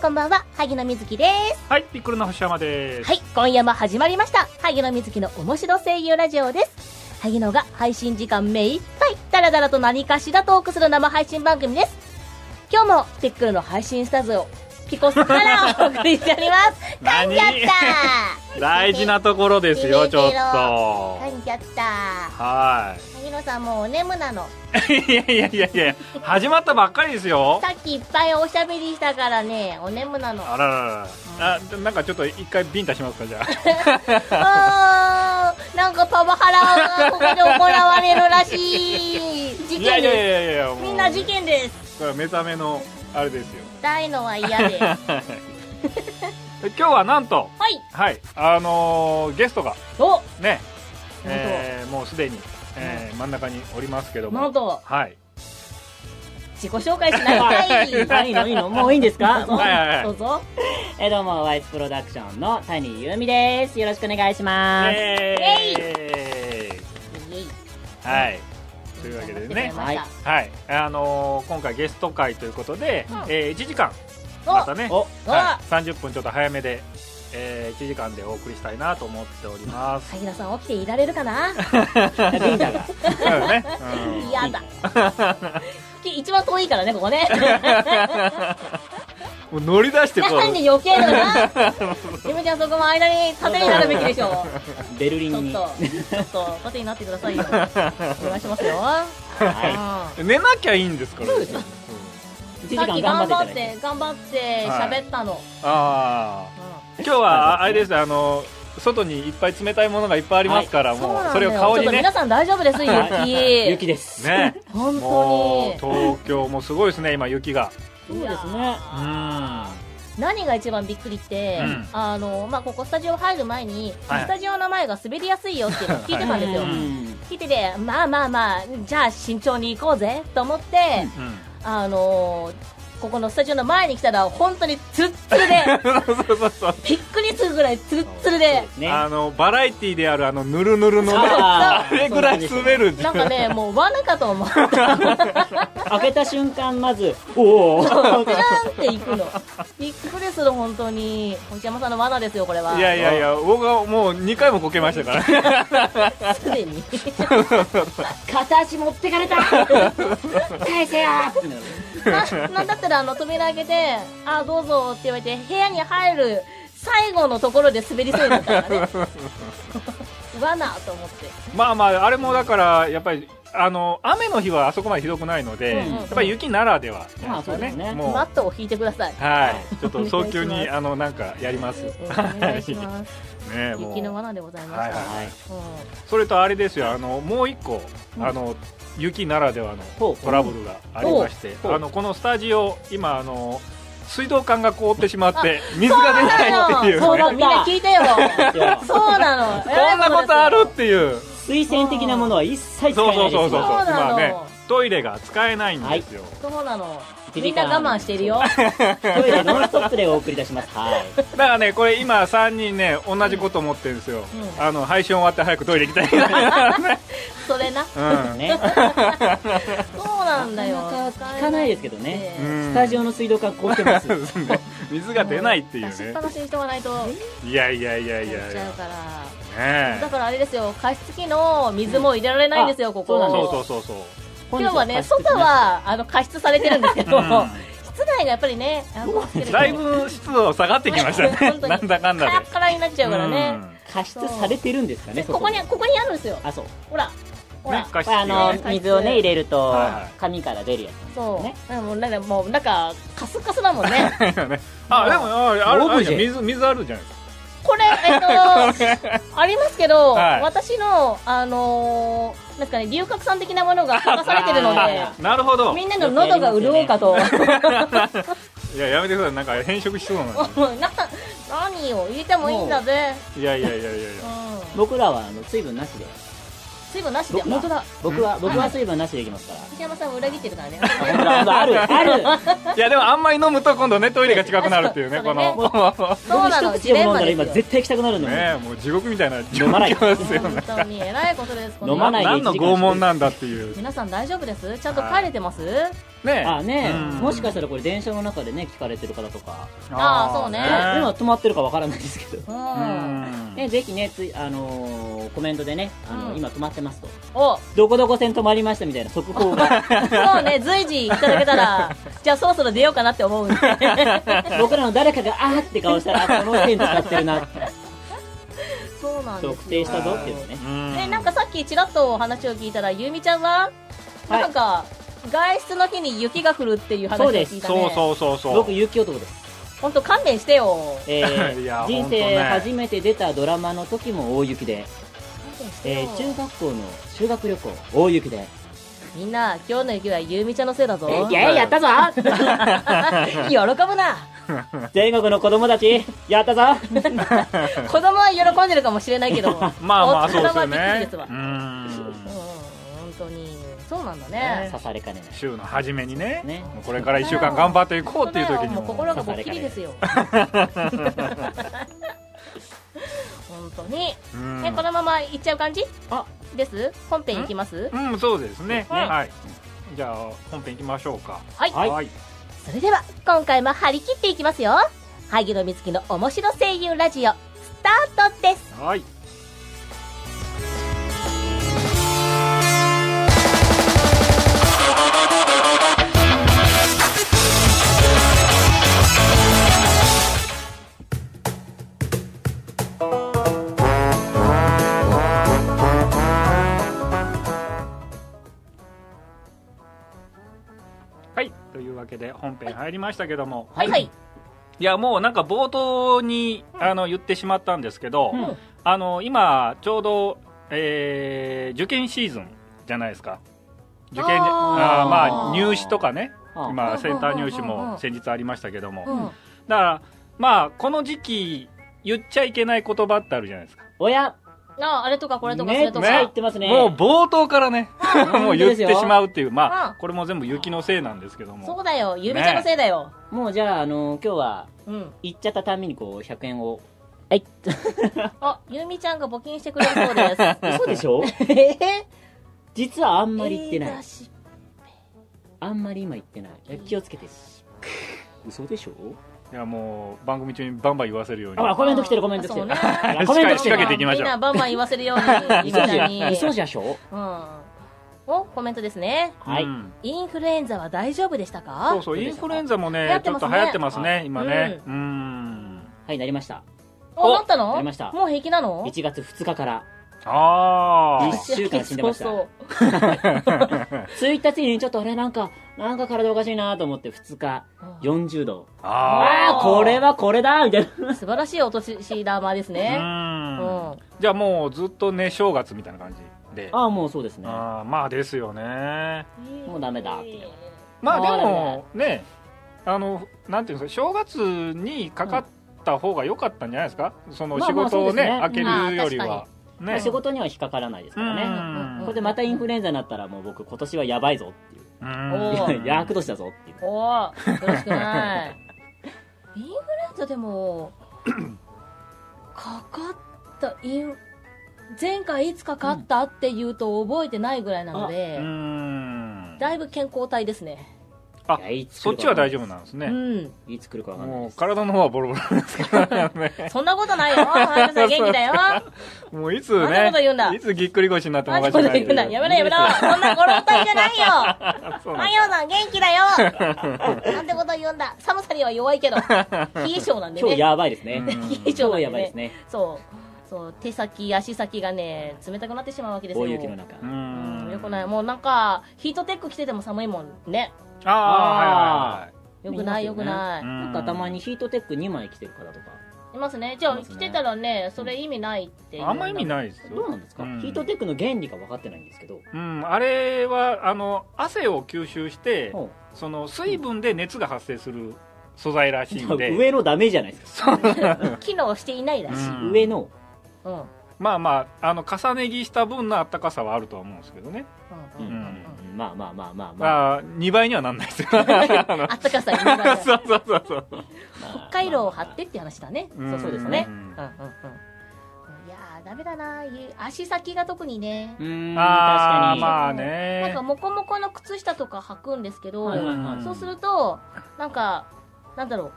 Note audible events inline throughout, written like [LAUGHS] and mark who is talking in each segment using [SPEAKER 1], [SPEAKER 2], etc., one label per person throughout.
[SPEAKER 1] 萩野瑞希です。
[SPEAKER 2] はい、ピックルの星山です。
[SPEAKER 1] はい、今夜も始まりました。萩野瑞希の面白声優ラジオです。萩野が配信時間目いっぱい、ダラダラと何かしらトークする生配信番組です。今日もピックルの配信スタジオ、ピコスからお送りしております。噛んじゃっ
[SPEAKER 2] [LAUGHS] 何 [LAUGHS] 大事なところですよ、
[SPEAKER 1] 決め
[SPEAKER 2] ち
[SPEAKER 1] てろ
[SPEAKER 2] ょっと。
[SPEAKER 1] た噛んじゃった
[SPEAKER 2] は
[SPEAKER 1] 萩野さんもうお眠なの。
[SPEAKER 2] い。い [LAUGHS] やいやいやいや、始まったばっかりですよ。
[SPEAKER 1] さっきいっぱいおしゃべりしたからね、お眠なの。
[SPEAKER 2] あらららら。あ、なんかちょっと一回ビンタしますか、じゃ
[SPEAKER 1] あーなんかパワハラがここで行われるらしい
[SPEAKER 2] あ。
[SPEAKER 1] 事
[SPEAKER 2] いや
[SPEAKER 1] 件
[SPEAKER 2] いやい
[SPEAKER 1] で
[SPEAKER 2] やいやいや、
[SPEAKER 1] す
[SPEAKER 2] もう
[SPEAKER 1] みんな事件です
[SPEAKER 2] これは目覚めの、あれですよ。
[SPEAKER 1] 痛いのは嫌
[SPEAKER 2] [LAUGHS]
[SPEAKER 1] ですはい
[SPEAKER 2] 今日はなんと、はい、あのーゲストが、
[SPEAKER 1] お
[SPEAKER 2] ね、えーもうすでに、えー真ん中におりますけども。
[SPEAKER 1] なんと
[SPEAKER 2] はい。
[SPEAKER 1] 自己紹介しないでい
[SPEAKER 3] 何のいいのもういいんですか
[SPEAKER 2] はいはいはい
[SPEAKER 1] どうぞ
[SPEAKER 3] えどうもワイズプロダクションの谷由美ですよろしくお願いします
[SPEAKER 2] イエーイ
[SPEAKER 1] イエイ
[SPEAKER 2] はい。というわけでね、
[SPEAKER 1] はい
[SPEAKER 2] はい、あのー今回ゲスト会ということで、
[SPEAKER 1] うん
[SPEAKER 2] えー1時間
[SPEAKER 1] お
[SPEAKER 2] またね、
[SPEAKER 3] お
[SPEAKER 2] はい、30分ちょっと早めで、えー1時間でお送りしたいなと思っており
[SPEAKER 1] [LAUGHS]
[SPEAKER 2] ます。
[SPEAKER 1] 萩野さん起きていられるかな
[SPEAKER 3] ビンタが
[SPEAKER 2] そうよね、うん
[SPEAKER 1] 嫌だ一番遠いからねここ
[SPEAKER 2] [LAUGHS]
[SPEAKER 1] ね
[SPEAKER 2] もう乗り出し
[SPEAKER 1] [LAUGHS]
[SPEAKER 2] てこ
[SPEAKER 1] なん
[SPEAKER 2] う。
[SPEAKER 1] で余計だなゆめちゃんそこも間に縦になるべきでしょ
[SPEAKER 3] ベルリ
[SPEAKER 1] ちょ
[SPEAKER 3] ン
[SPEAKER 1] っ
[SPEAKER 3] に
[SPEAKER 1] と、ちょっと、縦になってくださいよ。お願いしますよ。は
[SPEAKER 2] 寝なきゃいいんですから。うん [LAUGHS]
[SPEAKER 3] 1
[SPEAKER 1] い。
[SPEAKER 3] 時
[SPEAKER 1] さっき
[SPEAKER 3] 間
[SPEAKER 1] 頑
[SPEAKER 3] 頑張
[SPEAKER 1] 張
[SPEAKER 3] っ
[SPEAKER 1] って
[SPEAKER 3] いただい
[SPEAKER 1] て
[SPEAKER 3] て、
[SPEAKER 1] 頑張って喋ったの。
[SPEAKER 2] ああ、今日はああれです、あの外にいっぱい冷たいものがいっぱいありますから、
[SPEAKER 1] うん
[SPEAKER 2] も
[SPEAKER 1] う
[SPEAKER 2] う
[SPEAKER 1] な
[SPEAKER 2] そ
[SPEAKER 1] んだ
[SPEAKER 2] れ
[SPEAKER 1] よ
[SPEAKER 2] を顔
[SPEAKER 1] ちょ
[SPEAKER 2] に
[SPEAKER 1] っと
[SPEAKER 2] ね。
[SPEAKER 1] 皆さん大丈夫です、
[SPEAKER 3] はい雪
[SPEAKER 1] 雪。
[SPEAKER 3] です
[SPEAKER 2] ね、
[SPEAKER 1] 本
[SPEAKER 2] もう
[SPEAKER 1] 当
[SPEAKER 2] 東京もすごいですね、今雪が。
[SPEAKER 3] そう
[SPEAKER 1] に。
[SPEAKER 3] ですね
[SPEAKER 2] うん、は
[SPEAKER 1] 何が一番びっくりって
[SPEAKER 2] うん、
[SPEAKER 1] あの、まあ、ここスタジオ入る前に、
[SPEAKER 2] はい
[SPEAKER 1] スタジオの前が滑りやすいよっていうのを聞いてたんですよ
[SPEAKER 2] は。
[SPEAKER 1] 聞いてて、まあまあまあ、じゃあ慎重に行こうぜと思って、
[SPEAKER 2] うん。 [LAUGHS]
[SPEAKER 1] あのー、ここのスタジオの前に来たら、本当にツッツルで、
[SPEAKER 2] そうそうそう。
[SPEAKER 1] びっくりするぐらいツルッツルで
[SPEAKER 3] ね
[SPEAKER 2] あのバラエティであるあのぬるぬるのね
[SPEAKER 3] あ
[SPEAKER 2] あ
[SPEAKER 3] ー
[SPEAKER 2] れぐらい滑る
[SPEAKER 1] なんか
[SPEAKER 2] [LAUGHS]
[SPEAKER 1] ねもう罠かと思うピ
[SPEAKER 3] 開けた瞬間まずおお
[SPEAKER 1] ランっていくのびっくりする本当に星山さんの罠ですよこれはい
[SPEAKER 2] やいやいや僕はもう2回もこけましたから
[SPEAKER 1] [LAUGHS]
[SPEAKER 2] ね
[SPEAKER 1] すで
[SPEAKER 2] [LAUGHS]
[SPEAKER 1] に
[SPEAKER 3] 片足持ってかれた返せよ
[SPEAKER 1] ななんだったらあの扉開けて「あどうぞ」って言われて部屋に入る最後のところで滑りそうになった
[SPEAKER 2] [LAUGHS]
[SPEAKER 1] からね罠と思って
[SPEAKER 2] まあまああれもだからやっぱりあの雨の日はあそこまでひどくないので、
[SPEAKER 1] うんうん
[SPEAKER 2] やっぱり雪ならでは
[SPEAKER 3] まあそうですね
[SPEAKER 2] もう
[SPEAKER 1] マットを引いてください
[SPEAKER 2] はいちょっと早急
[SPEAKER 1] お願い [LAUGHS] し
[SPEAKER 2] に
[SPEAKER 1] ます
[SPEAKER 2] あのなんかやります
[SPEAKER 1] うんお願いします
[SPEAKER 2] ねもう
[SPEAKER 1] 雪の罠でございま
[SPEAKER 2] は
[SPEAKER 1] し
[SPEAKER 2] い
[SPEAKER 1] た
[SPEAKER 2] は
[SPEAKER 3] はいい
[SPEAKER 1] うん
[SPEAKER 2] それとあれですよあのもう一個
[SPEAKER 1] うん
[SPEAKER 2] あの雪ならではの
[SPEAKER 3] ほう
[SPEAKER 2] トラブルがありまして、
[SPEAKER 3] ほう
[SPEAKER 2] あのこのスタジオ今あの水道管が凍ってしまって水が出ないっていう、ね、
[SPEAKER 1] そ
[SPEAKER 2] こ
[SPEAKER 1] うだみんな聞いてよ
[SPEAKER 3] すよ
[SPEAKER 1] そうなの
[SPEAKER 2] んなことあるっていう
[SPEAKER 3] 推薦的なものは一切使
[SPEAKER 2] そう
[SPEAKER 3] え
[SPEAKER 2] そ
[SPEAKER 3] ないうで
[SPEAKER 2] そ
[SPEAKER 3] す
[SPEAKER 2] う
[SPEAKER 3] よ
[SPEAKER 2] そう
[SPEAKER 1] そうな
[SPEAKER 2] 今
[SPEAKER 1] の
[SPEAKER 2] ねトイレが使えないんですよ、
[SPEAKER 1] そうなの
[SPEAKER 3] 一
[SPEAKER 1] み
[SPEAKER 3] 時
[SPEAKER 1] んな
[SPEAKER 3] 間
[SPEAKER 1] 我慢してるよ
[SPEAKER 3] トイレノンストップでお送り出しますはい
[SPEAKER 2] だからねこれ今3人ね同じこと思ってるんですよ、
[SPEAKER 1] うん
[SPEAKER 2] あの配信終わって早くトイレ行きたいな、
[SPEAKER 1] それなそ
[SPEAKER 2] うん
[SPEAKER 3] ね
[SPEAKER 1] うなんだよ
[SPEAKER 3] なかなか聞かないですけどね
[SPEAKER 2] [LAUGHS] うん
[SPEAKER 3] スタジオの水道管凍ってます
[SPEAKER 2] [LAUGHS] ね水が出ないってい
[SPEAKER 1] 出
[SPEAKER 2] う
[SPEAKER 1] しっ
[SPEAKER 2] ね
[SPEAKER 1] ぱなしにしておかないとやっ
[SPEAKER 2] いやいやいやいやい
[SPEAKER 1] ちゃう
[SPEAKER 2] や
[SPEAKER 1] から
[SPEAKER 2] ね
[SPEAKER 1] だからあれですよ加湿器の水も入れられないんですよここ
[SPEAKER 3] そうなんで
[SPEAKER 2] そ
[SPEAKER 3] す
[SPEAKER 2] うそうそうそう
[SPEAKER 1] 今日はね外はあの加湿されてるんですけど
[SPEAKER 2] う
[SPEAKER 1] 室
[SPEAKER 2] ん
[SPEAKER 1] 内がやっぱりねあの
[SPEAKER 2] だいぶ湿度下がってきました
[SPEAKER 1] [LAUGHS] 本
[SPEAKER 2] ね
[SPEAKER 1] 当に
[SPEAKER 2] なんだかん
[SPEAKER 1] カ
[SPEAKER 2] だ
[SPEAKER 1] ラ
[SPEAKER 2] で
[SPEAKER 1] ッカラになっちゃうからね
[SPEAKER 3] 加湿されてるんですかね
[SPEAKER 1] でここに
[SPEAKER 3] 外
[SPEAKER 1] ここにあるんですよ
[SPEAKER 3] あそう
[SPEAKER 1] ほらほ
[SPEAKER 2] ね
[SPEAKER 1] ら
[SPEAKER 2] 加湿器
[SPEAKER 3] これあ
[SPEAKER 2] が
[SPEAKER 3] の
[SPEAKER 2] ね
[SPEAKER 1] ね
[SPEAKER 3] 水をね入れると
[SPEAKER 2] はいはい
[SPEAKER 3] 紙から出るや
[SPEAKER 1] そう
[SPEAKER 3] ね
[SPEAKER 1] なんかもうなんかもうなんかカスカスだもんね
[SPEAKER 3] [LAUGHS]
[SPEAKER 2] ねあでもああるあ
[SPEAKER 3] オブ
[SPEAKER 2] る
[SPEAKER 3] ジェ
[SPEAKER 2] 水水あるじゃないですか
[SPEAKER 1] これえっ
[SPEAKER 3] [LAUGHS]
[SPEAKER 1] とありますけど、
[SPEAKER 2] はい
[SPEAKER 1] 私の、あのーなんかね、龍角散的なもの
[SPEAKER 3] [LAUGHS]
[SPEAKER 1] が剥がされてるので
[SPEAKER 3] あ、
[SPEAKER 2] [LAUGHS] なるほど
[SPEAKER 1] みんなの喉が潤うかと。
[SPEAKER 2] いややめてくださいなんか変色しそうなんで
[SPEAKER 1] [LAUGHS] な、何を入れてもいいんだぜ。
[SPEAKER 2] いやいやいやいやいや
[SPEAKER 1] うん
[SPEAKER 3] つ僕らはあの水分なしで
[SPEAKER 1] 水分なしで
[SPEAKER 3] 僕
[SPEAKER 1] 本当だ
[SPEAKER 3] 僕は、僕は水分なしでいきますから。
[SPEAKER 1] 藤山さんを裏切ってるからね
[SPEAKER 3] 本当だ本当だある、ある。
[SPEAKER 2] いやでもあんまり飲むと今度ねトイレが近くなるっていうね
[SPEAKER 1] そ
[SPEAKER 2] こ
[SPEAKER 1] うね
[SPEAKER 2] のね
[SPEAKER 1] そうなの
[SPEAKER 3] 僕一口 [LAUGHS] でも飲んだら
[SPEAKER 1] ジレンマで
[SPEAKER 3] 今
[SPEAKER 1] すよ
[SPEAKER 3] 絶対行きたくなるのに。
[SPEAKER 2] えもう地獄みたいな
[SPEAKER 3] 飲まない
[SPEAKER 2] 状況ですよ
[SPEAKER 1] 本
[SPEAKER 2] ね
[SPEAKER 1] 当に偉いことですこん
[SPEAKER 3] 飲まないで
[SPEAKER 2] 何の拷問なんだっていう
[SPEAKER 1] 皆さん大丈夫ですちゃんと帰れてます
[SPEAKER 2] ね
[SPEAKER 3] あ、ね
[SPEAKER 2] うん
[SPEAKER 3] もしかしたらこれ電車の中でね、聞かれてる方とか。
[SPEAKER 1] あーそうね
[SPEAKER 3] ね今止まってるかわからないですけ
[SPEAKER 1] う
[SPEAKER 3] ど。
[SPEAKER 2] うんん
[SPEAKER 3] ね、ぜひね、つい、あのーコメントでね、あのー
[SPEAKER 1] うん
[SPEAKER 3] 今止まってますと。
[SPEAKER 1] お
[SPEAKER 3] どこどこ線止まりましたみたいな速報が。
[SPEAKER 1] そうね随時いただけたらじゃあそろそろ出ようかなって思うんで
[SPEAKER 3] 僕らの誰かがあーって顔したら、あこの線使ってるなって。
[SPEAKER 1] そうなんですよ
[SPEAKER 3] 特定したぞっていうのね。
[SPEAKER 2] うん
[SPEAKER 1] えなんかさっきちらっとお話を聞いたらゆうみちゃんは
[SPEAKER 3] はい
[SPEAKER 1] なんか外出の日に雪が降るっていう話を聞いたね
[SPEAKER 2] そうそうそうそう
[SPEAKER 3] 僕、雪男です。
[SPEAKER 1] 本当勘弁してよ
[SPEAKER 3] え
[SPEAKER 2] [LAUGHS] いや
[SPEAKER 3] ー、人
[SPEAKER 2] ほんと
[SPEAKER 3] 生
[SPEAKER 2] ね
[SPEAKER 3] 初めて出たドラマの時も大雪で、
[SPEAKER 1] 勘弁してよ
[SPEAKER 3] えー、中学校の修学旅行、大雪で。
[SPEAKER 1] みんな今日の雪はゆうみちゃんのせいだぞ
[SPEAKER 3] えー、イェーイやったぞ
[SPEAKER 1] [LAUGHS] 喜ぶな
[SPEAKER 3] 全国の子供たち、やったぞ
[SPEAKER 1] 子供は喜んでるかもしれないけどま
[SPEAKER 2] まあまあそうですよ
[SPEAKER 1] びっくり
[SPEAKER 2] ね
[SPEAKER 1] ですわう
[SPEAKER 2] う
[SPEAKER 1] ん
[SPEAKER 2] ん
[SPEAKER 1] 本当にそうなんだね
[SPEAKER 3] 刺されかねない。
[SPEAKER 2] 週の初めにね
[SPEAKER 3] ね
[SPEAKER 2] もうこれから1週間頑張っていこうっていう時に
[SPEAKER 1] も
[SPEAKER 2] も
[SPEAKER 1] う心がぼっきりですよ [LAUGHS] 本当に
[SPEAKER 2] うん
[SPEAKER 1] えこのまま行っちゃう感じ
[SPEAKER 3] あ
[SPEAKER 1] です本編行きます
[SPEAKER 2] うんそうですね
[SPEAKER 3] ね
[SPEAKER 2] はいじゃあ本編いきましょうか
[SPEAKER 1] はい
[SPEAKER 3] はい
[SPEAKER 2] はい
[SPEAKER 1] それでは今回も張り切っていきますよ萩野瑞希の面白声優ラジオスタートです
[SPEAKER 2] はいはいというわけで本編入りましたけども、
[SPEAKER 1] はいはい
[SPEAKER 2] いやもうなんか冒頭にあの言ってしまったんですけど、
[SPEAKER 3] うん
[SPEAKER 2] あの今ちょうど、えー受験シーズンじゃないですか受験じゃ
[SPEAKER 1] あ
[SPEAKER 2] あ
[SPEAKER 1] ー
[SPEAKER 2] ーまあ入試とかね
[SPEAKER 3] あ
[SPEAKER 2] 今センター入試
[SPEAKER 1] うんうんうん
[SPEAKER 2] も先日ありましたけども、
[SPEAKER 1] うん
[SPEAKER 2] だからまあこの時期言っちゃいけない言葉ってあるじゃないですか、
[SPEAKER 3] おや、
[SPEAKER 1] ああれとかこれとかそ
[SPEAKER 3] めっ
[SPEAKER 1] れ
[SPEAKER 3] ち
[SPEAKER 1] と
[SPEAKER 3] ゃ
[SPEAKER 1] か、
[SPEAKER 3] 言ってますね。
[SPEAKER 2] もう冒頭からね [LAUGHS] もう言ってしまうっていうま
[SPEAKER 1] うん
[SPEAKER 2] あこれも全部雪のせいなんですけど
[SPEAKER 1] そ
[SPEAKER 2] も
[SPEAKER 1] うだよゆみちゃんのせいだよ、
[SPEAKER 3] もうじゃあ、あのー今日は、
[SPEAKER 1] うん
[SPEAKER 3] 行っちゃったたんびにこう、100円を。はい。
[SPEAKER 1] あゆみちゃんが募金してくれるそうです
[SPEAKER 3] [LAUGHS] 嘘で
[SPEAKER 1] [LAUGHS]
[SPEAKER 3] しょ
[SPEAKER 1] ええ
[SPEAKER 3] 実はあんまり行って
[SPEAKER 1] いい
[SPEAKER 3] な
[SPEAKER 1] だ
[SPEAKER 3] い。
[SPEAKER 1] し
[SPEAKER 3] あんまり今行ってない。え気をつけて。嘘でしょ
[SPEAKER 2] いやもう番組中にバンバン言わせるように
[SPEAKER 3] あほら、コメント来てる、コメント来て
[SPEAKER 1] そう
[SPEAKER 3] る。
[SPEAKER 1] ね
[SPEAKER 3] [LAUGHS] ほらコメント
[SPEAKER 2] 仕
[SPEAKER 3] 来て
[SPEAKER 2] 掛け
[SPEAKER 3] る
[SPEAKER 2] て。いきましょう
[SPEAKER 1] みんなバンバン言わせるようにゆみち
[SPEAKER 3] 嘘じ
[SPEAKER 1] ゃ
[SPEAKER 3] ゃ
[SPEAKER 1] んに
[SPEAKER 3] 嘘じゃしょ
[SPEAKER 1] うんおコメントですね
[SPEAKER 3] はい。
[SPEAKER 2] うん
[SPEAKER 1] インフルエンザは大丈夫でしたか
[SPEAKER 2] そうそう、
[SPEAKER 3] どう
[SPEAKER 2] イ
[SPEAKER 3] で
[SPEAKER 2] ン
[SPEAKER 3] したか
[SPEAKER 2] フルエンザも
[SPEAKER 1] 流行
[SPEAKER 2] ね
[SPEAKER 1] っ、
[SPEAKER 2] ち
[SPEAKER 1] て
[SPEAKER 2] ょ
[SPEAKER 1] ます
[SPEAKER 2] っと
[SPEAKER 1] ね
[SPEAKER 2] 流行ってますね、今ね。うーん。
[SPEAKER 3] はい、なりました。
[SPEAKER 1] おなったの
[SPEAKER 3] なりました
[SPEAKER 1] もう平気なの
[SPEAKER 3] 1月2日から
[SPEAKER 2] あ
[SPEAKER 3] 一週間死んでました
[SPEAKER 1] そう
[SPEAKER 3] 1日にちょっと俺なんかなんか体おかしいなと思って2日
[SPEAKER 1] そう
[SPEAKER 3] 40度
[SPEAKER 2] あ。あ
[SPEAKER 3] ああこれはこれだみたいな
[SPEAKER 1] うん素晴らしいお年玉ですねう
[SPEAKER 2] あ。
[SPEAKER 1] ん
[SPEAKER 2] うん。じゃあもうずっとね、正月みたいな感じで。
[SPEAKER 3] ああもうそうですね
[SPEAKER 2] あーまあですよね。
[SPEAKER 3] もうダメだって
[SPEAKER 2] まあで
[SPEAKER 3] あ
[SPEAKER 2] も、ね、あの、なんていうんですか、正月にかかった方が良かったんじゃないですかその
[SPEAKER 3] まあ
[SPEAKER 2] 仕
[SPEAKER 3] まあ
[SPEAKER 2] 事をね、
[SPEAKER 3] そ
[SPEAKER 2] 開け
[SPEAKER 3] うですね
[SPEAKER 2] るよりは。
[SPEAKER 3] まあ
[SPEAKER 2] ね。
[SPEAKER 3] 仕事には引っかからないです
[SPEAKER 2] う
[SPEAKER 3] からね
[SPEAKER 1] うん
[SPEAKER 2] ん。
[SPEAKER 3] これでまたインフルエンザになったらもう僕今年はやばいぞっていう
[SPEAKER 1] おー
[SPEAKER 3] いや厄年だぞっていう
[SPEAKER 1] おおよろしくない
[SPEAKER 3] [LAUGHS]
[SPEAKER 1] インフルエンザでもかかったイン前回いつかかったって言うと覚えてないぐらいなの
[SPEAKER 2] う
[SPEAKER 1] で、
[SPEAKER 2] ん。
[SPEAKER 1] だいぶ健康体ですね
[SPEAKER 2] あ
[SPEAKER 3] いやいつ来
[SPEAKER 2] そっ
[SPEAKER 3] るか
[SPEAKER 2] ちは大丈夫なんです
[SPEAKER 1] う
[SPEAKER 2] ね。
[SPEAKER 1] ん
[SPEAKER 3] いつ来るかわかんない
[SPEAKER 2] も
[SPEAKER 3] で
[SPEAKER 2] う
[SPEAKER 3] す
[SPEAKER 2] 体の方はボロボロなんですけどね。
[SPEAKER 1] そんなことないよ早くさん元気だよ
[SPEAKER 2] [LAUGHS] もういつ
[SPEAKER 1] あんな
[SPEAKER 2] ね
[SPEAKER 1] こと言うんだ、
[SPEAKER 2] いつぎっくり腰になっても
[SPEAKER 1] マ
[SPEAKER 2] おか
[SPEAKER 1] ジ
[SPEAKER 2] しく
[SPEAKER 1] こ
[SPEAKER 2] な
[SPEAKER 1] と
[SPEAKER 2] いってい
[SPEAKER 1] 言うなやめろやめろそんなごろ体じゃないよ
[SPEAKER 2] そうなん
[SPEAKER 1] マ
[SPEAKER 2] で
[SPEAKER 1] ギロさん元気だ
[SPEAKER 3] [LAUGHS]
[SPEAKER 1] よなんてこと言うんだ寒さには弱いけど冷え性なんで
[SPEAKER 3] 今日
[SPEAKER 1] ね
[SPEAKER 3] やばいですね
[SPEAKER 2] うん
[SPEAKER 1] 冷え
[SPEAKER 3] [LAUGHS] 今日
[SPEAKER 1] 性な
[SPEAKER 3] は
[SPEAKER 1] んで
[SPEAKER 3] やばいで
[SPEAKER 1] ね
[SPEAKER 3] すね
[SPEAKER 1] そうそう手先足先がね冷たくなってしまうわけですよ
[SPEAKER 3] 大雪の中
[SPEAKER 1] う
[SPEAKER 2] う
[SPEAKER 1] ん
[SPEAKER 2] ん
[SPEAKER 1] よくないもうなんかヒートテック着てても寒いもんね
[SPEAKER 2] ああはいはいはい
[SPEAKER 1] よくない
[SPEAKER 3] 見
[SPEAKER 1] よ
[SPEAKER 3] ますよね
[SPEAKER 1] くない、
[SPEAKER 2] うん
[SPEAKER 3] なんかたまにヒートテック2枚着てる方とか
[SPEAKER 1] いますねじゃあ、
[SPEAKER 3] いますね
[SPEAKER 1] 着てたらねそれ意味ないっていう
[SPEAKER 2] あんま意味ないです
[SPEAKER 3] どう
[SPEAKER 2] よ
[SPEAKER 3] なんですか
[SPEAKER 2] うん
[SPEAKER 3] ヒートテックの原理が分かってないんですけど
[SPEAKER 2] うんあれはあの汗を吸収して
[SPEAKER 3] [LAUGHS] も
[SPEAKER 2] その水分で熱が発生する素材らし
[SPEAKER 3] う
[SPEAKER 2] いんで
[SPEAKER 3] 上のダメじゃないですか
[SPEAKER 1] 機能していないらしい、
[SPEAKER 2] うん
[SPEAKER 3] 上の
[SPEAKER 1] うん
[SPEAKER 2] まあまああの重ね着した分のあったかさはあるとは思うんですけどね
[SPEAKER 1] う
[SPEAKER 3] うん
[SPEAKER 1] うんんうんうん
[SPEAKER 3] うんまあまあまあまあまあ。
[SPEAKER 2] まあ2倍にはなんないですよあの
[SPEAKER 1] あったかさに今
[SPEAKER 2] [LAUGHS] そ
[SPEAKER 1] 北
[SPEAKER 2] うそうそうそう
[SPEAKER 1] 海道を張ってっていう話だね
[SPEAKER 2] うん
[SPEAKER 3] そうそうですね
[SPEAKER 2] ん
[SPEAKER 1] うんうんうんいやーダメだなゆ足先が特にね
[SPEAKER 3] うーん、
[SPEAKER 2] ああ
[SPEAKER 3] 確かに。
[SPEAKER 2] まあ
[SPEAKER 1] なんか
[SPEAKER 2] ね
[SPEAKER 1] モコモコの靴下とか履くんですけど、
[SPEAKER 3] はいはいはい
[SPEAKER 1] そうするとなんかなんだろう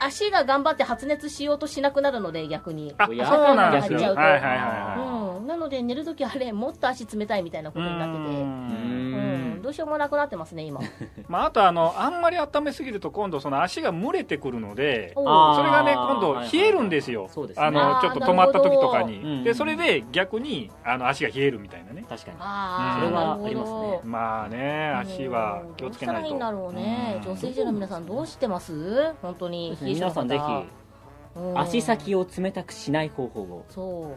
[SPEAKER 1] 足が頑張って発熱しようとしなくなるので逆に
[SPEAKER 2] あ
[SPEAKER 3] お
[SPEAKER 2] そう
[SPEAKER 3] や
[SPEAKER 2] なんですよ
[SPEAKER 1] や
[SPEAKER 2] は
[SPEAKER 1] っちゃう
[SPEAKER 2] い
[SPEAKER 1] と
[SPEAKER 2] はいは
[SPEAKER 1] うん、なので寝るときあ
[SPEAKER 3] [LAUGHS]
[SPEAKER 1] れもっと足冷たいみたいなこ
[SPEAKER 2] い
[SPEAKER 1] とになってて
[SPEAKER 3] う
[SPEAKER 2] うん
[SPEAKER 1] うん
[SPEAKER 3] ん。
[SPEAKER 1] どうしようもなくなってますね今
[SPEAKER 2] まああとあのあんまり温めすぎると今度その足が蒸れてくるので
[SPEAKER 1] おう
[SPEAKER 3] あー
[SPEAKER 2] それがね
[SPEAKER 3] あー
[SPEAKER 2] 今度
[SPEAKER 3] はいはい
[SPEAKER 2] 冷えるんですよ
[SPEAKER 3] そうですね
[SPEAKER 2] あ
[SPEAKER 1] あー
[SPEAKER 2] のちょっと止まった時と
[SPEAKER 1] な
[SPEAKER 2] か
[SPEAKER 3] るほど
[SPEAKER 2] に
[SPEAKER 3] う
[SPEAKER 2] で
[SPEAKER 3] ん
[SPEAKER 2] それで逆にあの足が冷えるみたいなね
[SPEAKER 3] 確かに。
[SPEAKER 1] あ
[SPEAKER 2] それ
[SPEAKER 1] あ、
[SPEAKER 2] は
[SPEAKER 1] な
[SPEAKER 3] あり
[SPEAKER 1] る
[SPEAKER 3] ますね
[SPEAKER 1] ほど
[SPEAKER 2] まあね足は気をつけない
[SPEAKER 1] どうしたらい
[SPEAKER 2] と
[SPEAKER 1] いんだろうね
[SPEAKER 2] ん
[SPEAKER 1] 女性陣の皆さんどうしてます本当に冷え性の
[SPEAKER 3] 皆
[SPEAKER 1] 方
[SPEAKER 3] さんぜひ、
[SPEAKER 1] うん
[SPEAKER 3] 足先を冷たくしない方法を。
[SPEAKER 1] そ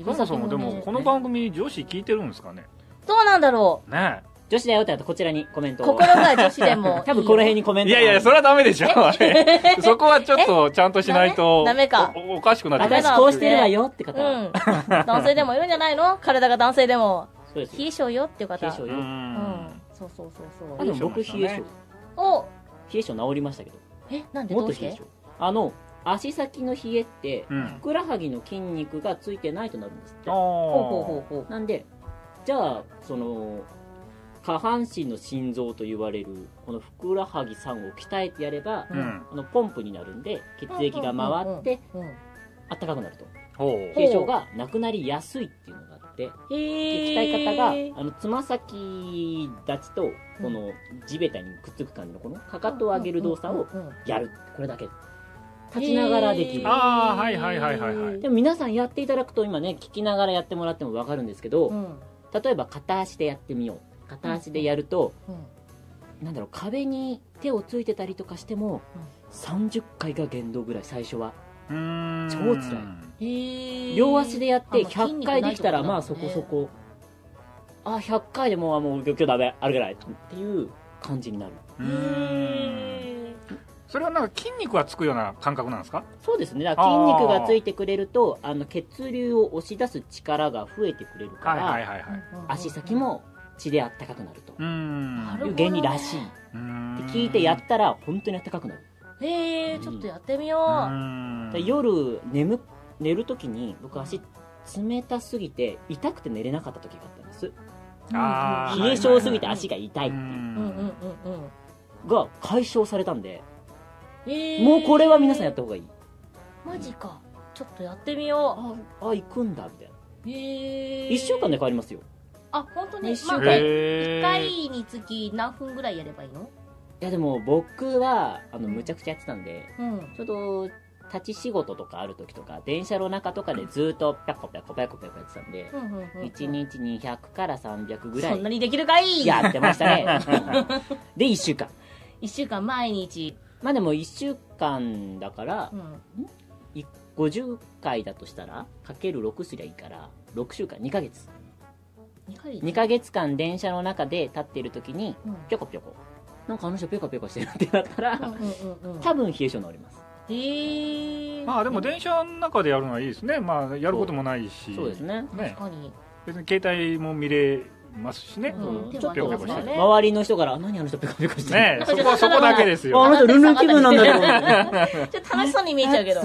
[SPEAKER 1] う
[SPEAKER 2] そもそもでもこの番組女子聞いてるんですかね
[SPEAKER 1] どうなんだろ
[SPEAKER 2] ね
[SPEAKER 3] 女子だよってあとこちらにコメン
[SPEAKER 1] う
[SPEAKER 3] トを。
[SPEAKER 1] 心が女子でもいいよ
[SPEAKER 3] [LAUGHS] 多分この辺にコメン
[SPEAKER 2] い
[SPEAKER 3] トが
[SPEAKER 2] やいやそれはダメでしょ [LAUGHS] そこはちょっとちゃんとしない
[SPEAKER 1] [LAUGHS]
[SPEAKER 2] と
[SPEAKER 1] ダメダメか
[SPEAKER 2] おおかしくなってくる
[SPEAKER 3] 私こうしてるわよって
[SPEAKER 1] う
[SPEAKER 3] 方は。
[SPEAKER 1] ん男性でもいるんじゃない
[SPEAKER 3] [LAUGHS]
[SPEAKER 1] の体が男性でも
[SPEAKER 3] そうです
[SPEAKER 1] 冷え性よっていう方
[SPEAKER 3] 冷え性
[SPEAKER 2] う
[SPEAKER 3] よ
[SPEAKER 1] うん
[SPEAKER 2] ん
[SPEAKER 1] そうそうそうそ
[SPEAKER 3] あ
[SPEAKER 1] う
[SPEAKER 3] でも僕冷
[SPEAKER 2] 冷
[SPEAKER 3] え
[SPEAKER 2] え
[SPEAKER 3] 性
[SPEAKER 2] 性
[SPEAKER 3] 冷
[SPEAKER 2] ね
[SPEAKER 1] お
[SPEAKER 3] え性治りましたけど
[SPEAKER 1] えなんで
[SPEAKER 3] も
[SPEAKER 1] ど
[SPEAKER 3] っ
[SPEAKER 1] う
[SPEAKER 3] と
[SPEAKER 1] し
[SPEAKER 3] 冷え
[SPEAKER 1] て
[SPEAKER 3] 性あの足先の冷えって
[SPEAKER 2] うん
[SPEAKER 3] ふくらはぎの筋肉がついてないとなるんですって
[SPEAKER 2] あー
[SPEAKER 1] ほうほうほうほう
[SPEAKER 3] なんでじゃあその下半身の心臓と言われるこのふくらはぎさんを鍛えてやれば
[SPEAKER 1] う
[SPEAKER 2] うん
[SPEAKER 3] あのポンプになるんで血液が回って
[SPEAKER 1] うんうんうん
[SPEAKER 3] あったかくなると
[SPEAKER 2] ほ
[SPEAKER 1] ほ
[SPEAKER 2] う
[SPEAKER 3] 冷え性がなくなりやすいっていうのがあって
[SPEAKER 1] へ
[SPEAKER 3] 鍛え方が
[SPEAKER 1] え
[SPEAKER 3] あのつま先立ちとこの地べたにくっつく感じのこのかかとを上げる動作を
[SPEAKER 1] うんうん
[SPEAKER 3] やるこれだけ立ちながらできる
[SPEAKER 1] へー
[SPEAKER 2] あーはいはいはいはいはい
[SPEAKER 3] でも皆さんやっていただくと今ね聞きながらやってもらっても分かるんですけど、
[SPEAKER 1] うん
[SPEAKER 3] 例えば片足でやってみよう片足でやると、
[SPEAKER 1] うん
[SPEAKER 3] なんだろう壁に手をついてたりとかしても、30回が限度ぐらい最初は
[SPEAKER 2] うーん
[SPEAKER 3] 超辛い
[SPEAKER 1] へー
[SPEAKER 3] 両足でやっ
[SPEAKER 1] あ
[SPEAKER 3] て
[SPEAKER 1] まあ筋
[SPEAKER 3] 100
[SPEAKER 1] 肉
[SPEAKER 3] 回できたら
[SPEAKER 1] ない
[SPEAKER 3] まあ
[SPEAKER 1] って
[SPEAKER 3] そ
[SPEAKER 1] と
[SPEAKER 3] こ
[SPEAKER 1] だ
[SPEAKER 3] そ
[SPEAKER 1] もんね
[SPEAKER 3] こあ100回でもうあもう今日ダメあるぐらいっていう感じになる
[SPEAKER 2] うーん
[SPEAKER 1] へ
[SPEAKER 2] それはなんか筋肉がつくような感覚なんですか
[SPEAKER 3] そうですねだから
[SPEAKER 2] あ
[SPEAKER 3] 筋
[SPEAKER 2] ー
[SPEAKER 3] 肉がついてくれるとあの血流を押し出す力が増えてくれるか
[SPEAKER 2] はい
[SPEAKER 3] ら、
[SPEAKER 2] はいはいは
[SPEAKER 1] ー
[SPEAKER 2] い
[SPEAKER 3] 足先も血であったかくなると
[SPEAKER 2] うーん
[SPEAKER 1] なる
[SPEAKER 3] い
[SPEAKER 1] ほ
[SPEAKER 3] う
[SPEAKER 1] ど
[SPEAKER 3] 原理らしいっ
[SPEAKER 2] うー
[SPEAKER 3] て
[SPEAKER 2] ん
[SPEAKER 3] 聞いてやったら本当にあったかくなる
[SPEAKER 1] へえちょっとやってみよ
[SPEAKER 2] う
[SPEAKER 1] う
[SPEAKER 2] ーん
[SPEAKER 3] で夜眠寝る時に僕足冷たすぎて痛くて寝れなかった時があったんです
[SPEAKER 2] あー
[SPEAKER 3] 冷え性すぎて
[SPEAKER 2] はいはいはい
[SPEAKER 3] 足が痛いって
[SPEAKER 2] う
[SPEAKER 1] う
[SPEAKER 3] い
[SPEAKER 1] んうんうん
[SPEAKER 2] ん
[SPEAKER 1] うん
[SPEAKER 3] うが解消されたんで
[SPEAKER 1] へー
[SPEAKER 3] もうこれは皆さんやった方がいい
[SPEAKER 1] マジかちょっとやってみよ
[SPEAKER 3] ああ行くんだみたいな
[SPEAKER 1] うへえ
[SPEAKER 3] 1週間で変わりますよ
[SPEAKER 1] あ本当に
[SPEAKER 3] 一週間
[SPEAKER 1] まあ
[SPEAKER 2] へー
[SPEAKER 1] 一回につき何分ぐらいやればいいの
[SPEAKER 3] いやでも僕はあのむちゃくちゃやってたんで
[SPEAKER 1] うん
[SPEAKER 3] ちょっと立ち仕事とかある時とか電車の中とかでずっとピャコピャコピャコピャコやってたんで
[SPEAKER 1] うんうんうん
[SPEAKER 3] 1日200から300ぐら
[SPEAKER 1] そんないにできるかい
[SPEAKER 3] やってまし
[SPEAKER 1] [LAUGHS]
[SPEAKER 3] たねで1週間
[SPEAKER 1] 一週間毎日
[SPEAKER 3] まあでも1週間だから
[SPEAKER 1] うん
[SPEAKER 3] 50回だとしたらかける6すりゃいいから6週間2ヶ月
[SPEAKER 1] 二回
[SPEAKER 3] 2ヶ月間電車の中で立っている時に
[SPEAKER 1] うん
[SPEAKER 3] ぴょこぴょこなんかあの人ぴょこぴょこしてるってなった
[SPEAKER 1] う
[SPEAKER 3] ら
[SPEAKER 1] んうんうんうん
[SPEAKER 3] 多分冷え性治ります
[SPEAKER 1] へえ
[SPEAKER 2] まあでも電車の中でやるのはいいですねまあやることもないし
[SPEAKER 3] そうですね
[SPEAKER 1] 確
[SPEAKER 2] ね
[SPEAKER 1] かに
[SPEAKER 2] 別に携帯も見れますしね
[SPEAKER 1] うん
[SPEAKER 3] ち
[SPEAKER 1] 手
[SPEAKER 3] ょ
[SPEAKER 1] も
[SPEAKER 3] っ
[SPEAKER 2] ぴょこぴ
[SPEAKER 3] と
[SPEAKER 2] ょこして
[SPEAKER 1] ね
[SPEAKER 3] 周りの人からあ何あの人ぴょこぴょこしてる
[SPEAKER 2] ね
[SPEAKER 1] なんか
[SPEAKER 2] そ
[SPEAKER 1] ちょ
[SPEAKER 2] こ
[SPEAKER 1] っと
[SPEAKER 2] はそこだけです
[SPEAKER 3] ああ
[SPEAKER 2] よ
[SPEAKER 3] なたルンルン気分なんだよ
[SPEAKER 1] ちょっと楽しそうに見えちゃ
[SPEAKER 3] [LAUGHS]
[SPEAKER 1] うけど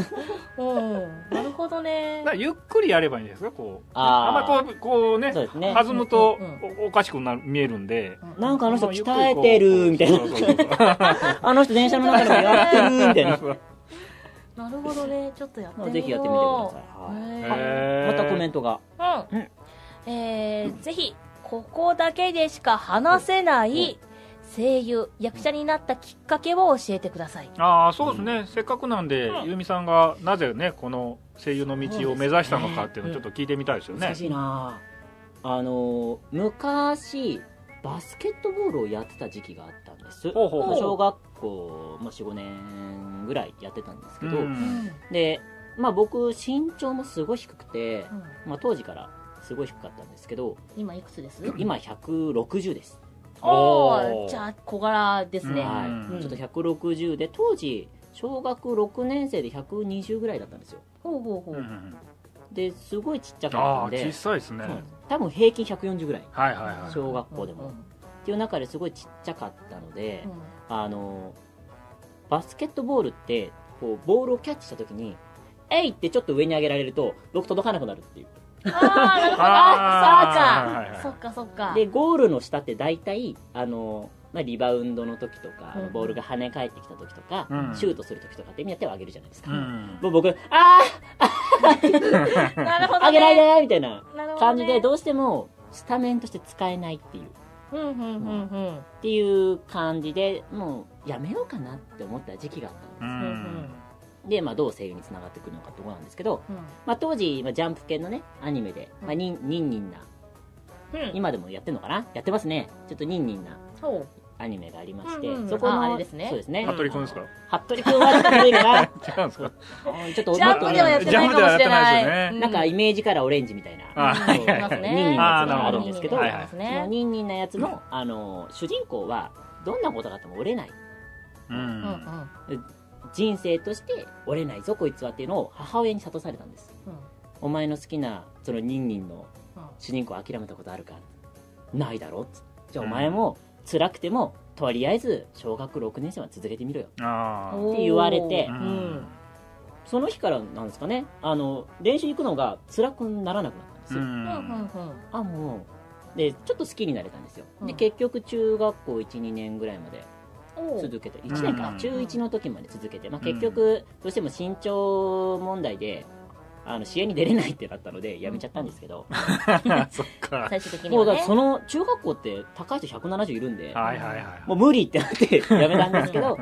[SPEAKER 1] うんなるほどね
[SPEAKER 2] だからゆっくりやればいいんですかこうあんま
[SPEAKER 3] あ
[SPEAKER 2] こうこうね
[SPEAKER 3] そうですね
[SPEAKER 2] 弾むと
[SPEAKER 1] うん
[SPEAKER 2] おおかしくなる見えるんで
[SPEAKER 1] う
[SPEAKER 3] なんかあの人
[SPEAKER 2] まあゆっく
[SPEAKER 3] 鍛
[SPEAKER 2] り
[SPEAKER 3] え
[SPEAKER 2] こう
[SPEAKER 3] てるみたいな
[SPEAKER 2] そうそうそう
[SPEAKER 3] あの人電車の中でもやってるみたいな
[SPEAKER 1] なるほどねちょっとやってみよう
[SPEAKER 3] ぜひやってみてくださいはい
[SPEAKER 1] へ
[SPEAKER 2] へー
[SPEAKER 3] またコメントが
[SPEAKER 1] ー
[SPEAKER 3] うん
[SPEAKER 1] うんえーぜひここだけでしか話せない声優役者になったきっかけを教えてください
[SPEAKER 2] ああそうですね、せっかくなんで、
[SPEAKER 1] うん
[SPEAKER 2] ゆうみさんがなぜねこの声優の道を目指したのかっていうのをちょっと聞いてみたいですよね
[SPEAKER 3] 難しいなあの昔バスケットボールをやってた時期があったんです
[SPEAKER 2] ほうほう
[SPEAKER 1] ほう
[SPEAKER 3] 小学校、まあ、45年ぐらいやってたんですけど、
[SPEAKER 2] うん
[SPEAKER 3] で、まあ、僕身長もすごい低くて、
[SPEAKER 1] うん
[SPEAKER 3] まあ、当時からすごい低かったんです
[SPEAKER 2] [CLEARS THROAT]
[SPEAKER 3] けど
[SPEAKER 1] 今いくつです
[SPEAKER 3] 今160です、
[SPEAKER 1] お
[SPEAKER 2] お
[SPEAKER 1] ー
[SPEAKER 2] ー
[SPEAKER 1] じゃあ小柄ですね、
[SPEAKER 2] うん
[SPEAKER 3] はい
[SPEAKER 1] うん
[SPEAKER 3] ちょっと160で当時小学6年生で120ぐらいだったんですよ
[SPEAKER 1] ほうほうほ
[SPEAKER 2] う
[SPEAKER 1] う、
[SPEAKER 2] ん
[SPEAKER 3] ですごいちっちゃか
[SPEAKER 2] あ
[SPEAKER 3] った
[SPEAKER 2] あ
[SPEAKER 3] ん
[SPEAKER 2] 小
[SPEAKER 3] で
[SPEAKER 2] さいですね、
[SPEAKER 3] うん多分平均140ぐらい
[SPEAKER 2] はいはいはい
[SPEAKER 3] 小学校でも、っていう中ですごいちっちゃかったので、
[SPEAKER 1] うんうん
[SPEAKER 3] あのバスケットボールってこうボールをキャッチした時に「えい!」ってちょっと上に上げられると僕届かなくなるっていう
[SPEAKER 1] ああ、なるほど。
[SPEAKER 2] あーはいはい
[SPEAKER 1] あ
[SPEAKER 2] はい
[SPEAKER 1] そっか。そっかそっか。
[SPEAKER 3] でゴールの下って大体あの、まあ、リバウンドの時とか、あ
[SPEAKER 1] うんう
[SPEAKER 3] の
[SPEAKER 1] ん
[SPEAKER 3] ボールが跳ね返ってきた時とか、
[SPEAKER 2] うん
[SPEAKER 3] シュートする時とかってみんな手を上げるじゃないですか、
[SPEAKER 2] うん
[SPEAKER 3] もう僕「あ
[SPEAKER 1] なるほど、
[SPEAKER 3] ー
[SPEAKER 1] ね。
[SPEAKER 3] 上げないで!」みたいな
[SPEAKER 1] なるほどね
[SPEAKER 3] 感じでどうしてもスタメンとして使えないっていう
[SPEAKER 1] うんうんうんうん。
[SPEAKER 3] っていう感じでもうやめようかなって思った時期があったんです
[SPEAKER 2] う
[SPEAKER 1] うんん
[SPEAKER 3] で、まあ、どう声優につながってくるのかってとこなんですけど、
[SPEAKER 1] うん
[SPEAKER 3] まあ、当時、まあ、ジャンプ系のねアニメで、まあ、ニンニンニンな
[SPEAKER 1] うん。
[SPEAKER 3] 今でもやってんのかなやってますねちょっとニンニンな
[SPEAKER 1] そう。
[SPEAKER 3] アニメがありまして、
[SPEAKER 1] うんうん
[SPEAKER 3] そこの
[SPEAKER 1] ああれですね
[SPEAKER 3] そうですね
[SPEAKER 2] 服部君ですか
[SPEAKER 3] 服部君はちょっと古いかな
[SPEAKER 2] 違うんですか
[SPEAKER 3] うんちょっと
[SPEAKER 1] ジャンプではやってないかもしれない。
[SPEAKER 2] ジャンプではやってないですよね
[SPEAKER 1] う
[SPEAKER 3] なんかイメージからオレンジみたいな、
[SPEAKER 2] あー
[SPEAKER 1] うんいますね。
[SPEAKER 3] ニンニンのやつ
[SPEAKER 2] があるん
[SPEAKER 3] ですけど
[SPEAKER 1] ニンニンのやつがありま
[SPEAKER 3] その
[SPEAKER 1] すね
[SPEAKER 3] ニンニンなやつの、あの主人公はどんなことがあっても折れない
[SPEAKER 2] うん
[SPEAKER 1] うんうん
[SPEAKER 3] 人生として折れないぞこいつはっていうのを母親に諭されたんです
[SPEAKER 1] うん
[SPEAKER 3] お前の好きなそのニンニンの
[SPEAKER 1] うん
[SPEAKER 3] 主人公諦めたことあるかないだろっつじゃあお前も辛くてもとりあえず小学6年生は続けてみろよ
[SPEAKER 2] あ
[SPEAKER 1] おー
[SPEAKER 3] って言われて
[SPEAKER 2] あう
[SPEAKER 1] うん
[SPEAKER 2] ん
[SPEAKER 3] その日からなんですかねあの練習行くのが辛くならなくなったんです
[SPEAKER 2] う
[SPEAKER 1] う
[SPEAKER 3] よ、
[SPEAKER 1] んんうんうん
[SPEAKER 3] あもうでちょっと好きになれたんですよ、
[SPEAKER 1] うん
[SPEAKER 3] で結局中学校12年ぐらいまで
[SPEAKER 1] おう
[SPEAKER 3] 続けて1年か、
[SPEAKER 2] うん
[SPEAKER 3] 中1の時まで続けて、まあ、
[SPEAKER 2] うん
[SPEAKER 3] 結局どうしても身長問題であの試合に出れないってなったのでやめちゃったんですけど、
[SPEAKER 2] [LAUGHS] そっか
[SPEAKER 1] 最終的に
[SPEAKER 3] もう
[SPEAKER 1] は
[SPEAKER 3] だ
[SPEAKER 1] ね
[SPEAKER 3] からその中学校って高い人170いるんで、
[SPEAKER 2] はいはいはい
[SPEAKER 3] もう無理ってなって
[SPEAKER 1] [LAUGHS]
[SPEAKER 3] やめたんですけど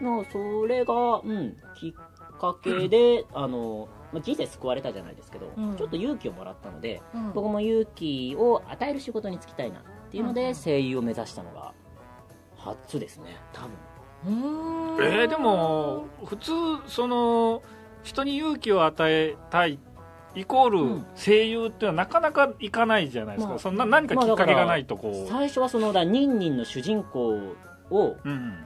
[SPEAKER 1] うんうん
[SPEAKER 3] もうそれが、うん、きっかけであの、まあ、人生救われたじゃないですけど、
[SPEAKER 1] うん
[SPEAKER 3] ちょっと勇気をもらったので
[SPEAKER 1] うん
[SPEAKER 3] 僕も勇気を与える仕事に就きたいなっていうの
[SPEAKER 1] うんう
[SPEAKER 3] で
[SPEAKER 1] ん
[SPEAKER 3] 声優を目指したのが初ですね多分
[SPEAKER 1] うーん
[SPEAKER 2] えー、でも普通その人に勇気を与えたいイコー
[SPEAKER 3] う
[SPEAKER 2] ル
[SPEAKER 3] ん
[SPEAKER 2] 声優っていうのはなかなかいかないじゃないですか、
[SPEAKER 3] まあ
[SPEAKER 2] そんな何かきっかけがないとこう、
[SPEAKER 3] 最初はそのだニンニンの主人公を
[SPEAKER 2] うん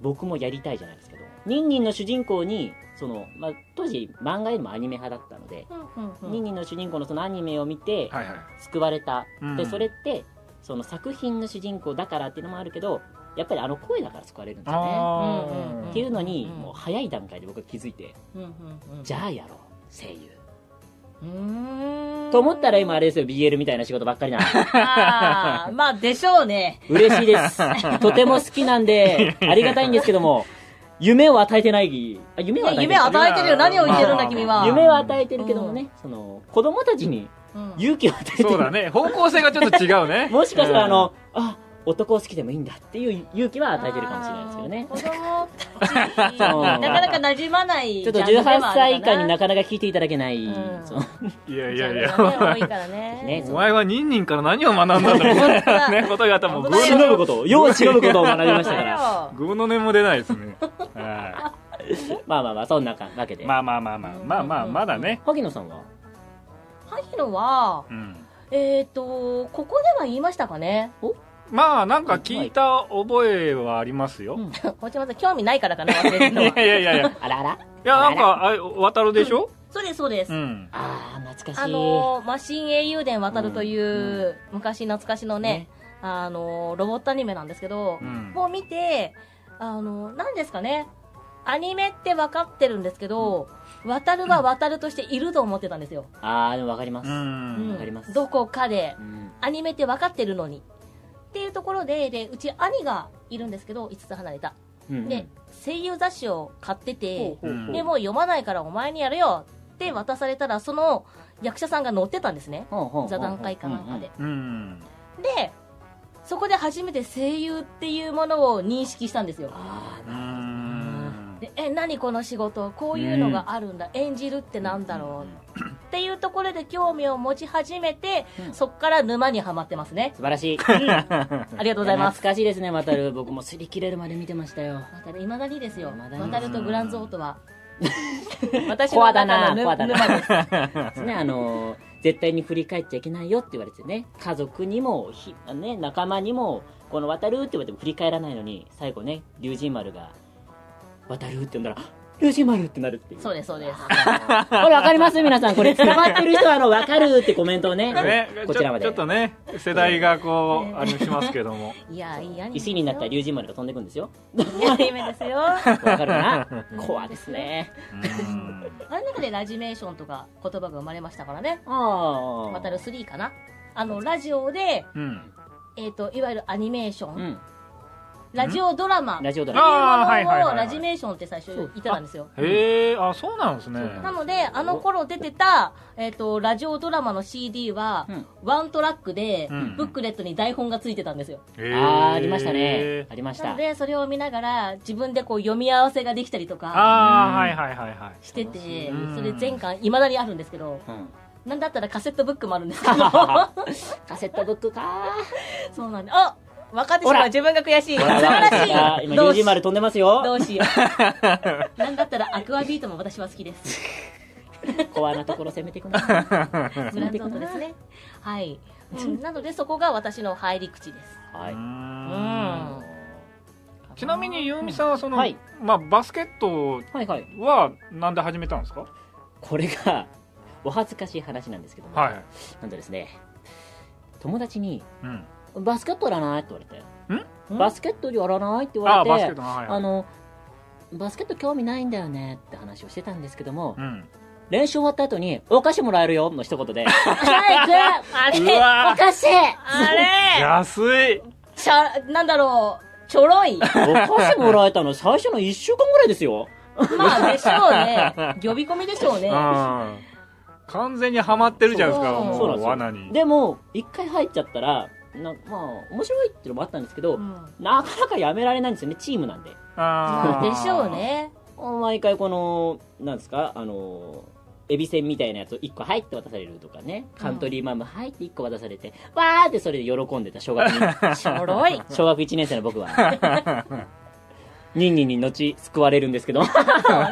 [SPEAKER 3] 僕もやりたいじゃないですけどニンニンの主人公にその、まあ、当時漫画よりもアニメ派だったので、
[SPEAKER 1] うんうんうん
[SPEAKER 3] ニンニンの主人公のそのアニメを見て
[SPEAKER 2] はいはい
[SPEAKER 3] 救われた、
[SPEAKER 2] うん
[SPEAKER 3] でそれってその作品の主人公だからっていうのもあるけどやっぱりあの声だから救われるんですよ
[SPEAKER 2] あ
[SPEAKER 1] うんうん
[SPEAKER 3] ね
[SPEAKER 1] ん
[SPEAKER 3] っていうのに、
[SPEAKER 1] うん
[SPEAKER 3] もう早い段階で僕は気づいて
[SPEAKER 1] うんうんうん
[SPEAKER 3] じゃあやろう声優
[SPEAKER 1] うーん
[SPEAKER 3] と思ったら今あれですよ BL みたいな仕事ばっ
[SPEAKER 2] [LAUGHS]
[SPEAKER 3] かりな
[SPEAKER 1] あーまあでしょうね
[SPEAKER 3] 嬉しいですとても好きなんでありがたいんですけども夢を与えてないあ夢は与えてる
[SPEAKER 1] 夢は与えてるよ何を言ってるんだ君は
[SPEAKER 3] 夢は与えてるけどもね、その子供たちに
[SPEAKER 1] うん
[SPEAKER 3] 勇気を与えてる
[SPEAKER 2] そうだね方向性がちょっと違うね
[SPEAKER 3] もしかしたらあ
[SPEAKER 2] うん
[SPEAKER 3] の、あ男を好きでもいいんだっていう勇気は与えてるかもしれないですけどね
[SPEAKER 1] あー子供たちなかなか馴染まない
[SPEAKER 3] ちょっと18歳以下にな
[SPEAKER 1] く
[SPEAKER 3] かなか聞いていただけない、
[SPEAKER 1] うん
[SPEAKER 3] その
[SPEAKER 2] いやい
[SPEAKER 1] い
[SPEAKER 2] やいや
[SPEAKER 1] 多いからね
[SPEAKER 3] ね
[SPEAKER 2] お前はニンニンから何を学んだんだろうね答え方もうぐうの
[SPEAKER 3] ぶことをよう忍ぶことを学びましたから
[SPEAKER 1] よ
[SPEAKER 2] ぐうの音も出ないですねは
[SPEAKER 3] まあまあまあそんなかわけ
[SPEAKER 2] い
[SPEAKER 3] で、
[SPEAKER 2] まあまあまあまあまあまあまだね
[SPEAKER 3] 萩野さんは
[SPEAKER 1] 萩野は
[SPEAKER 2] うん
[SPEAKER 1] えっ、とここでは言いましたかね [LAUGHS]
[SPEAKER 2] まあなんか聞いた覚えはありますよ、
[SPEAKER 3] うん
[SPEAKER 1] こちらまさん興味ないからかな忘れてる
[SPEAKER 2] い
[SPEAKER 1] の
[SPEAKER 2] や
[SPEAKER 1] はい
[SPEAKER 2] [LAUGHS] やいやいやい
[SPEAKER 3] あらあら
[SPEAKER 2] やなんかあれ渡るでしょ、
[SPEAKER 1] そうですそうです、
[SPEAKER 2] うん
[SPEAKER 3] ああ懐かしい
[SPEAKER 1] あのーマシン英雄伝渡るという、
[SPEAKER 3] う
[SPEAKER 1] 昔懐かしのねあのーロボットアニメなんですけど
[SPEAKER 2] う、ん
[SPEAKER 1] もう見てあのー何ですかねアニメって分かってるんですけど、渡るは渡るとしていると思ってたんですよ、
[SPEAKER 3] ああでもわかります、
[SPEAKER 2] う
[SPEAKER 3] うん
[SPEAKER 1] うん
[SPEAKER 2] ん
[SPEAKER 3] わかります
[SPEAKER 1] どこかで
[SPEAKER 3] うん
[SPEAKER 1] アニメって分かってるのにっていうところででうち兄がいるんですけど5つ離れた
[SPEAKER 3] うん
[SPEAKER 1] で声優雑誌を買ってて、
[SPEAKER 3] ほうほうほう
[SPEAKER 1] でもう読まないからお前にやるよって渡されたらその役者さんが載ってたんですね
[SPEAKER 3] ほうほうほう
[SPEAKER 1] 座談会かなんかで、
[SPEAKER 2] うん
[SPEAKER 1] でそこで初めて声優っていうものを認識したんですよ
[SPEAKER 3] あ
[SPEAKER 2] う
[SPEAKER 3] あ
[SPEAKER 2] ん
[SPEAKER 1] でえ何この仕事こういうのがあるんだ、演じるってなんだろうっていうところで興味を持ち始めて、
[SPEAKER 3] うん
[SPEAKER 1] そっから沼にはまってますね
[SPEAKER 3] 素晴らしい
[SPEAKER 1] ありがとうございます
[SPEAKER 3] 懐かしいですね、またる。僕も擦り切れるまで見てましたよ。
[SPEAKER 1] 渡るいまだにですよ
[SPEAKER 3] 未だに
[SPEAKER 1] 渡るとグランゾートは [LAUGHS] 私
[SPEAKER 3] コ
[SPEAKER 1] の
[SPEAKER 3] アだ
[SPEAKER 1] 中
[SPEAKER 3] な
[SPEAKER 1] の
[SPEAKER 3] コアだな
[SPEAKER 1] 沼です
[SPEAKER 3] ですね、あのー、絶対に振り返っちゃいけないよって言われてね、家族にも、ひね、仲間にも、この渡るって言われても振り返らないのに、最後ね、龍神丸が、渡るって呼んだら、ルシマルってなるっていう。
[SPEAKER 1] そうです、そうです。
[SPEAKER 3] [LAUGHS] これわかります皆さん。これ捕まってる人は、あの、わかるってコメントを
[SPEAKER 2] [LAUGHS]
[SPEAKER 3] ね、
[SPEAKER 2] ね、
[SPEAKER 3] こ
[SPEAKER 2] ち
[SPEAKER 3] ちら
[SPEAKER 2] ょ
[SPEAKER 3] ま
[SPEAKER 2] ちょ
[SPEAKER 3] で
[SPEAKER 2] っ。とね、世代がこう、
[SPEAKER 1] ね
[SPEAKER 2] あれしますけども。
[SPEAKER 1] いや、いいアニメですよ。
[SPEAKER 3] 石になった龍神丸が飛んでくんですよ。
[SPEAKER 1] [LAUGHS] いいアニメですよ。
[SPEAKER 3] わかる
[SPEAKER 2] [LAUGHS]
[SPEAKER 3] かな怖ですね。
[SPEAKER 2] うん
[SPEAKER 1] あの中でラジメーションとか言葉が生まれましたからね。
[SPEAKER 3] ああ。
[SPEAKER 1] バタル3かな。あの、ラジオで、
[SPEAKER 2] うん。
[SPEAKER 1] えっ、と、いわゆるアニメーション、
[SPEAKER 3] うん。
[SPEAKER 1] ラジオドラマって
[SPEAKER 3] ラ
[SPEAKER 1] いう
[SPEAKER 3] ジオド
[SPEAKER 1] も
[SPEAKER 3] ラ
[SPEAKER 2] あ
[SPEAKER 3] マ。
[SPEAKER 2] はいはい
[SPEAKER 1] の
[SPEAKER 2] は
[SPEAKER 1] を
[SPEAKER 2] い
[SPEAKER 1] ラジメーションって最初言ってたんですよ。
[SPEAKER 2] へえ、あ、そうなんですね。
[SPEAKER 1] なので、あの頃出てた、えっ、と、ラジオドラマの CD は、
[SPEAKER 3] うん
[SPEAKER 1] ワントラックで、
[SPEAKER 2] うん
[SPEAKER 1] ブックレットに台本がついてたんですよ。
[SPEAKER 2] へえ
[SPEAKER 3] あーありましたね。あ。りまし
[SPEAKER 1] なの
[SPEAKER 3] た。
[SPEAKER 1] で、それを見ながら、自分でこう読み合わせができたりとか
[SPEAKER 2] ああ、はいはいはいはい。
[SPEAKER 1] してて
[SPEAKER 2] う、ん。
[SPEAKER 1] それ全巻未だにあるんですけど、
[SPEAKER 3] うん。 [LAUGHS]
[SPEAKER 1] なんだったらカセットブックもあるんですけど、
[SPEAKER 3] カセットブックか
[SPEAKER 1] そうなんで、あ分かってし
[SPEAKER 3] ほ
[SPEAKER 1] まう
[SPEAKER 3] ら
[SPEAKER 1] 自分が悔しい。素
[SPEAKER 3] ー。
[SPEAKER 1] 晴ら
[SPEAKER 3] あ
[SPEAKER 1] し
[SPEAKER 3] ー
[SPEAKER 1] い。
[SPEAKER 3] 今、
[SPEAKER 1] ど
[SPEAKER 3] 龍
[SPEAKER 1] うし
[SPEAKER 3] 神丸飛んでますよ。
[SPEAKER 1] どうしよう。なんだったらアクアビートも私は好きです。
[SPEAKER 3] 怖なところ攻めていくな。
[SPEAKER 1] ブランドアートですね。はい。うんなので、そこが私の入り口です。
[SPEAKER 3] はいう
[SPEAKER 1] うんん。
[SPEAKER 2] ちなみに、ゆうみさんはその、
[SPEAKER 3] はい
[SPEAKER 2] まあ、バスケット
[SPEAKER 3] はいはい。
[SPEAKER 2] は、なんで始めたんですか
[SPEAKER 3] これが、お恥ずかしい話なんですけども。
[SPEAKER 2] はい。
[SPEAKER 3] なんとですね、友達に、
[SPEAKER 2] うん。
[SPEAKER 3] バスケットやらないって言われて。バスケットやらないって言
[SPEAKER 2] あ
[SPEAKER 3] わ
[SPEAKER 2] あ、バスケッ
[SPEAKER 3] れて
[SPEAKER 2] ト、の、はい、は
[SPEAKER 3] あ
[SPEAKER 2] い。
[SPEAKER 3] の、バスケット興味ないんだよねって話をしてたんですけども
[SPEAKER 2] う、ん。
[SPEAKER 3] 練習終わった後に、お菓子もらえるよの一言で、
[SPEAKER 1] はい、行く
[SPEAKER 2] うわー
[SPEAKER 1] あれおかしいあれ
[SPEAKER 2] 安い
[SPEAKER 1] ちゃ、なんだろう、ちょろい。
[SPEAKER 3] お菓子もらえたの最初の1週間ぐらいですよ。
[SPEAKER 1] まあ、でしょうね。呼び込みでしょうね。
[SPEAKER 2] うん。完全にはまってるじゃないですか、
[SPEAKER 1] そう
[SPEAKER 2] も
[SPEAKER 3] そうなん
[SPEAKER 2] う、
[SPEAKER 3] ですよ
[SPEAKER 2] 罠に。
[SPEAKER 3] でも、一回入っちゃったら、なまあ、面白いっていうのもあったんですけど、
[SPEAKER 1] うん
[SPEAKER 3] なかなかやめられないんですよね、チームなんで。
[SPEAKER 2] あー
[SPEAKER 1] でしょう。ね。
[SPEAKER 3] 毎回この、なんですか、あの、エビせんみたいなやつを1個入って渡されるとかね、カントリーマム入って1個渡されて、わーってそれで喜んでた小学2
[SPEAKER 1] [LAUGHS] ちょろい。
[SPEAKER 3] 小学1年生の僕は。ニンニンに後救われる
[SPEAKER 1] [LAUGHS]
[SPEAKER 3] んですけど。
[SPEAKER 1] そう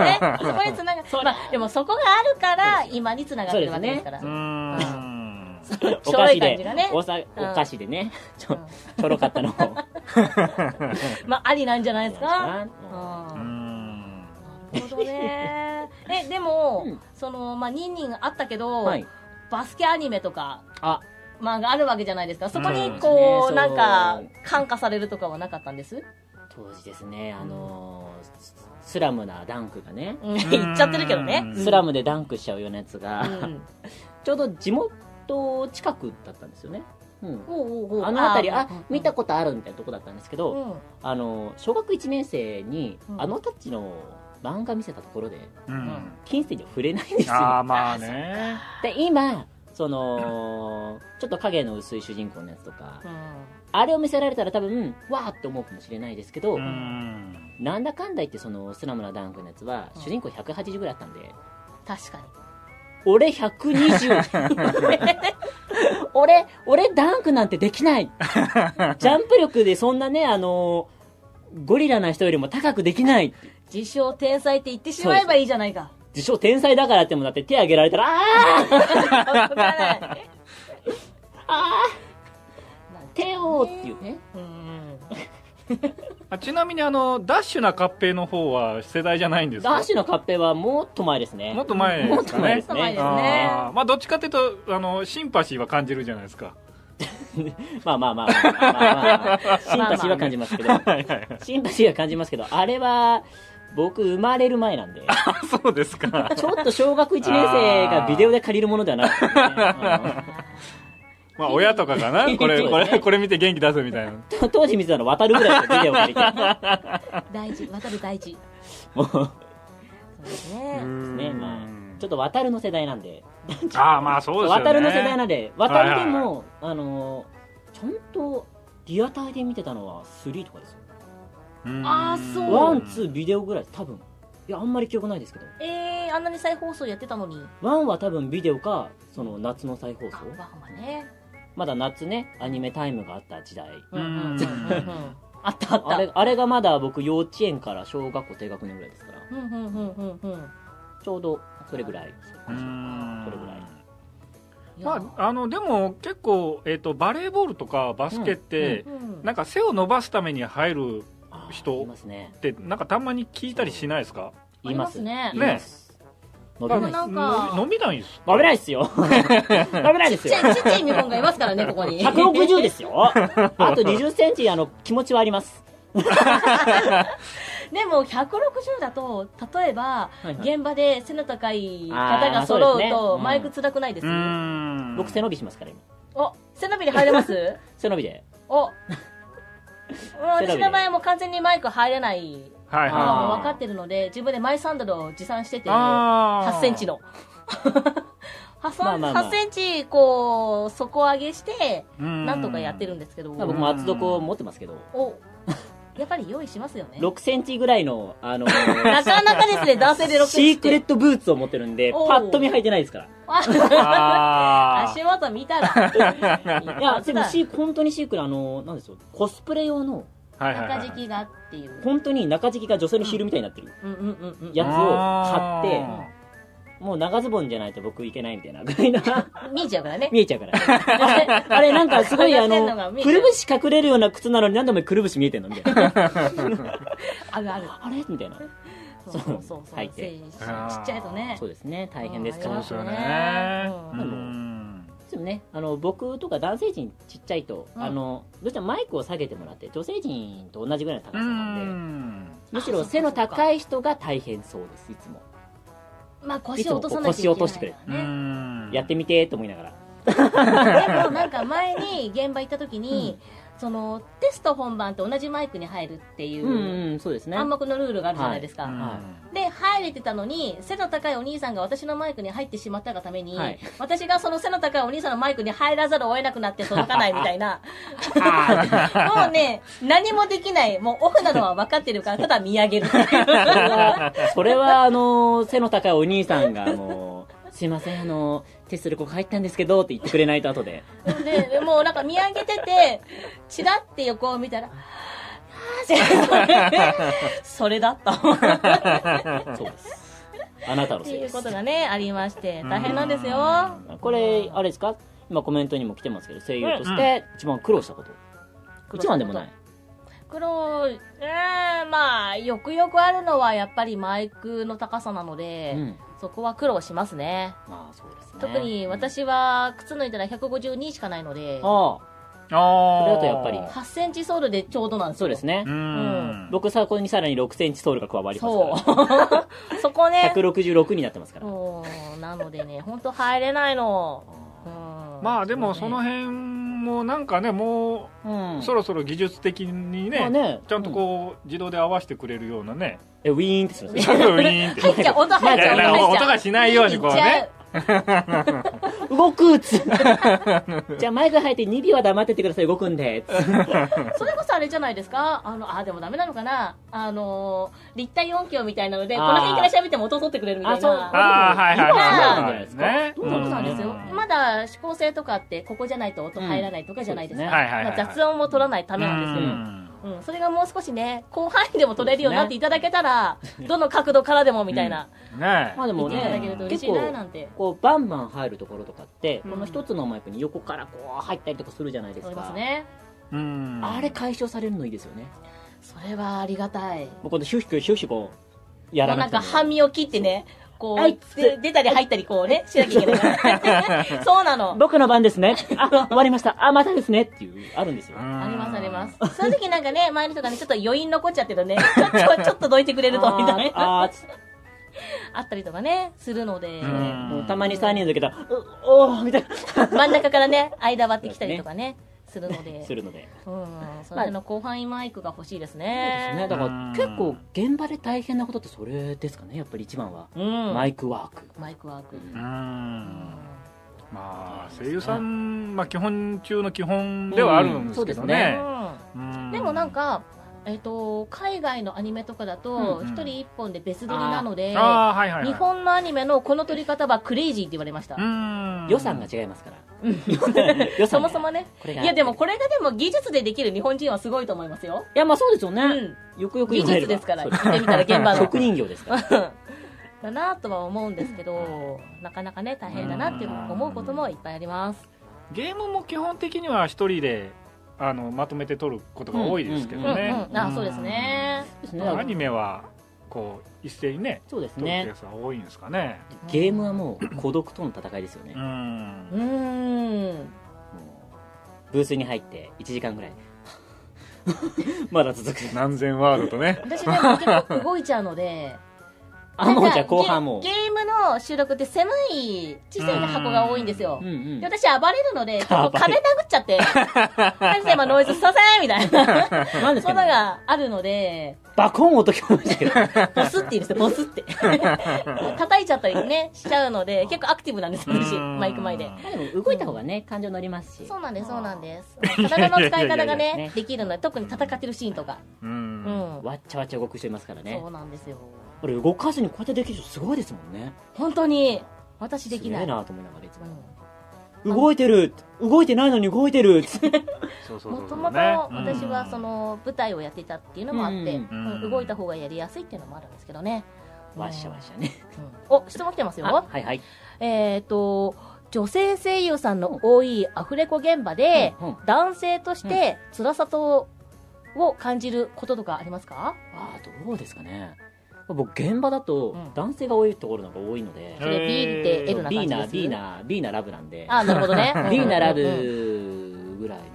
[SPEAKER 1] ね。そこにつながまあ、でもそこがあるから、今につながってるわけですから
[SPEAKER 2] う。ん。
[SPEAKER 3] お
[SPEAKER 1] ちょろ
[SPEAKER 3] 菓
[SPEAKER 1] い
[SPEAKER 3] 子
[SPEAKER 1] 感じがね
[SPEAKER 3] で、おさお
[SPEAKER 1] うん
[SPEAKER 3] 菓子でね、ち
[SPEAKER 1] う
[SPEAKER 3] ょ
[SPEAKER 1] ん、
[SPEAKER 3] ちょろかった
[SPEAKER 1] [LAUGHS]
[SPEAKER 3] のを。
[SPEAKER 1] まあ、ありなんじゃないですか。
[SPEAKER 2] う
[SPEAKER 1] うん
[SPEAKER 2] ん。
[SPEAKER 1] なるほど
[SPEAKER 3] [LAUGHS]
[SPEAKER 1] ね。え、でも
[SPEAKER 3] うん、
[SPEAKER 1] その、まあ、ニンニンあったけど
[SPEAKER 3] は、い。
[SPEAKER 1] バスケアニメとか、
[SPEAKER 3] あ、
[SPEAKER 1] まあ、があるわけじゃないですか。そこ
[SPEAKER 2] う
[SPEAKER 1] に
[SPEAKER 2] ん、
[SPEAKER 1] こ、
[SPEAKER 3] そうう
[SPEAKER 1] なんか、感化されるとかはなかったんです
[SPEAKER 3] 当時ですね、あのーススラムなダンクがね、
[SPEAKER 1] うん言っちゃってるけどね。
[SPEAKER 2] うん
[SPEAKER 3] スラ
[SPEAKER 1] ム。
[SPEAKER 3] ムでダンクしちゃうようなやつが、
[SPEAKER 1] うん。
[SPEAKER 3] [LAUGHS] ちょうど地元近くだったんですよね。うん。
[SPEAKER 1] おうおうおう
[SPEAKER 3] あの辺り、あ、見た
[SPEAKER 1] こ
[SPEAKER 3] ことあるみたいなとこだったんですけ
[SPEAKER 1] と
[SPEAKER 3] ど、
[SPEAKER 1] うん。
[SPEAKER 3] あの、小学1年生に
[SPEAKER 1] う、ん
[SPEAKER 3] あのたちの漫画見せたところで、
[SPEAKER 2] うん。
[SPEAKER 3] 金銭には触れないんです
[SPEAKER 2] あ
[SPEAKER 3] よ。
[SPEAKER 2] あ、まあね。
[SPEAKER 3] で、今、その、ちょっと影の薄い主人公のやつとか、
[SPEAKER 1] うん
[SPEAKER 3] あれを見せられたら多分、わーって思うかもしれないですけど、
[SPEAKER 2] うん。
[SPEAKER 3] なんだかんだ言ってその、スラムなダンクのやつは、
[SPEAKER 1] うん
[SPEAKER 3] 主人公180ぐらいあったんで、
[SPEAKER 1] 確かに。
[SPEAKER 3] 俺120俺俺ダンクなんてできないジャンプ力でそんなねあのゴリラな人よりも高くできない
[SPEAKER 1] 自称天才って言ってしまえばいいじゃないか。
[SPEAKER 3] 自称天才だからってもだって手挙げられたらあー
[SPEAKER 1] わから
[SPEAKER 3] [LAUGHS]
[SPEAKER 1] ない。
[SPEAKER 3] あー手をっていうね
[SPEAKER 1] うん。
[SPEAKER 2] あちなみに、あの、ダッシュな合併の方は世代じゃないんですか
[SPEAKER 3] ダッシュの合併はもっと前ですね
[SPEAKER 2] もっと前で
[SPEAKER 3] もっ
[SPEAKER 2] す
[SPEAKER 3] と
[SPEAKER 2] か
[SPEAKER 3] 前
[SPEAKER 2] ね
[SPEAKER 3] で。す
[SPEAKER 1] もっと前
[SPEAKER 3] ね
[SPEAKER 1] ですね
[SPEAKER 2] あーまあ、どっちかっていうと、あの、シンパシーは感じるじゃないです
[SPEAKER 3] [LAUGHS]
[SPEAKER 2] か。
[SPEAKER 3] まあまあまあまあまあまあまあまあシンパシーは感じますけど
[SPEAKER 2] はいはいはい。
[SPEAKER 3] シンパシーは感じますけどあれは僕生まれる前なんで
[SPEAKER 2] あ、そうですか。
[SPEAKER 3] ちょっと小学1年生がビデオで借りるものではなくて、ね
[SPEAKER 2] まあ、親とかかな。これ、こ
[SPEAKER 3] [LAUGHS]
[SPEAKER 2] れ、これ見て元気出せみたいな。
[SPEAKER 3] うんと [LAUGHS] 当時見てたの渡るぐらいしかビデオ
[SPEAKER 2] [LAUGHS]
[SPEAKER 3] 借りて、
[SPEAKER 1] 大事。わかる大事。
[SPEAKER 3] もう、
[SPEAKER 1] そうですね。
[SPEAKER 3] ねまちょっと渡るの世代なんで、
[SPEAKER 2] ああ、まあそうですよね。
[SPEAKER 3] 渡るの世代なんで、渡るで
[SPEAKER 2] はいはい
[SPEAKER 3] も、あのー、ちゃんとリアタイで見てたのは3とかですよ。
[SPEAKER 2] うん
[SPEAKER 1] あーそう
[SPEAKER 3] ワン、ツー、ビデオぐらい、多分。いや、あんまり記憶ないですけど。
[SPEAKER 1] えー、あんなに再放送やってたのに。
[SPEAKER 3] ワンは多分ビデオか、その夏の再放送
[SPEAKER 1] あ。わはね。
[SPEAKER 3] まだ夏ね、アニメタイムがあった時代。
[SPEAKER 2] うん
[SPEAKER 1] うんうんあったあった。
[SPEAKER 3] あれあれがまだ僕幼稚園から小学校低学年ぐらいですから、
[SPEAKER 1] うんうんうんうんうん。
[SPEAKER 3] ちょうどそれぐらい。
[SPEAKER 2] うーん
[SPEAKER 3] それぐらい。
[SPEAKER 2] まあ、あの、でも結構、えっと、バレーボールとかバスケって
[SPEAKER 1] う、ん
[SPEAKER 2] なんか背を伸ばすために入る
[SPEAKER 3] あー
[SPEAKER 2] 人
[SPEAKER 3] いますね。
[SPEAKER 2] って、なんかたまに聞いたりしないですか
[SPEAKER 1] ありますね
[SPEAKER 3] 言います伸び
[SPEAKER 1] でも
[SPEAKER 3] ないっ
[SPEAKER 1] な
[SPEAKER 3] す
[SPEAKER 1] んか
[SPEAKER 2] 飲みないんす
[SPEAKER 3] 伸びないっすよ伸びないで
[SPEAKER 1] ち
[SPEAKER 3] す
[SPEAKER 1] っち
[SPEAKER 3] よ
[SPEAKER 1] ゃいちっちゃい見本がいます
[SPEAKER 3] [LAUGHS]
[SPEAKER 1] からねここに
[SPEAKER 3] 160ですよあと20センチあの気持ちはあります
[SPEAKER 1] でも160だと例えば、
[SPEAKER 3] いはい
[SPEAKER 1] 現場で背の高い方
[SPEAKER 3] あ
[SPEAKER 1] が
[SPEAKER 3] ーそうですね
[SPEAKER 1] 揃うと
[SPEAKER 3] うん
[SPEAKER 1] マイク辛くないです、
[SPEAKER 2] うーん
[SPEAKER 3] 僕背伸びしますから今
[SPEAKER 1] お背伸びに入れます
[SPEAKER 3] [LAUGHS] 背伸びで
[SPEAKER 1] お
[SPEAKER 3] びで
[SPEAKER 1] 私の場合はもう完全にマイク入れない
[SPEAKER 2] はい
[SPEAKER 1] のはもう
[SPEAKER 2] は
[SPEAKER 1] 分かってるので自分でマイサンダルを持参して
[SPEAKER 2] い
[SPEAKER 1] て8
[SPEAKER 2] あー
[SPEAKER 1] センチの [LAUGHS] 8,
[SPEAKER 3] まあまあまあ
[SPEAKER 1] センチこう底上げして
[SPEAKER 2] うーん
[SPEAKER 1] なんとかやってるんですけど
[SPEAKER 3] まあ僕も厚底持ってますけど
[SPEAKER 1] おやっぱり用意しますよ
[SPEAKER 3] [LAUGHS]
[SPEAKER 1] ね
[SPEAKER 3] 6センチぐらいのあの
[SPEAKER 1] [LAUGHS] なかなかですね男性で6センチ
[SPEAKER 3] シークレ
[SPEAKER 1] ッ
[SPEAKER 3] ッ
[SPEAKER 1] [LAUGHS]
[SPEAKER 3] トブーツを持ってるんで
[SPEAKER 1] おー
[SPEAKER 3] パッと見履いてないですから
[SPEAKER 2] あ
[SPEAKER 1] [LAUGHS] 足元見たら
[SPEAKER 3] [LAUGHS] いやでもシー本当にシークレあのなんですよコスプレ用の
[SPEAKER 2] ーはいはいはい
[SPEAKER 1] 中敷きがっていう。
[SPEAKER 3] 本当に中敷きが女性のヒールみたいになってる
[SPEAKER 1] うんうんうんうん。
[SPEAKER 3] やつを買って
[SPEAKER 2] あ
[SPEAKER 3] もう長ズボンじゃないと僕いけないみたいなぐら
[SPEAKER 1] [LAUGHS]
[SPEAKER 3] いな
[SPEAKER 1] 見えちゃうからね。
[SPEAKER 3] 見えちゃうからあれなんかすごいあ
[SPEAKER 1] [LAUGHS] やってんのが
[SPEAKER 3] の
[SPEAKER 1] 見えちゃ
[SPEAKER 3] く
[SPEAKER 1] う
[SPEAKER 3] るぶし隠れるような靴なのになんでお前くるぶし見えてんのみたいな
[SPEAKER 1] あ [LAUGHS] るある。
[SPEAKER 3] あれみたいな
[SPEAKER 1] そうそうそうそう。
[SPEAKER 3] 入って
[SPEAKER 1] ちっちゃいとね
[SPEAKER 3] そ。うですね大変ですか
[SPEAKER 2] ー
[SPEAKER 1] あ
[SPEAKER 2] そう
[SPEAKER 1] り
[SPEAKER 3] ら
[SPEAKER 2] ですよ
[SPEAKER 1] ま
[SPEAKER 2] ね
[SPEAKER 1] う
[SPEAKER 2] うんん
[SPEAKER 3] でもね、あの僕とか男性陣ちっちゃいと、
[SPEAKER 1] うん
[SPEAKER 3] あのどうしてもマイクを下げてもらって女性陣と同じぐらいの高
[SPEAKER 2] う
[SPEAKER 3] さなんで
[SPEAKER 2] ん
[SPEAKER 3] むしろ背の高い人が大変そうですいつも
[SPEAKER 1] まあ腰を落とさないといけない。
[SPEAKER 3] いつもこう腰を落としてくれる
[SPEAKER 2] う
[SPEAKER 1] ね
[SPEAKER 2] ん
[SPEAKER 3] やってみてと思いながら、
[SPEAKER 1] でもなんか前に現場行った時に、そのテスト本番と同じマイクに入るっていううん
[SPEAKER 3] そうですね
[SPEAKER 1] 暗黙のルールがあるじゃないです
[SPEAKER 2] う
[SPEAKER 1] か。
[SPEAKER 2] ん
[SPEAKER 1] で、入れてたのに、背の高いお兄さんが私のマイクに入ってしまったがために、
[SPEAKER 3] はい
[SPEAKER 1] 私がその背の高いお兄さんのマイクに入らざるを得なくなって届かないみたいな。もうね、何もできない。もうオフなのは分かってるから、ただ見上げるっていう。
[SPEAKER 3] それはそれはあの背の高いお兄さんがもうすいませんあのテストでここ入ったんですけどって言ってくれないと後で
[SPEAKER 1] [LAUGHS] で、もうなんか見上げてて、チラって横を見たら、あーそれだった。
[SPEAKER 3] そうですあなた
[SPEAKER 1] っ
[SPEAKER 3] の
[SPEAKER 1] て
[SPEAKER 3] せい
[SPEAKER 1] い
[SPEAKER 3] で
[SPEAKER 1] う
[SPEAKER 3] す
[SPEAKER 1] ことがね、ありまして、大変なんですよ。
[SPEAKER 3] これあれですか今コメントにも来てますけど声優として一番苦労したこと、
[SPEAKER 1] 苦労したこと
[SPEAKER 3] 一番でもない
[SPEAKER 1] 苦労、うーん、まあ、よくよくあるのは、やっぱりマイクの高さなので、
[SPEAKER 3] うん
[SPEAKER 1] そこは苦労しますね。
[SPEAKER 3] まあそうですね
[SPEAKER 1] 特に私は、靴脱いだら152しかないので、
[SPEAKER 2] あ
[SPEAKER 3] あそ
[SPEAKER 2] ー
[SPEAKER 3] れだとやっぱり
[SPEAKER 1] 8センチソールでちょうどなん
[SPEAKER 3] あ
[SPEAKER 1] です
[SPEAKER 3] そ
[SPEAKER 1] よ。
[SPEAKER 3] うですね、
[SPEAKER 2] うん
[SPEAKER 3] 僕さこにさらに6センチソールが加わります
[SPEAKER 1] そ
[SPEAKER 3] か [LAUGHS]
[SPEAKER 1] う。そこ
[SPEAKER 3] ら
[SPEAKER 1] ね。
[SPEAKER 3] 166になってますから、
[SPEAKER 1] そうなのでね、本当入れないの。うん
[SPEAKER 2] まあでもその辺もなんかねも
[SPEAKER 3] うん
[SPEAKER 2] うそろそろ技術的に
[SPEAKER 3] まあ
[SPEAKER 2] ね
[SPEAKER 3] ね
[SPEAKER 2] ちゃんとこう自動で合わせてくれるようなね
[SPEAKER 3] うんえウィーンってするんですよ
[SPEAKER 2] 多分ウィー
[SPEAKER 1] [LAUGHS]
[SPEAKER 2] ンって
[SPEAKER 1] 入っちゃう、音入っ
[SPEAKER 2] い
[SPEAKER 1] ちゃ
[SPEAKER 2] や
[SPEAKER 1] う。
[SPEAKER 2] いや
[SPEAKER 1] 入っちゃう
[SPEAKER 2] 音がしないようにこうね。
[SPEAKER 3] [LAUGHS] 動く
[SPEAKER 2] [LAUGHS]
[SPEAKER 3] っつじゃあマイク入って2秒は黙っててください動くんでつ
[SPEAKER 1] 入っちゃうそれこそあれじゃないですかあの、あ、でもダメなのかなあの、立体音響みたいなので、
[SPEAKER 3] あ
[SPEAKER 1] こ
[SPEAKER 3] ー
[SPEAKER 1] の辺から喋っても音取ってくれるみたい
[SPEAKER 3] あそう
[SPEAKER 1] な。
[SPEAKER 2] ああはいはい
[SPEAKER 3] 今
[SPEAKER 2] はい
[SPEAKER 3] は
[SPEAKER 2] そうね
[SPEAKER 3] どう
[SPEAKER 1] そう
[SPEAKER 3] な
[SPEAKER 1] なんん
[SPEAKER 3] で
[SPEAKER 1] ですす
[SPEAKER 3] か
[SPEAKER 1] よ。まだ指向性とかって、ここじゃないと音入らないとかじゃないですか。
[SPEAKER 3] うん
[SPEAKER 2] そうですねはいはいはい
[SPEAKER 1] まあ雑音も取らないためなんですけど。うん、それがもう少しね、広範囲でも取れるようになっていただけたら、どの角度からでもみたいな、
[SPEAKER 2] ねえ
[SPEAKER 3] まあでも
[SPEAKER 1] 言っていただけると
[SPEAKER 3] ね
[SPEAKER 1] 嬉し
[SPEAKER 3] 結
[SPEAKER 1] い
[SPEAKER 3] 構
[SPEAKER 1] ななんて。
[SPEAKER 3] こうバンバン入るところとかって、
[SPEAKER 1] うん
[SPEAKER 3] この一つのマイクに横からこう入ったりとかするじゃないです
[SPEAKER 1] 思
[SPEAKER 3] か
[SPEAKER 1] いますね。
[SPEAKER 2] うん
[SPEAKER 3] あれ解消されるのいいですよね
[SPEAKER 1] それはありがたい。
[SPEAKER 3] もうこのヒューヒューヒューヒューこうや
[SPEAKER 1] も
[SPEAKER 3] ら
[SPEAKER 1] うな
[SPEAKER 3] なんくて
[SPEAKER 1] か
[SPEAKER 3] も
[SPEAKER 1] 半身を切ってね、こ、
[SPEAKER 3] はいう
[SPEAKER 1] で出たり入ったりこうね、しなきゃいけないから。そうなの。
[SPEAKER 3] 僕の番ですね。あ、終わりました。あ、またですね。っていう、あるんですよ。
[SPEAKER 1] ありますあります。その時なんかね、前の人がね、ちょっと余韻残っちゃってるね、ちょっと、ちょっとどいてくれると、みたいな。
[SPEAKER 3] あーあーつ
[SPEAKER 1] あったりとかね、するので
[SPEAKER 2] う、
[SPEAKER 3] ね
[SPEAKER 2] ん
[SPEAKER 3] もうたまに3人抜けたら、うおーみたい
[SPEAKER 1] 真ん中からね、間割ってきたりとかね、するの
[SPEAKER 3] な、
[SPEAKER 1] で。
[SPEAKER 3] するので。
[SPEAKER 1] うん、それの広範囲マイクが欲しいです
[SPEAKER 3] ね、
[SPEAKER 1] ね。
[SPEAKER 3] だか
[SPEAKER 2] うん
[SPEAKER 3] ら結構現場で大変なことってそれですかね、やっぱり一番は。
[SPEAKER 1] うん。
[SPEAKER 3] マイクワーク。
[SPEAKER 1] マイクワーク。
[SPEAKER 2] うんまあ
[SPEAKER 3] そうですね
[SPEAKER 2] 声優さん、まあ、基本中の基本ではあるんですけど
[SPEAKER 3] う
[SPEAKER 2] ね、
[SPEAKER 1] うん
[SPEAKER 2] うん
[SPEAKER 1] でもなんか、えっと海外のアニメとかだと
[SPEAKER 2] うん
[SPEAKER 1] 一人一本で別撮りなので、
[SPEAKER 2] ああはいはい、はい、
[SPEAKER 1] 日本のアニメのこの撮り方はクレイジーって言われました、
[SPEAKER 2] うん
[SPEAKER 3] 予算が違いますから。予
[SPEAKER 1] そ
[SPEAKER 3] 算
[SPEAKER 1] も
[SPEAKER 3] が
[SPEAKER 1] そもね
[SPEAKER 3] これ
[SPEAKER 1] い
[SPEAKER 3] が
[SPEAKER 1] やでもこれがでも技術でできる日本人はすごいと思いますよ、
[SPEAKER 3] いや、まあそうですよ
[SPEAKER 1] う
[SPEAKER 3] ね。
[SPEAKER 1] ん、
[SPEAKER 3] よくよく
[SPEAKER 1] 技
[SPEAKER 3] 言わ
[SPEAKER 1] 術
[SPEAKER 3] れれば
[SPEAKER 1] ですから
[SPEAKER 3] そう
[SPEAKER 1] 見てみたら現場の
[SPEAKER 3] 職人業ですから。
[SPEAKER 1] [LAUGHS] だなとは思うんですけどなかなかね大変だなって思うこともいっぱいあります
[SPEAKER 2] ゲームも基本的には一人であのまとめて撮ることが多いですけど
[SPEAKER 1] うんうん
[SPEAKER 2] ね、
[SPEAKER 1] あそうですね
[SPEAKER 3] です
[SPEAKER 1] う
[SPEAKER 3] ね
[SPEAKER 1] ん
[SPEAKER 2] アニメはこう一斉にね
[SPEAKER 3] そうです
[SPEAKER 2] 取るケ
[SPEAKER 3] ね
[SPEAKER 2] ースが多いんですかね
[SPEAKER 3] ゲームはもう孤独との戦いですよね、
[SPEAKER 2] う
[SPEAKER 3] も
[SPEAKER 1] うんーん。
[SPEAKER 3] うブースに入って1時間ぐらい [LAUGHS] ま
[SPEAKER 1] [LAUGHS]
[SPEAKER 3] だ続く
[SPEAKER 2] 何千ワードとね
[SPEAKER 1] 私ね、結構動いちゃうので、
[SPEAKER 3] あもうじ
[SPEAKER 1] な
[SPEAKER 3] ゃあ
[SPEAKER 1] んか
[SPEAKER 3] 後半もう
[SPEAKER 1] ゲゲームの収録って狭い小さな箱が多いんですよ
[SPEAKER 3] うん。うん
[SPEAKER 1] で、私暴れるので、ちょっと
[SPEAKER 3] 暴
[SPEAKER 1] 金
[SPEAKER 3] れ
[SPEAKER 1] 殴っちゃって、金さん今ノイズさせんみたいな、
[SPEAKER 3] なんで
[SPEAKER 1] そ
[SPEAKER 3] すけ
[SPEAKER 1] ん
[SPEAKER 3] ど
[SPEAKER 1] なのがあるので、
[SPEAKER 3] バコン音聞こえましたけど
[SPEAKER 1] [LAUGHS]
[SPEAKER 3] [LAUGHS]
[SPEAKER 1] ボスって言うんですよ、ボスって。叩いちゃったりね、しちゃうので、結構アクティブなんですよ、私、
[SPEAKER 2] うん
[SPEAKER 1] マイク前で。
[SPEAKER 3] まあでも動いた方がね感情乗りますし
[SPEAKER 1] そうなんです、そうなんです。体の使い方が
[SPEAKER 2] いやいやい
[SPEAKER 3] やいや
[SPEAKER 1] ね、できるので、特に戦ってるシーンとか。
[SPEAKER 2] う
[SPEAKER 1] うんん。
[SPEAKER 3] わっちゃわっちゃ動く人いますからね
[SPEAKER 1] そうなんですよ。
[SPEAKER 3] これ動かずにこうやってできる人すごいですもんね
[SPEAKER 1] 本当に、私できな
[SPEAKER 3] す
[SPEAKER 1] い。
[SPEAKER 3] げえなと思いながらいつも
[SPEAKER 1] うん
[SPEAKER 3] 動いてる動いてないのに動いてる
[SPEAKER 2] そうそう
[SPEAKER 1] も
[SPEAKER 2] そ
[SPEAKER 1] と
[SPEAKER 2] うそう
[SPEAKER 1] もと
[SPEAKER 2] ね
[SPEAKER 1] 私はその舞台をやっていたっていうのもあって、
[SPEAKER 3] うん
[SPEAKER 1] うん動いた方がやりやすいっていうのもあるんですけどね。
[SPEAKER 3] わっしゃわっしゃね
[SPEAKER 1] うんお、質問来てます
[SPEAKER 3] あ
[SPEAKER 1] よ。
[SPEAKER 3] はいはい
[SPEAKER 1] えっ、と、女性声優さんの多いアフレコ現場で、
[SPEAKER 3] うんうん
[SPEAKER 1] 男性として辛さとを感じることとかありますか、
[SPEAKER 3] あーどうですかね僕現場だと
[SPEAKER 1] うん
[SPEAKER 3] 男性が多いところの方が多いので、
[SPEAKER 1] それビールって
[SPEAKER 2] えー
[SPEAKER 1] L な感
[SPEAKER 3] ビー
[SPEAKER 1] じで
[SPEAKER 3] ナ
[SPEAKER 1] す
[SPEAKER 3] ビーナビーナラブなんで
[SPEAKER 1] あなるほどね
[SPEAKER 3] [LAUGHS] ビーナラ
[SPEAKER 1] うんうんうん
[SPEAKER 3] ブぐらいなんで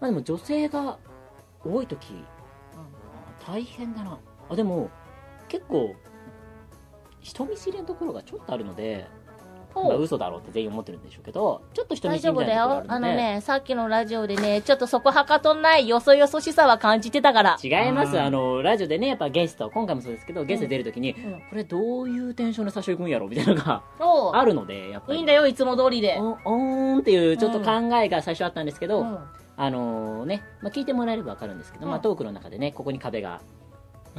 [SPEAKER 3] まあでも女性が多い時あ大変だなあでも結構人見知りのところがちょっとあるので、
[SPEAKER 1] う
[SPEAKER 3] まあ
[SPEAKER 1] ん
[SPEAKER 3] 嘘だろうって全員思ってるんでしょうけどちょっと人見
[SPEAKER 1] 大
[SPEAKER 3] 知
[SPEAKER 1] 丈
[SPEAKER 3] り
[SPEAKER 1] 夫
[SPEAKER 3] みたい
[SPEAKER 1] だ
[SPEAKER 3] なと
[SPEAKER 1] よ。
[SPEAKER 3] ころがあ
[SPEAKER 1] あ
[SPEAKER 3] る
[SPEAKER 1] の
[SPEAKER 3] ので
[SPEAKER 1] ね、さっきのラジオでね、ちょっとそこはかとないよそよそしさは感じてたから。
[SPEAKER 3] 違いま
[SPEAKER 2] う
[SPEAKER 3] す
[SPEAKER 2] ん
[SPEAKER 3] あのラジオでねやっぱゲスト今回もそうですけどゲストで出るときに、
[SPEAKER 1] うん
[SPEAKER 3] これどういうテンションで最初行くんやろみたいなのが
[SPEAKER 1] おう
[SPEAKER 3] あるのでやっぱり
[SPEAKER 1] いいんだよ、いつも通り
[SPEAKER 3] [LAUGHS]
[SPEAKER 1] で。
[SPEAKER 3] おおーんっていうちょっと考えが最初あったんですけど、
[SPEAKER 1] うん
[SPEAKER 3] あのね、まあ、聞いてもらえれば分かるんですけど、ま
[SPEAKER 1] う
[SPEAKER 3] あ、
[SPEAKER 1] ん
[SPEAKER 3] トークの中でねここに壁が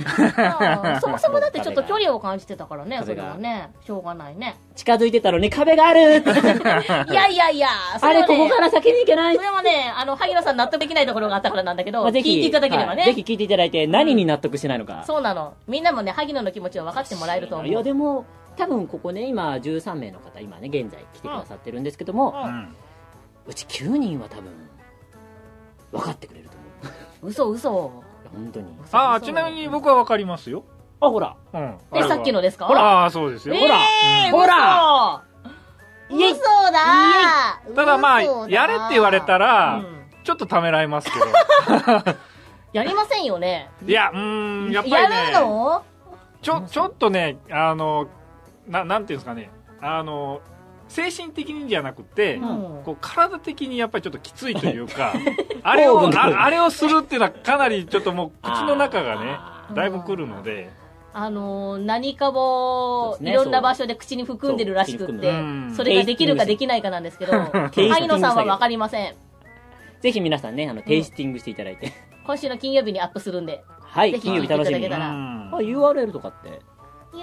[SPEAKER 1] ああそもそもだってちょっと距離を感じてたからね、そ
[SPEAKER 3] 壁
[SPEAKER 1] れ
[SPEAKER 3] が
[SPEAKER 1] はね。しょうがないね。
[SPEAKER 3] 近づいてたのに壁が
[SPEAKER 1] [LAUGHS]
[SPEAKER 3] ある
[SPEAKER 1] いやいやいや、そ
[SPEAKER 3] あ
[SPEAKER 1] れ
[SPEAKER 3] れ
[SPEAKER 1] は
[SPEAKER 3] ここ
[SPEAKER 1] ね
[SPEAKER 3] か、ら先に行けない
[SPEAKER 1] それもね、あの、萩野さん納得できないところがあったからなんだけど、
[SPEAKER 3] まあ
[SPEAKER 1] 聞いていただければね。
[SPEAKER 3] はいぜひ聞いていただいて何に納得してないのか、
[SPEAKER 1] そうなの。みんなもね、萩野の気持ちを分かってもらえると思
[SPEAKER 3] や
[SPEAKER 1] う。
[SPEAKER 3] でも多分ここね今13名の方今ね現在来てくださってるんですけども、
[SPEAKER 1] う
[SPEAKER 2] うんん
[SPEAKER 3] うち9人は多分分かってくれると思う
[SPEAKER 1] 嘘嘘。
[SPEAKER 3] いや本当に
[SPEAKER 2] ああちなみに僕はわかりますよ
[SPEAKER 3] あほら
[SPEAKER 2] うん
[SPEAKER 1] え、さっきのですか
[SPEAKER 2] ほらああそうですよ
[SPEAKER 1] えー
[SPEAKER 2] ほらうん
[SPEAKER 3] ほ
[SPEAKER 1] ら嘘
[SPEAKER 3] イエイ
[SPEAKER 1] だ
[SPEAKER 2] ただまあやれって言われ
[SPEAKER 1] ら、
[SPEAKER 2] たら
[SPEAKER 1] うん
[SPEAKER 2] ちょっとためらいま
[SPEAKER 1] [LAUGHS]
[SPEAKER 2] すけど
[SPEAKER 1] やりませんよね。
[SPEAKER 2] いや、うーん、やっぱ
[SPEAKER 1] や
[SPEAKER 2] り
[SPEAKER 1] る
[SPEAKER 2] ね、
[SPEAKER 1] の
[SPEAKER 2] ちょ、ちょっとね、あの、な、なんていうんですかね、あの、精神的にじゃなくて、
[SPEAKER 1] うん
[SPEAKER 2] こう体的にやっぱりちょっときついというか、 [LAUGHS] あれを
[SPEAKER 1] [LAUGHS]
[SPEAKER 3] 糖分が
[SPEAKER 2] あ、あれをするっていうのはかなりちょっともう口の中が
[SPEAKER 3] あ
[SPEAKER 1] ー
[SPEAKER 2] ね、だいぶくるので、
[SPEAKER 1] あのー何かも
[SPEAKER 3] そう
[SPEAKER 1] い
[SPEAKER 3] ですね
[SPEAKER 1] ろんな場所で口に含んでるらしく
[SPEAKER 3] そ
[SPEAKER 1] っ
[SPEAKER 3] う口に
[SPEAKER 1] て
[SPEAKER 2] 含んでるうん
[SPEAKER 1] それができるかできないかなんですけど [LAUGHS]
[SPEAKER 3] テイスティング
[SPEAKER 1] 萩野さんは分かりません
[SPEAKER 3] ーぜひ皆さんねあのテイスティングしていただいて、
[SPEAKER 1] 今週の金曜日にアップするんで
[SPEAKER 3] はい
[SPEAKER 1] ぜひ
[SPEAKER 3] 金曜日楽しみ
[SPEAKER 1] 聞いてい
[SPEAKER 3] に
[SPEAKER 1] ただ
[SPEAKER 3] あ
[SPEAKER 1] ら
[SPEAKER 2] うん。
[SPEAKER 3] URL とかって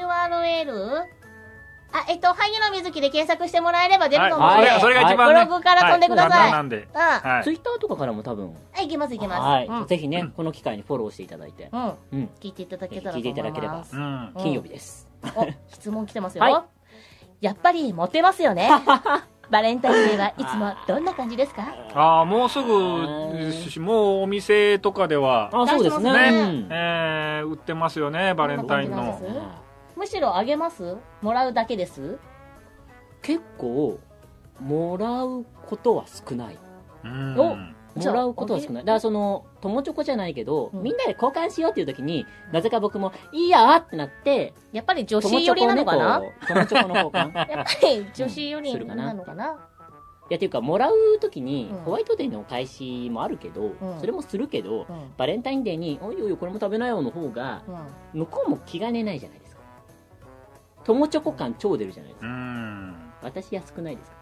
[SPEAKER 1] URL? あえっと萩野瑞希で検索してもらえれば出ると思う
[SPEAKER 2] は
[SPEAKER 1] ので、
[SPEAKER 2] い、それが、それが一番
[SPEAKER 1] ブ
[SPEAKER 2] ね、
[SPEAKER 1] ログから飛んでください、
[SPEAKER 2] はいなんで、
[SPEAKER 1] あ
[SPEAKER 2] はい。
[SPEAKER 3] ツイッターとかからも多分
[SPEAKER 1] あいけますいけます
[SPEAKER 3] はい、
[SPEAKER 1] うん
[SPEAKER 3] ぜひねこの機会にフォローしていただいて、
[SPEAKER 1] うん
[SPEAKER 3] うん、
[SPEAKER 1] 聞いていただけたらと思
[SPEAKER 3] 聞いて
[SPEAKER 1] い
[SPEAKER 3] いただけれ
[SPEAKER 1] ま
[SPEAKER 3] ば
[SPEAKER 1] す
[SPEAKER 2] うん。
[SPEAKER 3] 金曜日です、
[SPEAKER 1] お、質問来てますよ。
[SPEAKER 3] は
[SPEAKER 1] やっぱりモテますよ
[SPEAKER 3] [LAUGHS]
[SPEAKER 1] ね。バレンタインデーはいつもどんな感じですか
[SPEAKER 2] ああ、もうすぐですし、もうお店とかでは、
[SPEAKER 3] あそうですね
[SPEAKER 1] ね
[SPEAKER 3] うん
[SPEAKER 2] えー売ってますよね、バレンタイン
[SPEAKER 1] どんな
[SPEAKER 2] の
[SPEAKER 1] 感。じなんですむしろあげますもらうだけです
[SPEAKER 3] 結構もらうことは少ない
[SPEAKER 2] うん
[SPEAKER 1] おじゃ
[SPEAKER 3] も
[SPEAKER 1] あ
[SPEAKER 3] らうことは少ないだからその友チョコじゃないけど、
[SPEAKER 1] うん
[SPEAKER 3] みんなで交換しようっていう時になぜか僕も「いいや!」ってなって
[SPEAKER 1] やっぱり女
[SPEAKER 3] 友
[SPEAKER 1] 子
[SPEAKER 3] チョ
[SPEAKER 1] 寄り
[SPEAKER 3] コ
[SPEAKER 1] な
[SPEAKER 3] ね
[SPEAKER 1] のかな
[SPEAKER 3] こう友チョコの交
[SPEAKER 1] [LAUGHS]
[SPEAKER 3] 換い
[SPEAKER 1] やっぱり女子寄りなのかな
[SPEAKER 3] やっていうかもらう時に
[SPEAKER 1] うん
[SPEAKER 3] ホワイトデーのお返しもあるけど、
[SPEAKER 1] うん
[SPEAKER 3] それもするけど
[SPEAKER 1] うん。
[SPEAKER 3] バレンタインデーに「おいおいこれも食べなよ」の方が
[SPEAKER 1] うん
[SPEAKER 3] 向こうも気兼ねないじゃないですか友チョコ感超出るじゃないです
[SPEAKER 2] う
[SPEAKER 3] か
[SPEAKER 2] ん。
[SPEAKER 3] 私安くないですか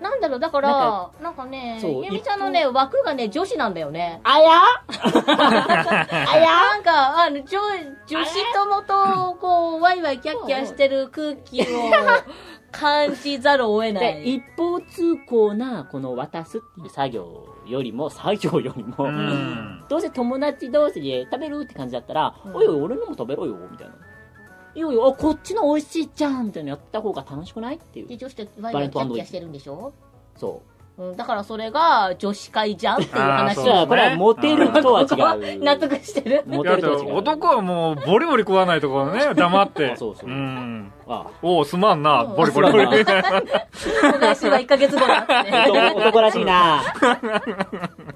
[SPEAKER 1] なんだろう、だから、な
[SPEAKER 3] なん
[SPEAKER 1] かね、
[SPEAKER 3] そう
[SPEAKER 1] ゆみちゃんのね、枠がね、女子なんだよね。
[SPEAKER 3] あやあや
[SPEAKER 1] なんか、あの、女、女子友と、こう、ワイワイキャッキャしてる空気を感じざるを得な
[SPEAKER 3] で
[SPEAKER 1] い。
[SPEAKER 3] 一方通行なこの渡すっていう作業よりも作業よりも、
[SPEAKER 2] うん
[SPEAKER 3] どうせ友達同士で食べるって感じだったら、
[SPEAKER 1] うん
[SPEAKER 3] おいおい俺のも食べろよみたいな「いよいよあこっちの美味しいじゃん」みたいなのやった方が楽しくないってい
[SPEAKER 1] で
[SPEAKER 3] う
[SPEAKER 1] 女子とワイワイキャッキャしてるんでしょ
[SPEAKER 3] そう
[SPEAKER 1] うん、だからそれが女子会じゃんっていう話
[SPEAKER 2] そうです
[SPEAKER 3] じゃ
[SPEAKER 2] ね
[SPEAKER 3] あ、これはモテるとは違う。
[SPEAKER 1] 納得してる
[SPEAKER 3] モ
[SPEAKER 2] い
[SPEAKER 3] テ
[SPEAKER 2] や
[SPEAKER 3] る
[SPEAKER 2] だ
[SPEAKER 3] と
[SPEAKER 2] っ
[SPEAKER 3] は
[SPEAKER 2] て
[SPEAKER 3] 違う。
[SPEAKER 2] 男はもうボリボリ食わないところね黙って
[SPEAKER 3] あそうそうんあ
[SPEAKER 2] おおすまんな
[SPEAKER 1] うん
[SPEAKER 2] ボリボリボリ
[SPEAKER 1] お返しは1ヶ月後だって
[SPEAKER 3] あ、
[SPEAKER 1] ね。
[SPEAKER 3] [LAUGHS] 男男らしいな。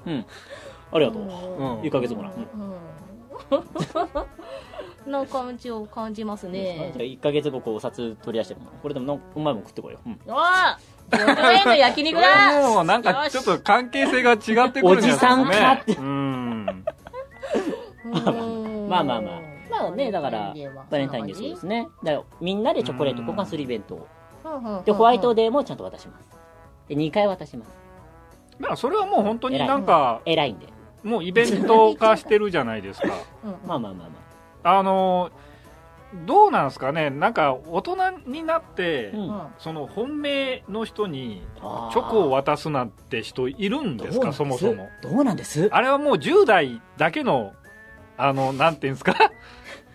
[SPEAKER 3] うん。ありがとう。
[SPEAKER 2] うん
[SPEAKER 3] 1ヶ月もらう。
[SPEAKER 1] うん。な感じを感じますね。
[SPEAKER 3] 1ヶ月後、こう、お札取り出してもらうこれでもなんか、うまいもん食ってこいよ。うん。
[SPEAKER 1] ああ4円の焼肉
[SPEAKER 2] こ
[SPEAKER 3] [LAUGHS]
[SPEAKER 2] れ
[SPEAKER 1] だ
[SPEAKER 2] もうなん
[SPEAKER 1] よ
[SPEAKER 2] か
[SPEAKER 1] し
[SPEAKER 2] ちょっと関係性が違ってくるんじゃないですかねうん
[SPEAKER 1] ま
[SPEAKER 3] まあまあまあ。まあね、だから、バレンタインデーそうですね。だから、みんなでチョコレート交換するイベントを。で、ホワイト
[SPEAKER 1] で。
[SPEAKER 3] デーもちゃんと渡します。で、2回渡します。
[SPEAKER 2] だからそれはもう本当になんか
[SPEAKER 3] 偉いんで。
[SPEAKER 2] もうイベント化してるじゃないですか
[SPEAKER 1] うんうん
[SPEAKER 3] まあまあまあま
[SPEAKER 2] あのどうなんですかねなんか大人になって、
[SPEAKER 3] あ。うん。
[SPEAKER 1] うん
[SPEAKER 2] その本命の人に
[SPEAKER 3] あー
[SPEAKER 2] チョコを渡すなんて人いるんですかそもそも
[SPEAKER 3] どうなんです
[SPEAKER 2] あれはもう10代だけのあのなんていうんですか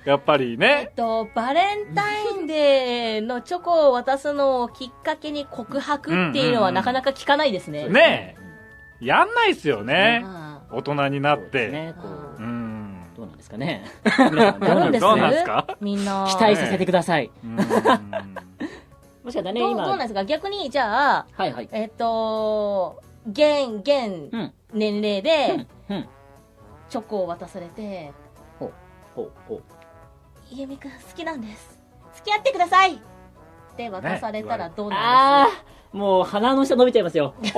[SPEAKER 2] やっぱり
[SPEAKER 1] え
[SPEAKER 2] ね
[SPEAKER 1] っと、バレンタインデーのチョコを渡すのをきっかけに告白っていうの
[SPEAKER 2] う
[SPEAKER 1] は
[SPEAKER 2] ん
[SPEAKER 1] なかなか聞かないですね。
[SPEAKER 2] ねやんないっすよね
[SPEAKER 1] あ
[SPEAKER 2] 大人になっ
[SPEAKER 3] そう
[SPEAKER 2] て
[SPEAKER 3] ですね、こ
[SPEAKER 1] う
[SPEAKER 3] うん
[SPEAKER 2] うん
[SPEAKER 3] どうなんですかね [LAUGHS] 皆さんどう
[SPEAKER 1] やる
[SPEAKER 3] なんん
[SPEAKER 1] で
[SPEAKER 3] ですす
[SPEAKER 2] どうなんですか
[SPEAKER 1] あみんな。
[SPEAKER 3] 期待させてください、
[SPEAKER 2] うん
[SPEAKER 3] もしかしたらね
[SPEAKER 1] どうどうなん
[SPEAKER 3] 今
[SPEAKER 1] ですか逆に、じゃあ、
[SPEAKER 3] はいはい
[SPEAKER 1] えっと、現、現
[SPEAKER 3] うん
[SPEAKER 1] 年齢
[SPEAKER 3] う
[SPEAKER 1] で
[SPEAKER 3] んうん
[SPEAKER 1] チョコを渡されて、
[SPEAKER 3] ほうほう
[SPEAKER 1] ゆみくん好きなんです。付き合ってくださいって渡されたら
[SPEAKER 2] ね
[SPEAKER 1] どうなん
[SPEAKER 3] あ
[SPEAKER 1] で
[SPEAKER 3] あもう鼻の下伸びちゃいますよ
[SPEAKER 2] あー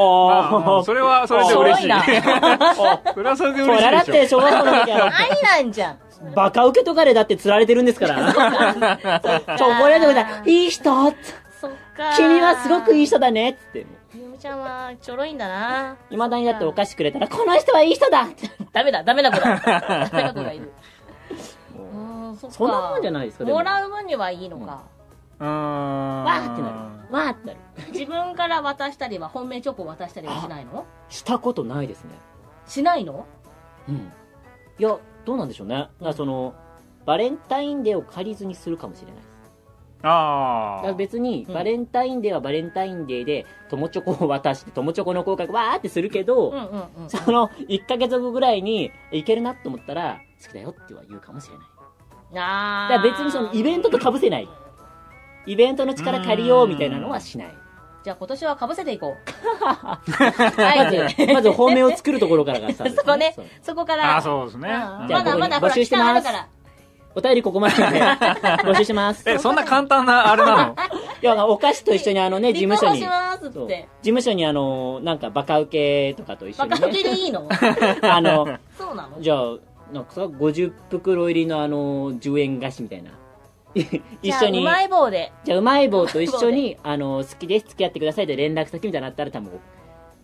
[SPEAKER 2] もう
[SPEAKER 3] [LAUGHS] おー
[SPEAKER 2] それはそれで嬉しい
[SPEAKER 1] しょぼい
[SPEAKER 2] それはそれで
[SPEAKER 3] そうだ
[SPEAKER 2] 嬉
[SPEAKER 3] っ
[SPEAKER 2] しいで
[SPEAKER 3] て
[SPEAKER 2] しょ
[SPEAKER 3] 小学校の時
[SPEAKER 2] [LAUGHS]
[SPEAKER 3] は
[SPEAKER 1] すかありなんじゃん。
[SPEAKER 3] バカ受けとかれだって釣られてるんですか
[SPEAKER 2] [LAUGHS]
[SPEAKER 3] らチョコレートみたいいい人
[SPEAKER 1] そっか。
[SPEAKER 3] 君はすごくいい。人だねっつって
[SPEAKER 1] ゆみちゃんはちょろいんだな。
[SPEAKER 3] いまだにだってお菓子くれたらこの人はいい人だって
[SPEAKER 1] ダメだ、ダメな子だ。ダメな子がいる。 [LAUGHS] う
[SPEAKER 3] も
[SPEAKER 1] ー
[SPEAKER 3] う
[SPEAKER 1] ん、そっか。
[SPEAKER 3] [LAUGHS] そんなもんじゃないですかでも
[SPEAKER 1] もらう分にはいいのか。
[SPEAKER 2] うーん
[SPEAKER 3] わーってなるわーってなる
[SPEAKER 1] 自分から渡したりは、本命チョコを渡したりはしないの
[SPEAKER 3] したことないですね
[SPEAKER 1] しないの
[SPEAKER 3] うん、いやどうなんでしょうねだからそのバレンタインデーを借りずにするかもしれないですだ
[SPEAKER 2] あ
[SPEAKER 3] から
[SPEAKER 2] あ
[SPEAKER 3] 別に
[SPEAKER 1] うん
[SPEAKER 3] バレンタインデーはバレンタインデーで友チョコを渡して友チョコの効果がわーってするけど、
[SPEAKER 1] うんうんうん。
[SPEAKER 3] その1ヶ月後ぐらいにいけるなと思ったら好きだよっては言うかもしれない
[SPEAKER 1] あ
[SPEAKER 3] だから別にそのイベントとかぶせないイベントの力借りようみたいなのは
[SPEAKER 1] [LAUGHS]
[SPEAKER 3] しない
[SPEAKER 1] じゃあ今年はかぶせていこ
[SPEAKER 3] [LAUGHS]
[SPEAKER 1] う。
[SPEAKER 3] ま
[SPEAKER 1] は
[SPEAKER 3] ずまず本命を作るところからがスタート
[SPEAKER 1] い。
[SPEAKER 3] です
[SPEAKER 1] そこね
[SPEAKER 3] そう、
[SPEAKER 1] [LAUGHS] そこから。
[SPEAKER 2] あーそうです
[SPEAKER 1] う
[SPEAKER 2] ね
[SPEAKER 1] んま
[SPEAKER 3] じゃあ
[SPEAKER 1] だまだほら、
[SPEAKER 3] 募集
[SPEAKER 1] 期
[SPEAKER 3] して
[SPEAKER 1] 間あ
[SPEAKER 3] ま
[SPEAKER 1] る
[SPEAKER 3] す
[SPEAKER 1] から。
[SPEAKER 3] お便りここま
[SPEAKER 1] [LAUGHS]
[SPEAKER 3] でなんで募集します
[SPEAKER 2] えそんな簡単なあれなの
[SPEAKER 3] 要はお菓子と一緒にあのね事務所に
[SPEAKER 1] 立候補します
[SPEAKER 3] そ
[SPEAKER 1] っ
[SPEAKER 3] う事
[SPEAKER 1] て。
[SPEAKER 3] 務所にあのなんかバカウケとかと一緒
[SPEAKER 1] バ
[SPEAKER 3] に、
[SPEAKER 1] カ受け
[SPEAKER 3] ね、
[SPEAKER 1] でいい
[SPEAKER 3] [LAUGHS]
[SPEAKER 1] の
[SPEAKER 3] あの
[SPEAKER 1] そうなの
[SPEAKER 3] じゃあなんかさ50袋入りのあの10円菓子みたいな [LAUGHS] 一緒
[SPEAKER 1] じゃあう
[SPEAKER 3] に
[SPEAKER 1] まい棒で。
[SPEAKER 3] じゃあうまい棒と一緒にあの好きです付き合ってくださいって連絡先みたいなのあったら多分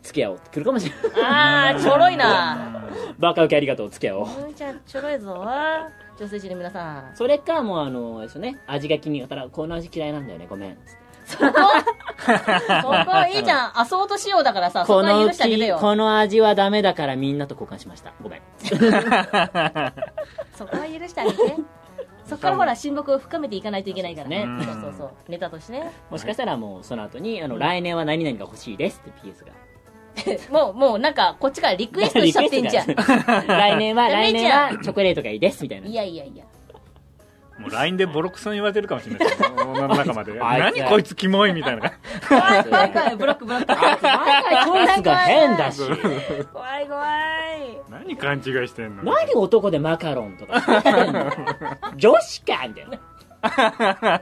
[SPEAKER 3] 付き合おうって来るかもしれない
[SPEAKER 1] あー、ちょろいな。
[SPEAKER 3] [LAUGHS] バカウケありがとう付き合おう
[SPEAKER 1] ゆみちゃん、ちょろいぞ。女性陣の皆さん。
[SPEAKER 3] それかもうあのあれですよね味が気に入ったらこの味嫌いなんだよねごめん
[SPEAKER 1] そこいいじゃん。アソート仕様だからさ、そこ
[SPEAKER 3] [LAUGHS] こ
[SPEAKER 1] は
[SPEAKER 3] の
[SPEAKER 1] 許してあげて
[SPEAKER 3] き
[SPEAKER 1] よ。
[SPEAKER 3] この味はダメだからみんなと交換しましたごめん
[SPEAKER 1] そこは許してあげて。そこからほら、親睦を深めていかないといけないからね
[SPEAKER 3] そ
[SPEAKER 2] で
[SPEAKER 3] う。
[SPEAKER 2] す
[SPEAKER 1] そう
[SPEAKER 2] ね
[SPEAKER 1] そうそう。ネタとしてね。 [LAUGHS]
[SPEAKER 3] もしかしたらもうその後にあの来年は何々が欲しいですって PS が
[SPEAKER 1] もう、もうなんか、こっちからリクエストしちゃってんじゃん。
[SPEAKER 3] リクエストが [LAUGHS] 来年は、
[SPEAKER 1] ダメ
[SPEAKER 3] 来
[SPEAKER 1] じ
[SPEAKER 3] 年
[SPEAKER 1] ゃん。
[SPEAKER 3] はチョコレートがいいです、みたいない
[SPEAKER 1] やいやいや。
[SPEAKER 2] もう LINE でボロクソに言われてるかもしれないですよ女の中まで
[SPEAKER 3] あいつ
[SPEAKER 2] 何こいつキモいみたいな
[SPEAKER 1] 怖い怖い怖い、ブロックブロック。
[SPEAKER 3] コースが変だし。
[SPEAKER 1] 怖い怖い。
[SPEAKER 2] 何勘違いしてんの
[SPEAKER 3] 何男でマカロンとか言ってんの。女子かみたいな。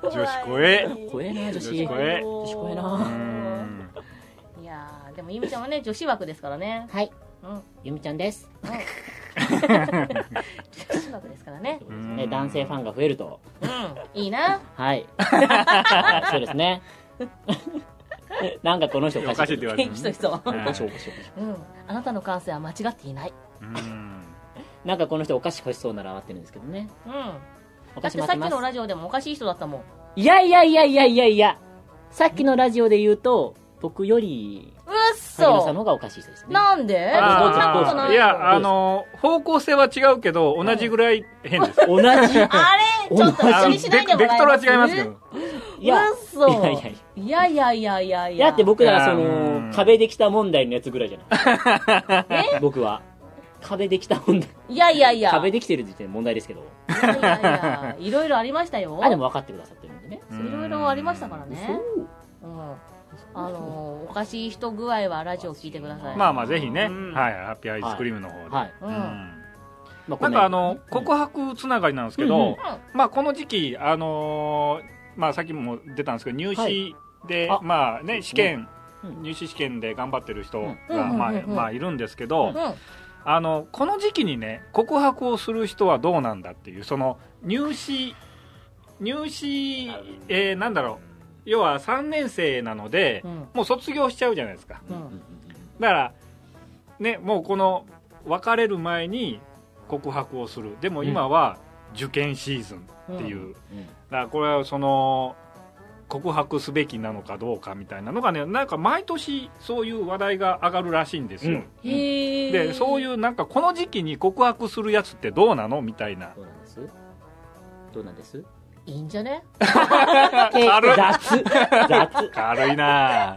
[SPEAKER 1] 怖い
[SPEAKER 2] 女子怖え
[SPEAKER 3] 怖えな、女
[SPEAKER 2] 女子
[SPEAKER 3] 子。
[SPEAKER 2] 怖え
[SPEAKER 3] 女子怖えな
[SPEAKER 2] うーん
[SPEAKER 1] いやーでもゆみちゃんはね女子枠ですからね
[SPEAKER 3] はい、
[SPEAKER 1] うん
[SPEAKER 2] [LAUGHS]
[SPEAKER 3] ゆみちゃんです。
[SPEAKER 1] 女子枠ですからね
[SPEAKER 2] ん
[SPEAKER 3] ね、男性ファンが増えると。
[SPEAKER 1] うんいいな
[SPEAKER 3] はい。そうですね。なんかこの人お
[SPEAKER 2] お
[SPEAKER 3] か
[SPEAKER 2] か
[SPEAKER 3] し
[SPEAKER 2] し
[SPEAKER 3] い
[SPEAKER 2] いって言われ
[SPEAKER 1] 元
[SPEAKER 2] て
[SPEAKER 1] 気
[SPEAKER 2] る
[SPEAKER 3] [LAUGHS]
[SPEAKER 1] としそ
[SPEAKER 2] ね
[SPEAKER 1] う
[SPEAKER 2] はい
[SPEAKER 3] おかしいおかしいおかしい
[SPEAKER 1] うんあなたの感性は間違っていないう
[SPEAKER 2] ーん
[SPEAKER 3] なんかこの人お菓子欲しそうなら慌てるんですけどね。
[SPEAKER 1] うん
[SPEAKER 3] お
[SPEAKER 1] だ
[SPEAKER 3] 菓
[SPEAKER 1] っ
[SPEAKER 3] 子
[SPEAKER 1] て
[SPEAKER 3] 待
[SPEAKER 1] さ
[SPEAKER 3] っ
[SPEAKER 1] ってき
[SPEAKER 3] ます
[SPEAKER 1] の。ラジオでもおかしい人だったもん
[SPEAKER 3] いやいやいやいやいやいや。さっきのラジオで言うと、僕より、
[SPEAKER 1] うっ
[SPEAKER 3] 萩野さん
[SPEAKER 1] そ
[SPEAKER 3] の方がおかしい人ですね。
[SPEAKER 1] なんでそん
[SPEAKER 3] あー
[SPEAKER 1] なことない
[SPEAKER 2] い
[SPEAKER 1] よ
[SPEAKER 2] や
[SPEAKER 1] あ
[SPEAKER 2] あの方向性は違うけど同じぐらい変です
[SPEAKER 3] 同じ。
[SPEAKER 1] れちょっと一
[SPEAKER 3] 同じ
[SPEAKER 1] 緒
[SPEAKER 2] あの
[SPEAKER 1] に
[SPEAKER 2] ベ
[SPEAKER 1] しないで
[SPEAKER 2] ク
[SPEAKER 1] も
[SPEAKER 2] ベ
[SPEAKER 1] ら
[SPEAKER 2] ク
[SPEAKER 1] え
[SPEAKER 2] トル
[SPEAKER 1] ま
[SPEAKER 2] は
[SPEAKER 1] す
[SPEAKER 2] 違いますけど
[SPEAKER 3] いや、
[SPEAKER 1] うっそ
[SPEAKER 3] いやいや
[SPEAKER 1] いや
[SPEAKER 3] いや
[SPEAKER 1] いやいやいやいや。
[SPEAKER 3] だって僕らはそ
[SPEAKER 2] いや
[SPEAKER 3] の
[SPEAKER 2] ー、
[SPEAKER 3] 壁できた問題のやつぐらいじゃ [LAUGHS] ない。僕は。壁できた問題。
[SPEAKER 1] いやいやいや。
[SPEAKER 3] 壁できてる時点で問題ですけど。
[SPEAKER 1] いやいやいや。いろいろありましたよ。
[SPEAKER 3] あ、でも分かってくださってるんでね。
[SPEAKER 1] いろいろありましたからね。
[SPEAKER 3] そう
[SPEAKER 1] うん。あのー、おかしい人具合はラジオ聞いてください。
[SPEAKER 2] まあまあぜひね、
[SPEAKER 3] うん
[SPEAKER 2] はい、ハッピーアイスクリームの方で、
[SPEAKER 3] はい。
[SPEAKER 1] う
[SPEAKER 2] うん
[SPEAKER 1] ん。
[SPEAKER 3] まあ
[SPEAKER 2] なんかあ、の告白つながりなんですけど、
[SPEAKER 3] うんうん
[SPEAKER 2] まあ、この時期、あのーまあ、さっきも出たんですけど入
[SPEAKER 3] は
[SPEAKER 2] 試で、
[SPEAKER 3] あ
[SPEAKER 2] まあ
[SPEAKER 3] そう
[SPEAKER 2] ね、
[SPEAKER 3] です
[SPEAKER 2] 試
[SPEAKER 3] ね
[SPEAKER 2] 験、
[SPEAKER 3] うん
[SPEAKER 2] 入試試験で頑張ってる人
[SPEAKER 3] うん
[SPEAKER 1] うん
[SPEAKER 2] が、
[SPEAKER 1] うん
[SPEAKER 2] まあ
[SPEAKER 1] うんうん
[SPEAKER 2] まあ、いるんですけど、
[SPEAKER 1] うん。
[SPEAKER 2] あのこの時期にね告白をする人はどうなんだっていうその入試入試、えーなんだろう要は3年生なので、
[SPEAKER 1] うん。
[SPEAKER 2] もう卒業しちゃうじゃないですか
[SPEAKER 3] うんうんうん
[SPEAKER 2] だからねもうこの別れる前に告白をするでも今は受験シーズンっていう、だからこれはその告白すべきなのかどうかみたいなのがねなんか毎年そういう話題が上がるらしいんですよ、
[SPEAKER 1] へー
[SPEAKER 2] でそういうなんかこの時期に告白するやつってどうなのみたいな
[SPEAKER 3] どうなんですどうなんです
[SPEAKER 1] いいんじゃね
[SPEAKER 2] 軽い
[SPEAKER 3] 雑雑
[SPEAKER 2] 軽いなぁ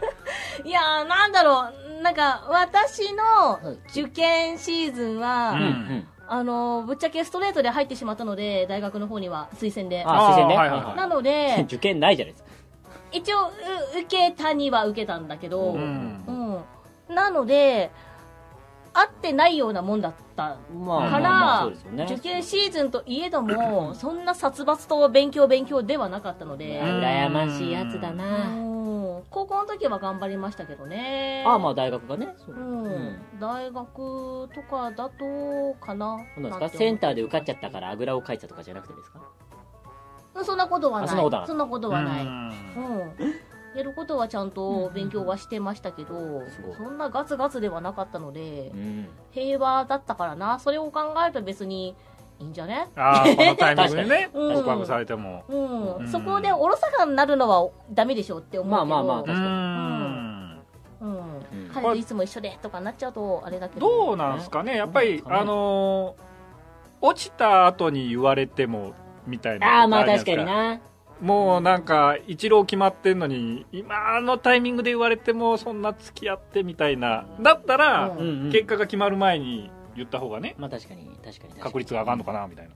[SPEAKER 1] いやー、なんだろう。なんか、私の
[SPEAKER 3] い
[SPEAKER 1] 受験シーズンは、
[SPEAKER 2] うん
[SPEAKER 1] あのー、ぶっちゃけストレートで入ってしまったので、大学の方には推薦で。
[SPEAKER 3] あ、先生ね。
[SPEAKER 2] あーはいはいはい
[SPEAKER 1] なの
[SPEAKER 2] [LAUGHS]
[SPEAKER 1] で、
[SPEAKER 3] [LAUGHS] 受験ないじゃないですか。
[SPEAKER 1] 一応、う受けたには受けたんだけど、
[SPEAKER 2] う
[SPEAKER 1] うん。
[SPEAKER 3] うん
[SPEAKER 1] なので、合ってないようなもんだった。
[SPEAKER 3] ま
[SPEAKER 2] あ
[SPEAKER 1] か
[SPEAKER 2] ま
[SPEAKER 1] ら、
[SPEAKER 3] そうですよね
[SPEAKER 1] 受験シーズンといえども、そんな殺伐と勉強勉強ではなかったので、
[SPEAKER 2] うん
[SPEAKER 3] 羨ましいやつだな。
[SPEAKER 1] うん高校の時は頑張りましたけどね。
[SPEAKER 3] あ、まあ大学がね。そううんん
[SPEAKER 1] 大学とかだと、かな。
[SPEAKER 3] そうなんですかセンターで受かっちゃったからあぐらをかいたとかじゃなくてですか
[SPEAKER 1] うんそんなことはない。
[SPEAKER 3] あそんなことはない
[SPEAKER 1] そんなことはない。
[SPEAKER 2] う
[SPEAKER 1] うん。
[SPEAKER 2] ん
[SPEAKER 1] やることはちゃんと勉強はしてましたけど、
[SPEAKER 3] すごい
[SPEAKER 1] そんなガツガツではなかったので
[SPEAKER 3] う、ん。
[SPEAKER 1] 平和だったからな。それを考えると別にいいんじゃね
[SPEAKER 2] ああこのタイミング
[SPEAKER 3] [LAUGHS]
[SPEAKER 2] でね
[SPEAKER 1] 確かに
[SPEAKER 2] 告白されても、
[SPEAKER 1] うん、
[SPEAKER 2] うん
[SPEAKER 1] そこでおろそかになるのはダメでしょって思うけど、
[SPEAKER 3] まあまあまあ
[SPEAKER 2] う
[SPEAKER 3] 確かに
[SPEAKER 2] ん
[SPEAKER 1] うん
[SPEAKER 3] うん
[SPEAKER 1] 彼といつも一緒でとかなっちゃうとあれだけど
[SPEAKER 2] どうなんですかねやっぱり、
[SPEAKER 3] うん
[SPEAKER 2] あのー落ちた後に言われてもみたいな
[SPEAKER 3] ああ、まあ確かに
[SPEAKER 2] あるじゃいです
[SPEAKER 3] な。
[SPEAKER 2] もうなんか一浪決まってんのに今のタイミングで言われてもそんな付き合ってみたいなだった
[SPEAKER 1] うん
[SPEAKER 2] ら、
[SPEAKER 3] うんうん
[SPEAKER 2] 結果が決まる前に言った方がね
[SPEAKER 3] まあ確かに、確かに。確かに
[SPEAKER 2] 確率が上がるのかなみたいな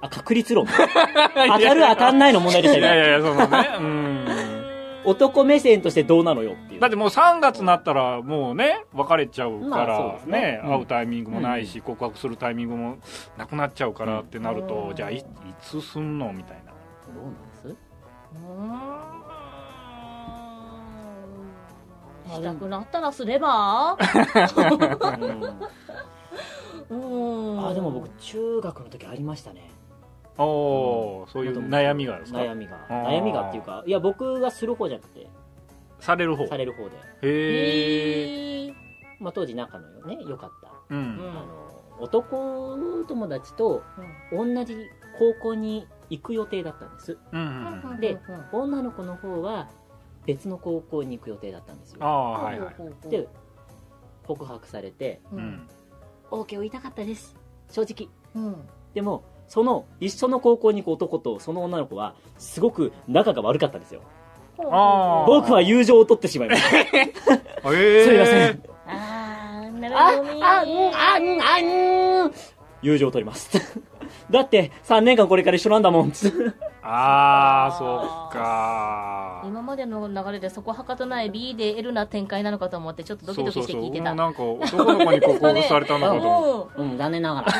[SPEAKER 3] あ、確率
[SPEAKER 2] [LAUGHS]
[SPEAKER 3] 論。 [LAUGHS] 当たる当たんないの問題でし
[SPEAKER 2] い
[SPEAKER 3] た
[SPEAKER 2] やい
[SPEAKER 3] よ。
[SPEAKER 2] やいやそのねうん
[SPEAKER 3] 男目線としてどうなのよっていう。
[SPEAKER 2] だってもう3月になったらもうね別れちゃうか
[SPEAKER 3] まあそうで
[SPEAKER 2] ら
[SPEAKER 3] すね
[SPEAKER 2] ね
[SPEAKER 3] うん
[SPEAKER 2] 会うタイミングもないし告白するタイミングもなくなっちゃうからってなる
[SPEAKER 1] う
[SPEAKER 2] と
[SPEAKER 1] ん
[SPEAKER 2] じゃあいいつすんのみたいな
[SPEAKER 3] どうなんです
[SPEAKER 1] うーんしたくなったらすれ
[SPEAKER 3] [LAUGHS]
[SPEAKER 1] ばうん
[SPEAKER 3] あでも僕中学の時ありましたね
[SPEAKER 2] おーそういう悩みがですか
[SPEAKER 3] 悩みが
[SPEAKER 2] あー
[SPEAKER 3] 悩みがっていうかいや僕がする方じゃなくて
[SPEAKER 2] される方
[SPEAKER 3] される方
[SPEAKER 2] へ
[SPEAKER 3] で、
[SPEAKER 2] え
[SPEAKER 1] へえ
[SPEAKER 3] まあ、当時仲のよね良かった、
[SPEAKER 2] う
[SPEAKER 1] うん
[SPEAKER 2] ん
[SPEAKER 3] あの男友達と同じ高校に行く予定だったんです
[SPEAKER 2] うんうん
[SPEAKER 1] で
[SPEAKER 3] で女の子の方は別の高校に行く予定だったんです
[SPEAKER 2] あ
[SPEAKER 3] よ
[SPEAKER 2] あはいはい
[SPEAKER 3] で告白されて
[SPEAKER 2] う
[SPEAKER 1] うん
[SPEAKER 2] ん
[SPEAKER 3] OK を言いたかったです正直
[SPEAKER 1] うん
[SPEAKER 3] でもその一緒の高校に行く男とその女の子はすごく仲が悪かったんですよ
[SPEAKER 2] あー
[SPEAKER 3] 僕は友情を取ってしまいました。
[SPEAKER 2] へえ
[SPEAKER 3] すいません。
[SPEAKER 1] あーなる
[SPEAKER 3] [LAUGHS] あ、あ、う
[SPEAKER 1] ほどね
[SPEAKER 3] ん、あ、うん、あ、うん。友情を取ります。 [LAUGHS] だって、3年間これから一緒なんだもん。
[SPEAKER 2] ああそっか
[SPEAKER 1] 今までの流れでそこはかとない B で L な展開なのかと思ってちょっとドキドキして聞いて
[SPEAKER 2] も
[SPEAKER 1] た
[SPEAKER 2] うなんか男の子に告白されたのかと思っ
[SPEAKER 1] もう
[SPEAKER 3] [LAUGHS] うん、残念ながら。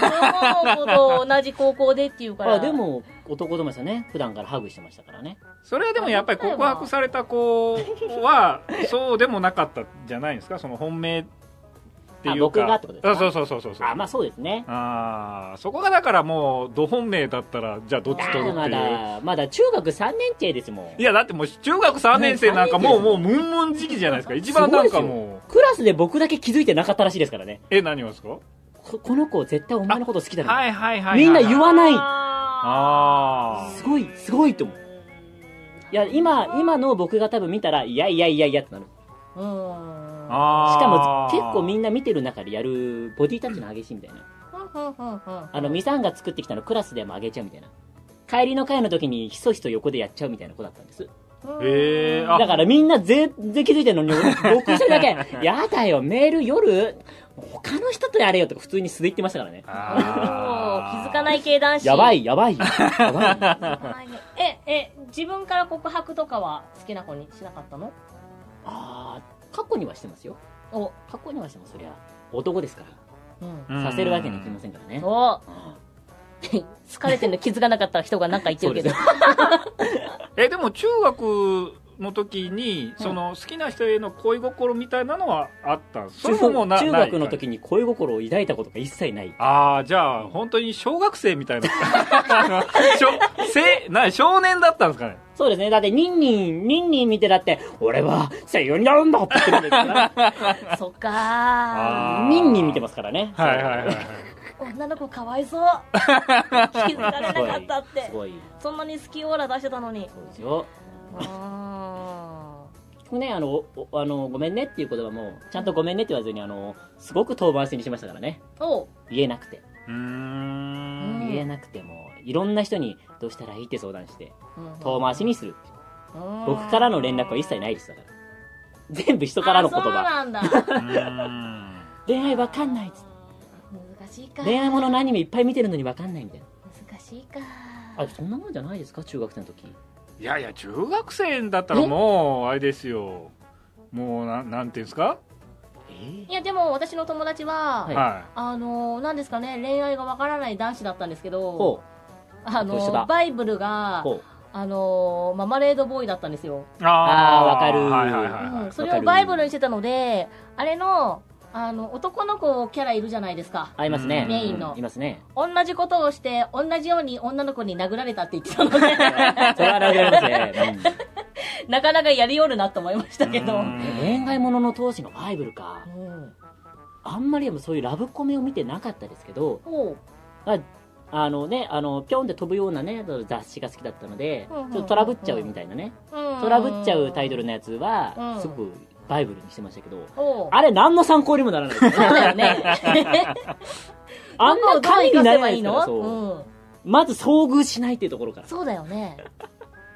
[SPEAKER 1] 女の子と同じ高校でっていうから
[SPEAKER 3] [LAUGHS] あでも、男友達はね、普段からハグしてましたからね。
[SPEAKER 2] それはでもやっぱり告白された子はそうでもなかったじゃないですかその本命っていうか
[SPEAKER 3] あ僕がってことですか
[SPEAKER 2] あそうそうそうそうそう
[SPEAKER 3] あ、まあそうですね。
[SPEAKER 2] あーそこがだからもうど本命だったらじゃあどっち取るっ
[SPEAKER 3] ま
[SPEAKER 2] ていう
[SPEAKER 3] だ、まだ中学3年生ですもん。
[SPEAKER 2] いやだってもう中学3年生なんかもうも
[SPEAKER 3] も
[SPEAKER 2] うムンムン時期じゃないですか一番なんかもう
[SPEAKER 3] クラスで僕だけ気づいてなかったらしいですからね。
[SPEAKER 2] え何をですか
[SPEAKER 3] ここの子絶対お前のこと好きだ
[SPEAKER 2] は
[SPEAKER 3] ね。
[SPEAKER 2] いはいはい
[SPEAKER 3] みんな言わない。
[SPEAKER 2] あ
[SPEAKER 3] すごい、すごいと思う。いや、今、今の僕が多分見たら、いやいやいやいやってなる。
[SPEAKER 1] うん
[SPEAKER 2] あ
[SPEAKER 3] しか
[SPEAKER 2] あー
[SPEAKER 3] も結構みんな見てる中でやるボディタッチの激しいみたいな。あの、ミサンが作ってきたのクラスでも上げちゃうみたいな。帰りの会の時にひそひそ横でやっちゃうみたいな子だったんです。
[SPEAKER 2] えー、あ
[SPEAKER 3] だからみんな全然気づいてるの
[SPEAKER 2] [LAUGHS]
[SPEAKER 3] に、僕一人だけ、やだよ、メール夜、他の人とやれよとか普通に素で言ってましたからね。
[SPEAKER 2] あ
[SPEAKER 3] [LAUGHS]
[SPEAKER 2] ー
[SPEAKER 1] 気づかない系男子。
[SPEAKER 3] やばい、やばい、やばい。
[SPEAKER 1] はい。え、え、自分から告白とかは好きな子にしなかったの
[SPEAKER 3] あー過去にはしてますよ。
[SPEAKER 1] お、
[SPEAKER 3] 過去にはしてます、そりゃ。男ですか
[SPEAKER 1] うん。
[SPEAKER 2] うん
[SPEAKER 3] ら。させるわけにはいきませんからね。
[SPEAKER 1] お
[SPEAKER 3] あ
[SPEAKER 1] [LAUGHS] 疲れてるの気づかなかった人がなんか言ってるけど。
[SPEAKER 2] えでも中学の時にその好きな人への恋心みたいなのはあったんですそれももうな
[SPEAKER 3] 中
[SPEAKER 2] ない
[SPEAKER 3] 学の時に恋心を抱いたことが一切ない。
[SPEAKER 2] ああじゃあ本当に小学生みたいな [LAUGHS] しょせな少年だったんですかね
[SPEAKER 3] そうですね。だって、ニンニン、ニンニン見てだって、俺は声優になるんだって言ってるんです
[SPEAKER 2] [LAUGHS]
[SPEAKER 3] から。
[SPEAKER 1] [LAUGHS] そっか
[SPEAKER 2] あー
[SPEAKER 3] ニンニン見てますからね。
[SPEAKER 2] はいはいはいはい
[SPEAKER 1] ー。女の子かわいそう。気づかれなかったっ
[SPEAKER 3] す
[SPEAKER 1] て。
[SPEAKER 3] ごい、
[SPEAKER 1] そんなに好きオーラ出してたのに。
[SPEAKER 3] そうですよ。
[SPEAKER 1] うーん
[SPEAKER 3] ね、あの、おおあの、ごめんねっていう言葉も、ちゃんとごめんねって言わずに、あの、すごく遠回しにしましたからね。
[SPEAKER 1] おう
[SPEAKER 3] 言えなくて。
[SPEAKER 2] うーん
[SPEAKER 1] うん
[SPEAKER 3] 言えなくても、いろんな人にどうしたらいいって相談して、
[SPEAKER 1] うん
[SPEAKER 3] 遠回しにする。
[SPEAKER 1] うん
[SPEAKER 3] 僕からの連絡は一切ないですだから。全部人からの言
[SPEAKER 1] あそう
[SPEAKER 3] 葉。 [LAUGHS]
[SPEAKER 1] なんだ。
[SPEAKER 2] うーん
[SPEAKER 3] 恋愛わかんないっつって。
[SPEAKER 1] 難しいか。
[SPEAKER 3] 恋愛もののアニメいっぱい見てるのにわかんないみたいな。
[SPEAKER 1] 難しいか。
[SPEAKER 3] あ、そんなもんじゃないですか中学生の時。
[SPEAKER 2] いやいや中学生だったらもうあれですよもうななんていうんですか
[SPEAKER 3] えー
[SPEAKER 1] いや、でも私の友達は、
[SPEAKER 3] は
[SPEAKER 2] は
[SPEAKER 1] あのー、なんですかね、恋愛がわからない男子だったんですけど、
[SPEAKER 3] ほ
[SPEAKER 1] あ
[SPEAKER 3] どうし
[SPEAKER 1] の
[SPEAKER 3] た
[SPEAKER 1] ー、バイブル
[SPEAKER 3] う、
[SPEAKER 1] が、
[SPEAKER 3] ほう。
[SPEAKER 1] あのー、ママレードボーイだったんですよ。
[SPEAKER 2] い
[SPEAKER 3] あーわかる
[SPEAKER 2] はいはいはいは
[SPEAKER 1] う
[SPEAKER 2] い
[SPEAKER 1] ん、それをバイブルにしてたので、あれの、あの、男の子キャラいるじゃないですか。
[SPEAKER 3] あ、いますね。
[SPEAKER 2] うんメイン
[SPEAKER 1] の
[SPEAKER 3] いますね。
[SPEAKER 1] 同じことをして、同じように女の子に殴られたって言ってたの
[SPEAKER 3] [LAUGHS]
[SPEAKER 1] で、
[SPEAKER 3] それはなくなります [LAUGHS] ね。
[SPEAKER 1] なかなかやりおるなと思いましたけど
[SPEAKER 2] う。ん
[SPEAKER 3] 恋愛ものの当時のバイブルか。
[SPEAKER 1] うん。
[SPEAKER 3] あんまりでもそういうラブコメを見てなかったですけど、
[SPEAKER 1] おう。
[SPEAKER 3] ああのね、あの、ぴょんって飛ぶようなね、雑誌が好きだったので、ち
[SPEAKER 1] うんうんう
[SPEAKER 3] ょ
[SPEAKER 1] んう
[SPEAKER 3] っ
[SPEAKER 1] ん
[SPEAKER 3] とトラブっちゃうみたいなね。
[SPEAKER 1] うん
[SPEAKER 3] トラブっちゃうタイトルのやつは
[SPEAKER 1] う、ん
[SPEAKER 3] すごくバイブルにしてましたけど、
[SPEAKER 1] おう。
[SPEAKER 3] あれ何の参考にもならないです
[SPEAKER 1] そう
[SPEAKER 3] ね。
[SPEAKER 1] だよね。
[SPEAKER 3] あんな神になれない
[SPEAKER 1] い
[SPEAKER 3] で
[SPEAKER 1] い
[SPEAKER 3] すか
[SPEAKER 1] の
[SPEAKER 3] ら、そう。
[SPEAKER 1] うん。
[SPEAKER 3] まず遭遇しないっていうところから。
[SPEAKER 1] そうだよね。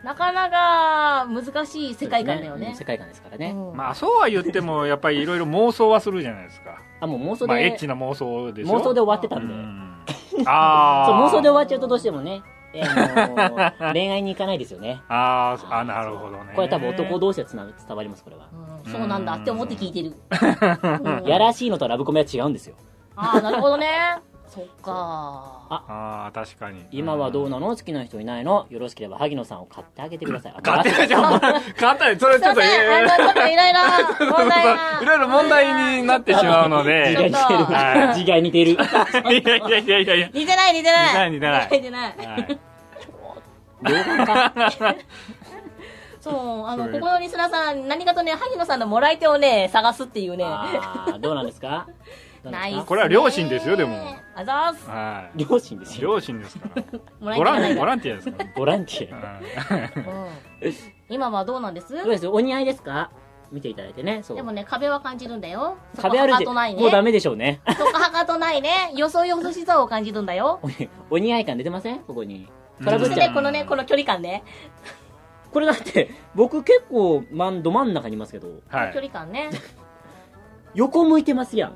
[SPEAKER 1] なかなか難しい世界観だよ
[SPEAKER 3] そうです
[SPEAKER 1] ね
[SPEAKER 3] うん。世界観ですからね。
[SPEAKER 1] うん
[SPEAKER 2] まあそうは言ってもやっぱりいろいろ妄想はするじゃないですか
[SPEAKER 3] あ、もう妄想で、
[SPEAKER 2] まあエッチな妄想でしょ
[SPEAKER 3] 妄想で終わってたんで。
[SPEAKER 2] うんあ
[SPEAKER 3] [LAUGHS] そう、
[SPEAKER 2] あ
[SPEAKER 3] 妄想で終わっちゃうとどうしてもね、えー
[SPEAKER 2] [LAUGHS]
[SPEAKER 3] あの恋愛に行かないですよね。
[SPEAKER 2] あーあなるほどね
[SPEAKER 3] これ多分男同士はつな伝わります、これは。
[SPEAKER 1] うんそうなんだって思って聞いてる。うん
[SPEAKER 3] やらしいのとラブコメは違うんですよ。
[SPEAKER 1] ああ、なるほどね。そっか。
[SPEAKER 2] ああ確かに
[SPEAKER 3] 今はどうなの好きな人いないのよろしければ萩野さんを買ってあげてください。あ
[SPEAKER 2] 勝手じゃん [LAUGHS] 勝手それ
[SPEAKER 1] すい
[SPEAKER 2] ちょ
[SPEAKER 1] ま
[SPEAKER 2] っと
[SPEAKER 1] せん、あ
[SPEAKER 2] え
[SPEAKER 1] の、
[SPEAKER 2] ー
[SPEAKER 1] ち
[SPEAKER 2] [LAUGHS]
[SPEAKER 1] ょっといろいろ、問題が。
[SPEAKER 2] いろいろ問題になってしまうので
[SPEAKER 3] [LAUGHS] 自害
[SPEAKER 1] ちょっと
[SPEAKER 3] 似てる
[SPEAKER 2] はい。
[SPEAKER 3] 自害似
[SPEAKER 2] [LAUGHS]
[SPEAKER 3] てる。 [LAUGHS]
[SPEAKER 2] いやいやいやいやいや
[SPEAKER 1] 似てない、似てない。
[SPEAKER 2] 似てない
[SPEAKER 1] 似てない。
[SPEAKER 2] はい
[SPEAKER 1] そう、あの、
[SPEAKER 2] それ
[SPEAKER 1] ここのリスナーさん、何かとね、萩野さんのもらい手をね、 [LAUGHS] 探すっていうね。
[SPEAKER 3] あーどうなんですかどうな
[SPEAKER 1] なんい
[SPEAKER 3] で
[SPEAKER 1] っすね
[SPEAKER 3] すか
[SPEAKER 2] これは両親ですよでも
[SPEAKER 1] あざーす。
[SPEAKER 2] は
[SPEAKER 3] 両親で
[SPEAKER 2] い
[SPEAKER 3] すよ。
[SPEAKER 2] 両親ですから
[SPEAKER 1] もらい手
[SPEAKER 2] ボ
[SPEAKER 1] が
[SPEAKER 2] ラ
[SPEAKER 1] ない
[SPEAKER 2] ン
[SPEAKER 1] か
[SPEAKER 2] ボ
[SPEAKER 1] ら
[SPEAKER 2] ランティアですからね
[SPEAKER 3] ボランティ
[SPEAKER 2] う
[SPEAKER 3] ア。
[SPEAKER 1] う
[SPEAKER 2] ん
[SPEAKER 1] ん今はどうなんです
[SPEAKER 3] どうですお似合いですか見ていただいてね。そう
[SPEAKER 1] でもね、壁は感じるんだよ。そこ
[SPEAKER 3] 壁ある
[SPEAKER 1] はか
[SPEAKER 3] で、
[SPEAKER 1] とないね。
[SPEAKER 3] もうダメでしょうね。
[SPEAKER 1] そこはかとないね。よそよそしさを感じるんだよ。
[SPEAKER 3] お似合い感出てませんここに。
[SPEAKER 2] うん
[SPEAKER 3] トラ
[SPEAKER 1] そ
[SPEAKER 3] ブ
[SPEAKER 1] し
[SPEAKER 3] っ
[SPEAKER 1] て
[SPEAKER 3] ちゃ
[SPEAKER 1] ね
[SPEAKER 3] う、。
[SPEAKER 1] このね、この距離感ね。
[SPEAKER 3] これだって、僕結構、まん、ど真ん中にいますけど、
[SPEAKER 1] こ
[SPEAKER 2] は
[SPEAKER 1] の距
[SPEAKER 2] い
[SPEAKER 1] 離感ね。
[SPEAKER 3] 横向いてますやん。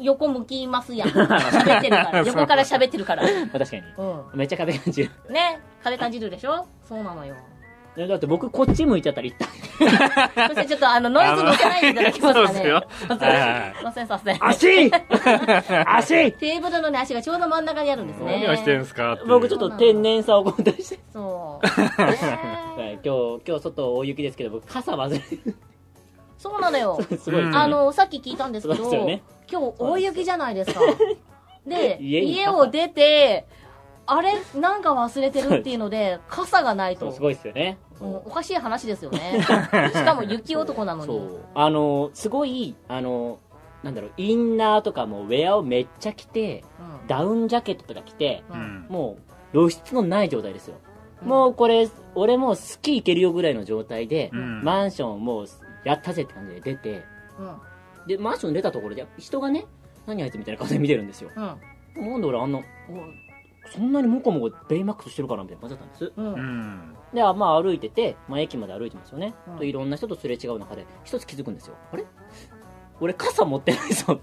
[SPEAKER 1] 横向きます
[SPEAKER 2] [LAUGHS]
[SPEAKER 1] やん。喋ってるから。横から喋ってるから。
[SPEAKER 3] まあ確かに。
[SPEAKER 1] う
[SPEAKER 3] めっちゃ壁感じる。
[SPEAKER 1] ん。ね。壁感じるでしょそうなのよ。
[SPEAKER 3] ねだって僕こっち向いちゃったら一旦、
[SPEAKER 1] そしてちょっとあの、ノイズ乗せないでいただけますかね。
[SPEAKER 2] そうですよはいはいはい
[SPEAKER 1] すいません、すいません。
[SPEAKER 3] [LAUGHS] 足足
[SPEAKER 1] テーブルのね、足がちょうど真ん中にあるんですね。
[SPEAKER 2] 何をしてるんですかっていう
[SPEAKER 3] 僕ちょっと天然さをこう出して。
[SPEAKER 1] そう。ね
[SPEAKER 3] はい今日、今日外大雪ですけど、僕傘忘れて
[SPEAKER 1] そうなのよ。
[SPEAKER 3] る。すごい。
[SPEAKER 2] うん
[SPEAKER 1] あの、さっき聞いたんですけ
[SPEAKER 3] そ
[SPEAKER 1] ど、
[SPEAKER 3] うですよね
[SPEAKER 1] 今日大雪じゃないですか。で、
[SPEAKER 3] 家
[SPEAKER 1] 家
[SPEAKER 3] に傘
[SPEAKER 1] を出て、あれ、なんか忘れてるっていうので、傘がない
[SPEAKER 3] そう
[SPEAKER 1] と
[SPEAKER 3] す。ごいですよね。
[SPEAKER 1] うんおかしい話ですよね。しかも雪男なの
[SPEAKER 3] そ
[SPEAKER 1] に。
[SPEAKER 3] う。あの、すごい、あの、なんだろう、インナーとかもウェアをめっちゃ着て、
[SPEAKER 1] うん
[SPEAKER 3] ダウンジャケットとか着て、
[SPEAKER 2] う。ん
[SPEAKER 3] もう露出のない状態ですよ。
[SPEAKER 1] うん
[SPEAKER 3] もうこれ、俺もうスキー行けるよぐらいの状態で、
[SPEAKER 2] うん
[SPEAKER 3] マンションもうやったぜって感じで出て、
[SPEAKER 1] うん。
[SPEAKER 3] で、マンション出たところで、人がね、何あいつみたいな顔で見てるんですよ。
[SPEAKER 1] うん。
[SPEAKER 3] なんで俺あんな、おそんなにもこもこベイマックスしてるかなみたいな感じだったんです。
[SPEAKER 1] うんう
[SPEAKER 2] うんん
[SPEAKER 3] で、あまあ歩いてて、まあ駅まで歩いてますよね。
[SPEAKER 1] うん
[SPEAKER 3] といろんな人とすれ違う中で、一つ気づくんですよ。あれ俺傘持ってないぞと。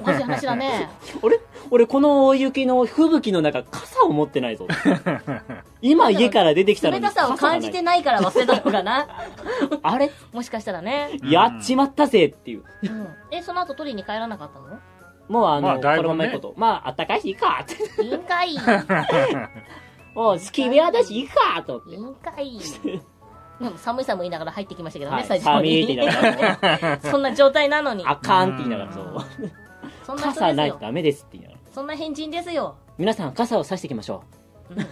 [SPEAKER 1] おかしい話だね
[SPEAKER 3] 俺俺この大雪の吹雪の中、傘を持ってないぞと。今家から出てきたの
[SPEAKER 1] 冷
[SPEAKER 3] に
[SPEAKER 1] たさを感じて
[SPEAKER 3] 傘
[SPEAKER 1] ないから忘れたのかな
[SPEAKER 3] がないあれ
[SPEAKER 1] [LAUGHS] もしかしたらね、
[SPEAKER 3] やっちまったぜっていう。
[SPEAKER 1] うん、えその後取りに帰らなかったの
[SPEAKER 3] もうあの、
[SPEAKER 2] まあだいぶね
[SPEAKER 3] このまま行くこと。まあ、あったかいし、いいか
[SPEAKER 1] [LAUGHS]
[SPEAKER 3] って。
[SPEAKER 1] いいんかいい
[SPEAKER 3] もう、スキーウェアだし、いいかと思って
[SPEAKER 1] い。んかいでも寒い寒い言いながら入ってきましたけどね、
[SPEAKER 3] はい、
[SPEAKER 1] 最初
[SPEAKER 3] 寒いって
[SPEAKER 1] に
[SPEAKER 3] 言いながらね、
[SPEAKER 1] [LAUGHS] そんな状態なのに
[SPEAKER 3] あかんって言いながら、そう。
[SPEAKER 1] そんな人
[SPEAKER 3] 傘
[SPEAKER 1] で
[SPEAKER 3] な
[SPEAKER 1] す
[SPEAKER 3] い
[SPEAKER 1] よ
[SPEAKER 3] とダメですって言いながら。
[SPEAKER 1] そんな変人です
[SPEAKER 3] [LAUGHS]
[SPEAKER 1] よ、
[SPEAKER 3] 皆さん、傘を差していきましょ
[SPEAKER 1] うん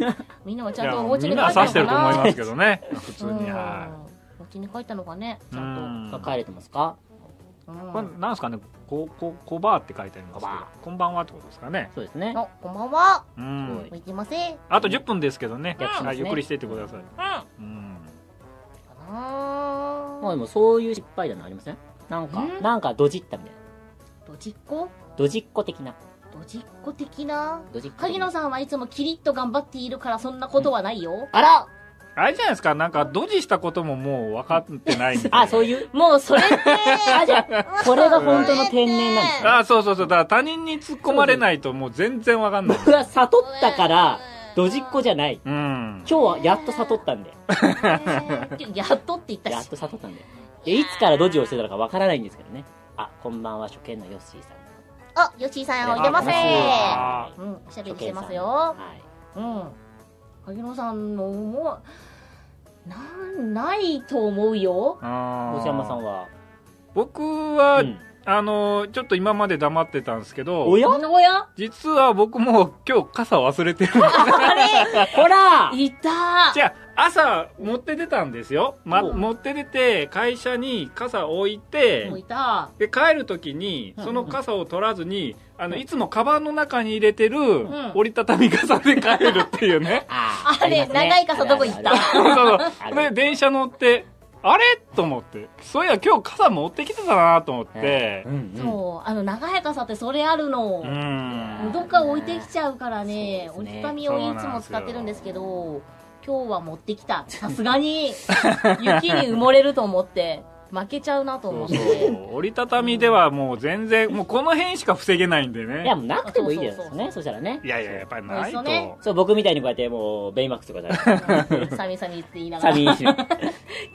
[SPEAKER 1] みんなもち
[SPEAKER 2] い
[SPEAKER 1] ゃん
[SPEAKER 2] や
[SPEAKER 1] とお家に
[SPEAKER 2] みん
[SPEAKER 1] 帰
[SPEAKER 2] な
[SPEAKER 1] った
[SPEAKER 2] は
[SPEAKER 1] の
[SPEAKER 2] 刺してると思い
[SPEAKER 1] か
[SPEAKER 2] ますけど
[SPEAKER 3] [LAUGHS]
[SPEAKER 2] ね普通
[SPEAKER 1] な
[SPEAKER 2] には
[SPEAKER 1] うんお家に帰ったのかね
[SPEAKER 2] い
[SPEAKER 1] ちゃん
[SPEAKER 3] う。
[SPEAKER 2] うん
[SPEAKER 3] 帰れてますか
[SPEAKER 1] と、う
[SPEAKER 2] これ
[SPEAKER 1] ん、
[SPEAKER 2] なんですかねここコバーって書いてありますけ
[SPEAKER 3] コ
[SPEAKER 2] ど
[SPEAKER 3] バ
[SPEAKER 2] こんばんはってことですかね
[SPEAKER 3] そうですね。
[SPEAKER 1] のこんばんは
[SPEAKER 2] う
[SPEAKER 3] は
[SPEAKER 2] ん
[SPEAKER 3] い
[SPEAKER 1] 行きません
[SPEAKER 2] あと10分ですけどね
[SPEAKER 3] うん
[SPEAKER 2] はいゆっくりしていってください
[SPEAKER 1] か
[SPEAKER 2] うん
[SPEAKER 1] な
[SPEAKER 3] まあでも、そういう失敗談ありませんなんか、
[SPEAKER 1] ん
[SPEAKER 3] なんか、ドジったみたいな。
[SPEAKER 1] ドジっ子
[SPEAKER 3] ドジっ子的な。
[SPEAKER 1] ドジっ子的な
[SPEAKER 3] ドジっ子的
[SPEAKER 1] 萩野
[SPEAKER 3] な。
[SPEAKER 1] さんはいつもキリッと頑張っているからそんなことはないよ、
[SPEAKER 3] あら
[SPEAKER 2] あれじゃないですかなんかドジしたことももう分かってないみたいな
[SPEAKER 3] [LAUGHS] あ、そういう。
[SPEAKER 1] もうそれってあじゃあ
[SPEAKER 3] これが本当の天然なんですね
[SPEAKER 2] あそうそうそうだから他人に突っ込まれないともう全然分かんない
[SPEAKER 3] 僕は悟ったから、ドジっ子じゃない。
[SPEAKER 2] うん
[SPEAKER 3] 今日はやっと悟ったんで。
[SPEAKER 1] [LAUGHS] やっとって言った
[SPEAKER 3] やっ
[SPEAKER 1] し
[SPEAKER 3] と悟ったんで。で、いつからドジをしてたのかわからないんですけどね。あ、こんばんは、初見のヨッシーさん。
[SPEAKER 1] あよっしーさんおいでませ
[SPEAKER 2] あ
[SPEAKER 1] うんおしゃべりしてます
[SPEAKER 3] は
[SPEAKER 1] ようん萩野さんのもなんないと思うよ
[SPEAKER 3] い。
[SPEAKER 2] あー
[SPEAKER 3] 星山さんは。
[SPEAKER 2] 僕は、
[SPEAKER 3] うん
[SPEAKER 2] あのちょっと今まで黙ってたんですけ
[SPEAKER 3] お
[SPEAKER 2] ど
[SPEAKER 3] や
[SPEAKER 1] おや
[SPEAKER 2] 実は僕もう今日傘忘れてるんで
[SPEAKER 3] [LAUGHS] ほら
[SPEAKER 1] い [LAUGHS] た
[SPEAKER 2] じゃあ朝持って出たんですよ、ま、
[SPEAKER 3] おう
[SPEAKER 2] 持って出て会社に傘置いて
[SPEAKER 1] もういた
[SPEAKER 2] で帰る時に
[SPEAKER 3] うん
[SPEAKER 2] その傘を取らずにあのいつもカバンの中に入れてる
[SPEAKER 1] ん
[SPEAKER 2] 折りたたみ傘で帰るっていうね [LAUGHS]
[SPEAKER 3] あ
[SPEAKER 1] あれ長い傘どこ行った
[SPEAKER 2] そうそう
[SPEAKER 3] あ
[SPEAKER 2] で
[SPEAKER 3] れ
[SPEAKER 2] 電車乗ってあれと思ってそういや今日傘持ってきてたなと思って
[SPEAKER 3] うんうん
[SPEAKER 1] そうあの長い傘ってそれあるの、
[SPEAKER 2] うん
[SPEAKER 1] どっか置いてきちゃうからね
[SPEAKER 3] そう
[SPEAKER 1] 折り
[SPEAKER 3] ですね
[SPEAKER 1] たたみをいつも使ってるんですけど今日は持ってきたさすがに雪に埋もれると思って負けちゃうなと
[SPEAKER 2] そ
[SPEAKER 1] 思っ
[SPEAKER 2] う
[SPEAKER 1] て
[SPEAKER 2] そう折りたたみではもう全然もうこの辺しか防げないんで
[SPEAKER 3] いや、
[SPEAKER 2] ね
[SPEAKER 3] もうなくてもいいです
[SPEAKER 1] そう
[SPEAKER 3] よ
[SPEAKER 1] そうそうそ
[SPEAKER 3] ね。
[SPEAKER 1] う
[SPEAKER 3] そしたらね
[SPEAKER 2] い。やいややっぱりない
[SPEAKER 1] そ
[SPEAKER 2] と
[SPEAKER 1] うね
[SPEAKER 3] そう、僕みたいにこうやって、もう、ベイマックスとかじゃ [LAUGHS] ない。
[SPEAKER 1] サミサミって言いながら
[SPEAKER 3] 寂しい。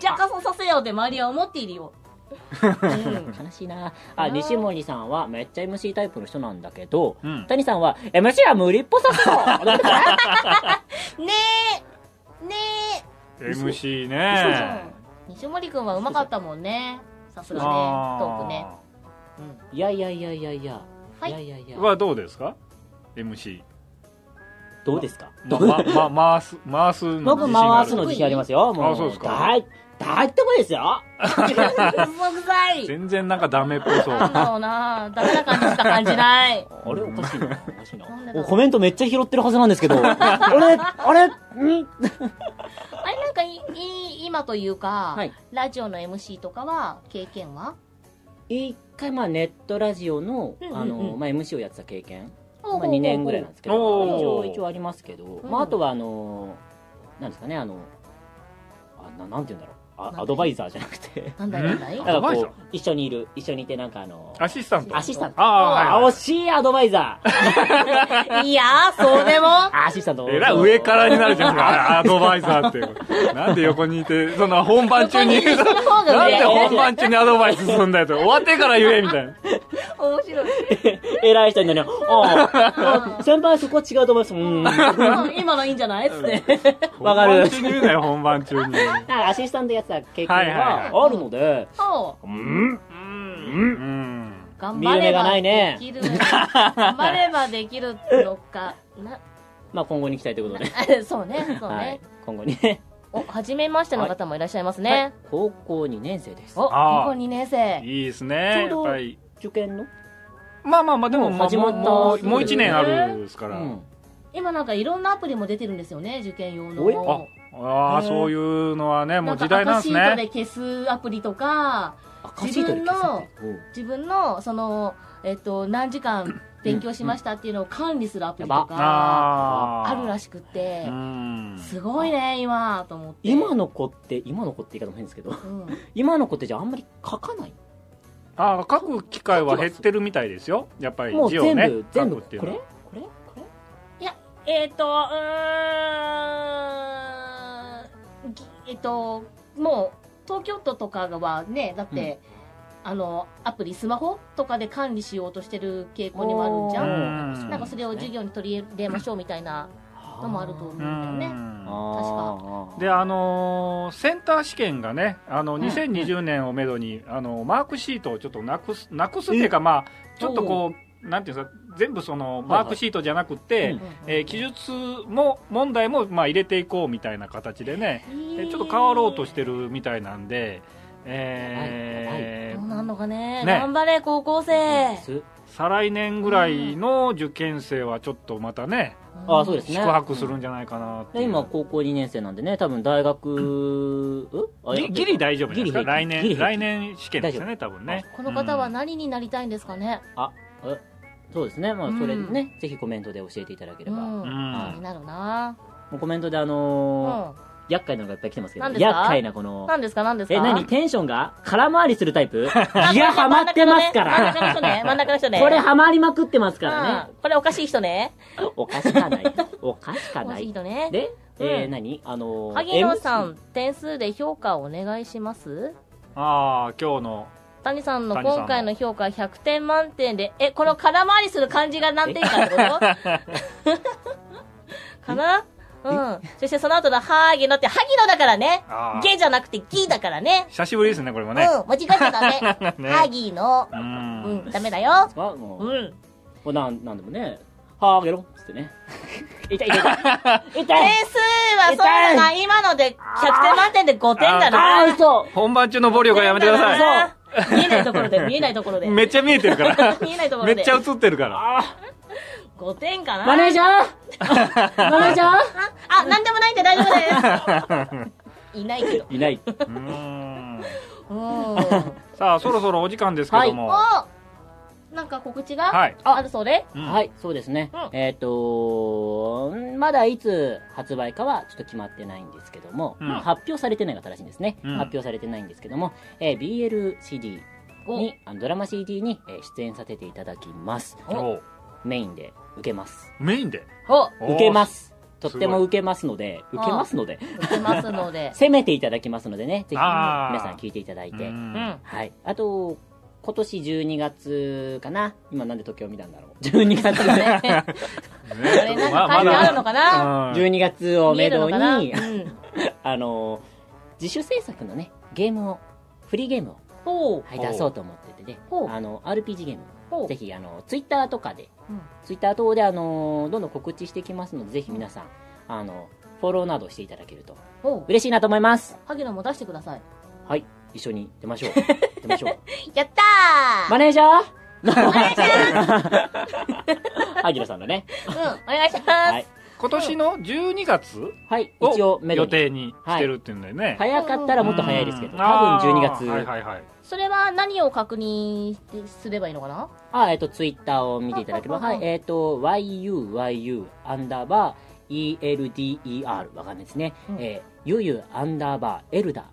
[SPEAKER 1] じゃあ傘させようって周りは思っているよ、うん
[SPEAKER 3] 悲しいなあ、西森さんは、めっちゃ MC タイプの人なんだけど、
[SPEAKER 2] うん
[SPEAKER 3] 谷さんは、MC は無理っぽさ
[SPEAKER 2] [LAUGHS]
[SPEAKER 3] そう
[SPEAKER 1] ねえね
[SPEAKER 2] MC
[SPEAKER 1] え、そう
[SPEAKER 2] ね
[SPEAKER 1] 西森君はうまかったもんねさすがねトークね
[SPEAKER 2] あ
[SPEAKER 3] いやいやいやいやいや。
[SPEAKER 1] はい
[SPEAKER 3] いやいやいや
[SPEAKER 2] ー。はどうですか MC
[SPEAKER 3] どうですか
[SPEAKER 2] ま、ま、ま、回す、回すの
[SPEAKER 3] 僕回すの自信ありますよ。もう。
[SPEAKER 2] あそうですか
[SPEAKER 3] はい。大丈夫ですよ。
[SPEAKER 1] うまくさい
[SPEAKER 2] 全然なんかダメっぽそう。
[SPEAKER 3] [LAUGHS]
[SPEAKER 1] なんだろうなダメな感じしか感じない
[SPEAKER 3] あれおかしいな。おかしいな
[SPEAKER 1] なんでだ。ろう
[SPEAKER 3] おコメントめっちゃ拾ってるはずなんですけ
[SPEAKER 2] [LAUGHS]
[SPEAKER 3] ど。あれあれ
[SPEAKER 1] あ
[SPEAKER 3] ん
[SPEAKER 1] れなんかいいい今というか、
[SPEAKER 3] はい
[SPEAKER 1] ラジオの MC とかは経験は
[SPEAKER 3] 一回まあネットラジオの
[SPEAKER 1] うんうんうん
[SPEAKER 3] あのまあ MC をやってた経験、
[SPEAKER 1] ほうほ
[SPEAKER 3] まあ
[SPEAKER 1] うほうほう
[SPEAKER 3] 2年ぐらいなんですけど
[SPEAKER 2] おー
[SPEAKER 3] 一応一応ありますけど
[SPEAKER 1] うん
[SPEAKER 3] まああとはあのなんですかねあのあななんて言うんだろう
[SPEAKER 1] ん
[SPEAKER 3] あ
[SPEAKER 1] だい
[SPEAKER 3] アドバイザーじゃなくて
[SPEAKER 1] なんだいなんだい
[SPEAKER 2] んア
[SPEAKER 3] な
[SPEAKER 2] ド
[SPEAKER 3] んか
[SPEAKER 2] バイ
[SPEAKER 3] こ
[SPEAKER 2] ザー
[SPEAKER 3] う一緒にいる一緒にいてなんかあの
[SPEAKER 2] アシスタント。
[SPEAKER 3] アシスタント
[SPEAKER 2] ああ、
[SPEAKER 3] あ
[SPEAKER 2] はい
[SPEAKER 3] 惜しいアドバイザ
[SPEAKER 1] [LAUGHS]
[SPEAKER 3] ー
[SPEAKER 1] いやーそうでも
[SPEAKER 3] アシスタント
[SPEAKER 2] えらい上からになるじゃん、
[SPEAKER 3] [LAUGHS]
[SPEAKER 2] あアドバイザーって。なんで横にいて、その本番中に、
[SPEAKER 1] 横にいる
[SPEAKER 2] な
[SPEAKER 1] 方が
[SPEAKER 2] ん
[SPEAKER 1] 上
[SPEAKER 2] で本番中にアドバイスするんだよと。終わってから言え、みたいな。
[SPEAKER 1] 面白い
[SPEAKER 3] 偉い人になるよ
[SPEAKER 1] [LAUGHS]
[SPEAKER 3] ああ先輩そこ違うと思いますうーんなんか
[SPEAKER 1] うん今のいいんじゃないっつって
[SPEAKER 3] [LAUGHS] わかる
[SPEAKER 2] 本番中に言うなよ、本番中に。
[SPEAKER 3] アシスタントやってた経験
[SPEAKER 2] はいはい
[SPEAKER 3] があるので
[SPEAKER 1] そううん
[SPEAKER 2] うん。
[SPEAKER 1] 頑張れ
[SPEAKER 3] 見る目が
[SPEAKER 1] ば
[SPEAKER 3] ない
[SPEAKER 1] で
[SPEAKER 3] ね
[SPEAKER 1] きる、頑張ればできるのかな
[SPEAKER 3] まあ今後に行きたいということで
[SPEAKER 1] あそうねそうね、
[SPEAKER 3] はい今後にね
[SPEAKER 1] お初めましての方もいらっしゃいますね、
[SPEAKER 3] 高校2年生です
[SPEAKER 1] お
[SPEAKER 2] あー
[SPEAKER 1] 高校2年生
[SPEAKER 2] いいですね。や
[SPEAKER 3] ちょ
[SPEAKER 2] っ
[SPEAKER 3] うど
[SPEAKER 2] ぱり。
[SPEAKER 3] 受験の
[SPEAKER 2] まあまあまあ、でも、
[SPEAKER 3] もう
[SPEAKER 2] まあ
[SPEAKER 3] 始
[SPEAKER 2] も
[SPEAKER 3] まっ
[SPEAKER 2] う、
[SPEAKER 3] た
[SPEAKER 2] もうもう
[SPEAKER 3] そうで
[SPEAKER 2] 一
[SPEAKER 3] すよね
[SPEAKER 2] 年あるですから。
[SPEAKER 1] 今なんかいろんなアプリも出てるんですよね受験用の
[SPEAKER 3] おい
[SPEAKER 2] あああ、そういうのはね、もう時代なんです
[SPEAKER 1] か赤シート
[SPEAKER 2] ね。
[SPEAKER 1] で消すアプリとか、
[SPEAKER 3] 赤字取り消されて
[SPEAKER 4] うん
[SPEAKER 1] 自分のその、えっと、何時間勉強しましたっていうのを管理するアプリとか
[SPEAKER 2] あ
[SPEAKER 1] あるら
[SPEAKER 2] し
[SPEAKER 1] しくって
[SPEAKER 2] う、ん
[SPEAKER 1] すごいね今と思って
[SPEAKER 3] 今
[SPEAKER 1] の、
[SPEAKER 3] の子って今の子って言い方も変ですけど [LAUGHS]
[SPEAKER 1] うん、
[SPEAKER 3] 今の子ってじゃああんまり書かない
[SPEAKER 2] あー書く機会は減ってるみたいですよやっぱり
[SPEAKER 3] もう
[SPEAKER 2] 字を
[SPEAKER 3] 全
[SPEAKER 2] ね
[SPEAKER 3] 部全部
[SPEAKER 2] 書く
[SPEAKER 3] こ
[SPEAKER 2] ってい
[SPEAKER 3] れ
[SPEAKER 2] う
[SPEAKER 3] こ
[SPEAKER 2] の
[SPEAKER 3] れ
[SPEAKER 2] は
[SPEAKER 3] これ
[SPEAKER 1] えっ、とうーんぎえっ、ともう東京都とかはねだって、あのアプリスマホとかで管理しようとしてる傾向にもあるんじゃ
[SPEAKER 2] うんん
[SPEAKER 1] なんかそれを授業に取り入れましょうみたいなのもあると思うんだよね、
[SPEAKER 2] うん
[SPEAKER 3] あー
[SPEAKER 2] であのーセンター試験がねあの
[SPEAKER 3] ん
[SPEAKER 2] 2020年をめどに、あのマークシートをちょっとなくすなくすっていうかまあちょっとこうなんていうんですか全部その
[SPEAKER 3] いはい
[SPEAKER 2] マークシートじゃなくて、
[SPEAKER 3] うん
[SPEAKER 2] えー記述も問題もまあ入れていこうみたいな形でね、え
[SPEAKER 1] え
[SPEAKER 2] ーちょっと変わろうとしてるみたいなんで、え
[SPEAKER 1] ど
[SPEAKER 2] ー
[SPEAKER 1] うなんのかね
[SPEAKER 2] ね
[SPEAKER 1] 頑張れ高校生、
[SPEAKER 3] す
[SPEAKER 2] 再来年ぐらいの受験生はちょっとまたね、
[SPEAKER 3] あーそうですね
[SPEAKER 2] 宿泊するんじゃないかなって
[SPEAKER 3] で
[SPEAKER 2] いう
[SPEAKER 3] 今高校2年生なんでね多分
[SPEAKER 2] [LAUGHS]
[SPEAKER 3] 大学、うん、あ
[SPEAKER 2] ぎギリ大丈夫じゃないですか
[SPEAKER 3] ギリ平
[SPEAKER 2] 来
[SPEAKER 3] 気
[SPEAKER 2] 年
[SPEAKER 3] ギリ平
[SPEAKER 2] 来
[SPEAKER 3] 気
[SPEAKER 2] 年試験ですよね多分ね
[SPEAKER 1] この方は何になりたいんですかね、
[SPEAKER 3] そうですねまあ
[SPEAKER 1] うん
[SPEAKER 3] それね、ぜひコメントで教えていただけれ
[SPEAKER 1] う
[SPEAKER 3] ば、
[SPEAKER 1] ん
[SPEAKER 3] も
[SPEAKER 2] うん
[SPEAKER 1] 気になるな、
[SPEAKER 3] うコメントであ
[SPEAKER 1] う
[SPEAKER 3] のー
[SPEAKER 1] ん、
[SPEAKER 3] 厄介なのがいっぱい来てますけど
[SPEAKER 1] 何ですか
[SPEAKER 3] 厄介なこの
[SPEAKER 1] 何ですか何ですか
[SPEAKER 3] え何テンションが空回りするタイプギアハマってますか
[SPEAKER 1] 真ん
[SPEAKER 3] ら、
[SPEAKER 1] 中の人ね真ん中の人ね
[SPEAKER 3] これハマりまくってますから
[SPEAKER 1] う
[SPEAKER 3] ね、
[SPEAKER 1] んこれおかしい人ね
[SPEAKER 3] おかしかないおかしか
[SPEAKER 1] お
[SPEAKER 3] な
[SPEAKER 1] かしい
[SPEAKER 3] い
[SPEAKER 1] 人ね
[SPEAKER 3] で、え
[SPEAKER 1] う
[SPEAKER 3] ー、
[SPEAKER 1] ん
[SPEAKER 3] 何あのー
[SPEAKER 1] 萩野さ
[SPEAKER 3] MC
[SPEAKER 1] ん点数で評価をお願いします
[SPEAKER 2] ああ今日の
[SPEAKER 1] 谷さんの
[SPEAKER 2] 谷さんの
[SPEAKER 1] 今回の評価100点満点でえこの空回りする感じが何点かってこと
[SPEAKER 3] [LAUGHS]
[SPEAKER 1] [LAUGHS] かなうんそしてその後の「萩野」って萩野だからね
[SPEAKER 2] あー
[SPEAKER 1] ゲじゃなくてギだからね
[SPEAKER 2] 久しぶりですねこれも
[SPEAKER 1] うん
[SPEAKER 2] ね、
[SPEAKER 1] 間違えちゃダメ
[SPEAKER 2] [LAUGHS] ね
[SPEAKER 1] 萩野
[SPEAKER 2] う、
[SPEAKER 1] うんんダメだよ
[SPEAKER 3] はもう、
[SPEAKER 1] う
[SPEAKER 3] も
[SPEAKER 1] ん
[SPEAKER 3] うなんなんでもねはーげろっつってね痛い痛い痛い痛
[SPEAKER 1] 点
[SPEAKER 3] い
[SPEAKER 1] 数はそうだな今ので100点満点で5点だな
[SPEAKER 3] あー嘘
[SPEAKER 2] 本番中の暴力はやめてください
[SPEAKER 1] そう。見えないとこ
[SPEAKER 2] [LAUGHS]
[SPEAKER 1] ろで、見えないところで。
[SPEAKER 2] めっちゃ見えてるから
[SPEAKER 1] 見えないとこ
[SPEAKER 2] め
[SPEAKER 1] ろ
[SPEAKER 2] っ
[SPEAKER 1] で
[SPEAKER 2] ち。ゃ映ってるから
[SPEAKER 1] 5点かな。
[SPEAKER 3] マネージャーマネージャ
[SPEAKER 1] あ、あ、なんでもないんで大丈夫
[SPEAKER 2] [LAUGHS]
[SPEAKER 1] です。いないけど。
[SPEAKER 3] ーいない。
[SPEAKER 2] うん
[SPEAKER 1] うん。お
[SPEAKER 2] さあそろそろお時間ですけども、
[SPEAKER 1] なんか告知
[SPEAKER 2] は
[SPEAKER 1] が
[SPEAKER 2] い
[SPEAKER 1] あるそうで。
[SPEAKER 2] うん
[SPEAKER 3] はい、そうですね。
[SPEAKER 1] うん
[SPEAKER 3] えっ、とまだいつ発売かはちょっと決まってないんですけども、
[SPEAKER 2] うん
[SPEAKER 3] 発表されてないが正しいんですね。
[SPEAKER 2] うん
[SPEAKER 3] 発表されてないんですけども、えー BLCD に、あのドラマ CD にえー出演させていただきます。
[SPEAKER 2] お
[SPEAKER 3] メインで受けます。
[SPEAKER 2] メインで
[SPEAKER 1] お、
[SPEAKER 2] お
[SPEAKER 3] 受けます。と
[SPEAKER 2] ー
[SPEAKER 3] っても受けますので、
[SPEAKER 1] ごい
[SPEAKER 3] 受けますので、
[SPEAKER 1] 受けますの
[SPEAKER 2] [LAUGHS]
[SPEAKER 1] で。
[SPEAKER 3] 攻めていただきますのでね、ぜひ
[SPEAKER 2] あー
[SPEAKER 3] 皆さん聞いていただいうて、
[SPEAKER 1] うんん。
[SPEAKER 3] はい。あと、今年12月かな今なんで時計を見たんだろう。12月ね。
[SPEAKER 1] あれなんか関係あるのかな
[SPEAKER 2] うん
[SPEAKER 3] 12月を
[SPEAKER 1] 見
[SPEAKER 3] め
[SPEAKER 1] える
[SPEAKER 3] ど
[SPEAKER 1] のかなう
[SPEAKER 3] に、
[SPEAKER 1] ん。
[SPEAKER 3] あの、自主制作のね、ゲームを、フリーゲームを、
[SPEAKER 1] ほう。
[SPEAKER 3] はい、
[SPEAKER 2] ほう
[SPEAKER 3] 出そうと思っててね、
[SPEAKER 1] ほう
[SPEAKER 3] あの、RPG ゲーム、
[SPEAKER 1] ほう
[SPEAKER 3] ぜ。ひ、あの、ツイッターとかで、
[SPEAKER 1] うん
[SPEAKER 3] ツイッター等で、あの、どんどん告知していきますので、ぜひ皆さん、あの、フォローなどしていただけると、
[SPEAKER 1] ほう。
[SPEAKER 3] 嬉しいなと思います。
[SPEAKER 1] 萩野も出してください。
[SPEAKER 3] はい、一緒に出ましょう。出ましょう。
[SPEAKER 1] やった
[SPEAKER 3] マ
[SPEAKER 1] ー
[SPEAKER 3] ネージャーマネージャ [LAUGHS] ーアギラさんだね。
[SPEAKER 1] うん、お願いし
[SPEAKER 3] は
[SPEAKER 1] ま
[SPEAKER 3] い
[SPEAKER 1] す。。
[SPEAKER 2] 今年の12月
[SPEAKER 3] はい、一
[SPEAKER 2] を
[SPEAKER 3] 応、めど
[SPEAKER 2] 予
[SPEAKER 3] に
[SPEAKER 2] 定にしてるっていうんだよね、
[SPEAKER 3] 早かったらもっと早いですけど、
[SPEAKER 2] う
[SPEAKER 3] 多
[SPEAKER 2] ん
[SPEAKER 3] 分12月。
[SPEAKER 2] あーはいはいはい
[SPEAKER 1] それは何を確認すればいいのかな
[SPEAKER 3] あ、えっと、ツイッターを見ていただければ、
[SPEAKER 1] は
[SPEAKER 3] は、
[SPEAKER 1] ははい
[SPEAKER 3] えっと、yuyu アンダーバー elder わかんないですね。
[SPEAKER 1] うん
[SPEAKER 3] えー、yuyu アンダーバーエルダ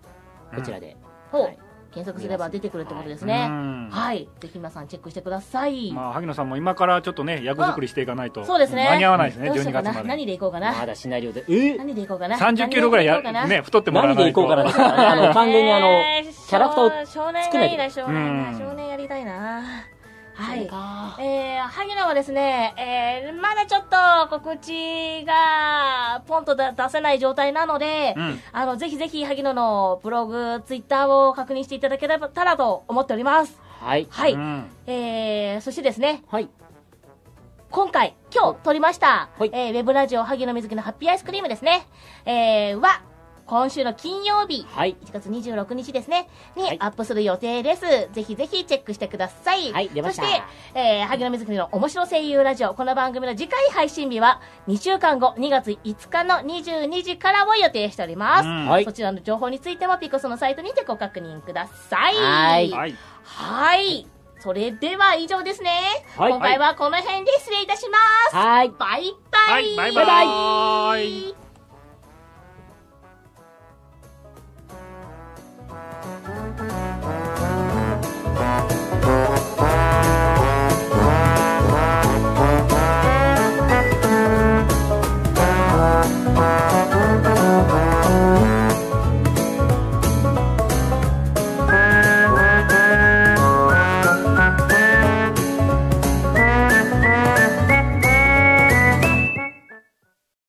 [SPEAKER 3] ーこちらで、
[SPEAKER 1] ほ
[SPEAKER 3] は
[SPEAKER 1] う
[SPEAKER 3] い。
[SPEAKER 1] 検索すれば出てくるってことです
[SPEAKER 2] う
[SPEAKER 1] ね。
[SPEAKER 2] ん
[SPEAKER 1] はい。ぜひ皆さんチェックしてください。
[SPEAKER 2] まあ、萩野さんも今からちょっとね役作りしていかないと
[SPEAKER 1] そうですね。
[SPEAKER 2] 間に合わないですね
[SPEAKER 1] どうしよ
[SPEAKER 2] 12
[SPEAKER 1] うか
[SPEAKER 2] 月
[SPEAKER 1] な。
[SPEAKER 2] まで
[SPEAKER 1] 何でいこうかな
[SPEAKER 3] ま。だシナリオで、え
[SPEAKER 1] 何でいこうかな。
[SPEAKER 2] 30キロぐらいやね太ってもらわ
[SPEAKER 3] 何
[SPEAKER 2] な
[SPEAKER 3] で
[SPEAKER 2] い
[SPEAKER 3] 行こう
[SPEAKER 2] と
[SPEAKER 3] かなですからね。あの、完全にあの、キャラクターを
[SPEAKER 1] を。少年がいいな、少年
[SPEAKER 2] うん
[SPEAKER 1] が。少年やりたいな。は
[SPEAKER 3] そう
[SPEAKER 1] い。
[SPEAKER 3] か
[SPEAKER 1] えー、萩野はですね、えー、まだちょっと告知が、ポンとだ出せない状態なので、
[SPEAKER 2] うん
[SPEAKER 1] あの、ぜひぜひ、萩野のブログ、ツイッターを確認していただけたらと思っております。
[SPEAKER 3] はい。
[SPEAKER 1] はい。
[SPEAKER 2] うん
[SPEAKER 1] えー、そしてですね、
[SPEAKER 3] はい。
[SPEAKER 1] 今回、今日撮りました、
[SPEAKER 3] はい
[SPEAKER 1] えーウェブラジオ、萩野瑞希のハッピーアイスクリームですね、えー、は、今週の金曜日、
[SPEAKER 3] はい。
[SPEAKER 1] 1月26日ですね、に
[SPEAKER 3] はい
[SPEAKER 1] アップする予定です。ぜひぜひチェックしてください。
[SPEAKER 3] はい出ました
[SPEAKER 1] そして、えー、萩野瑞希の面白声優ラジオ、この番組の次回配信日は、2週間後、2月5日の22時からを予定しております。
[SPEAKER 2] うん
[SPEAKER 3] はい
[SPEAKER 1] そちらの情報についてもピコスのサイトにてご確認ください。
[SPEAKER 3] はい
[SPEAKER 2] はい。
[SPEAKER 1] はい。それでは以上ですね。
[SPEAKER 3] はい
[SPEAKER 1] 今回はこの辺で失礼いたします。
[SPEAKER 3] はい。
[SPEAKER 1] バイバイ。
[SPEAKER 2] はいバイバイ
[SPEAKER 1] バイ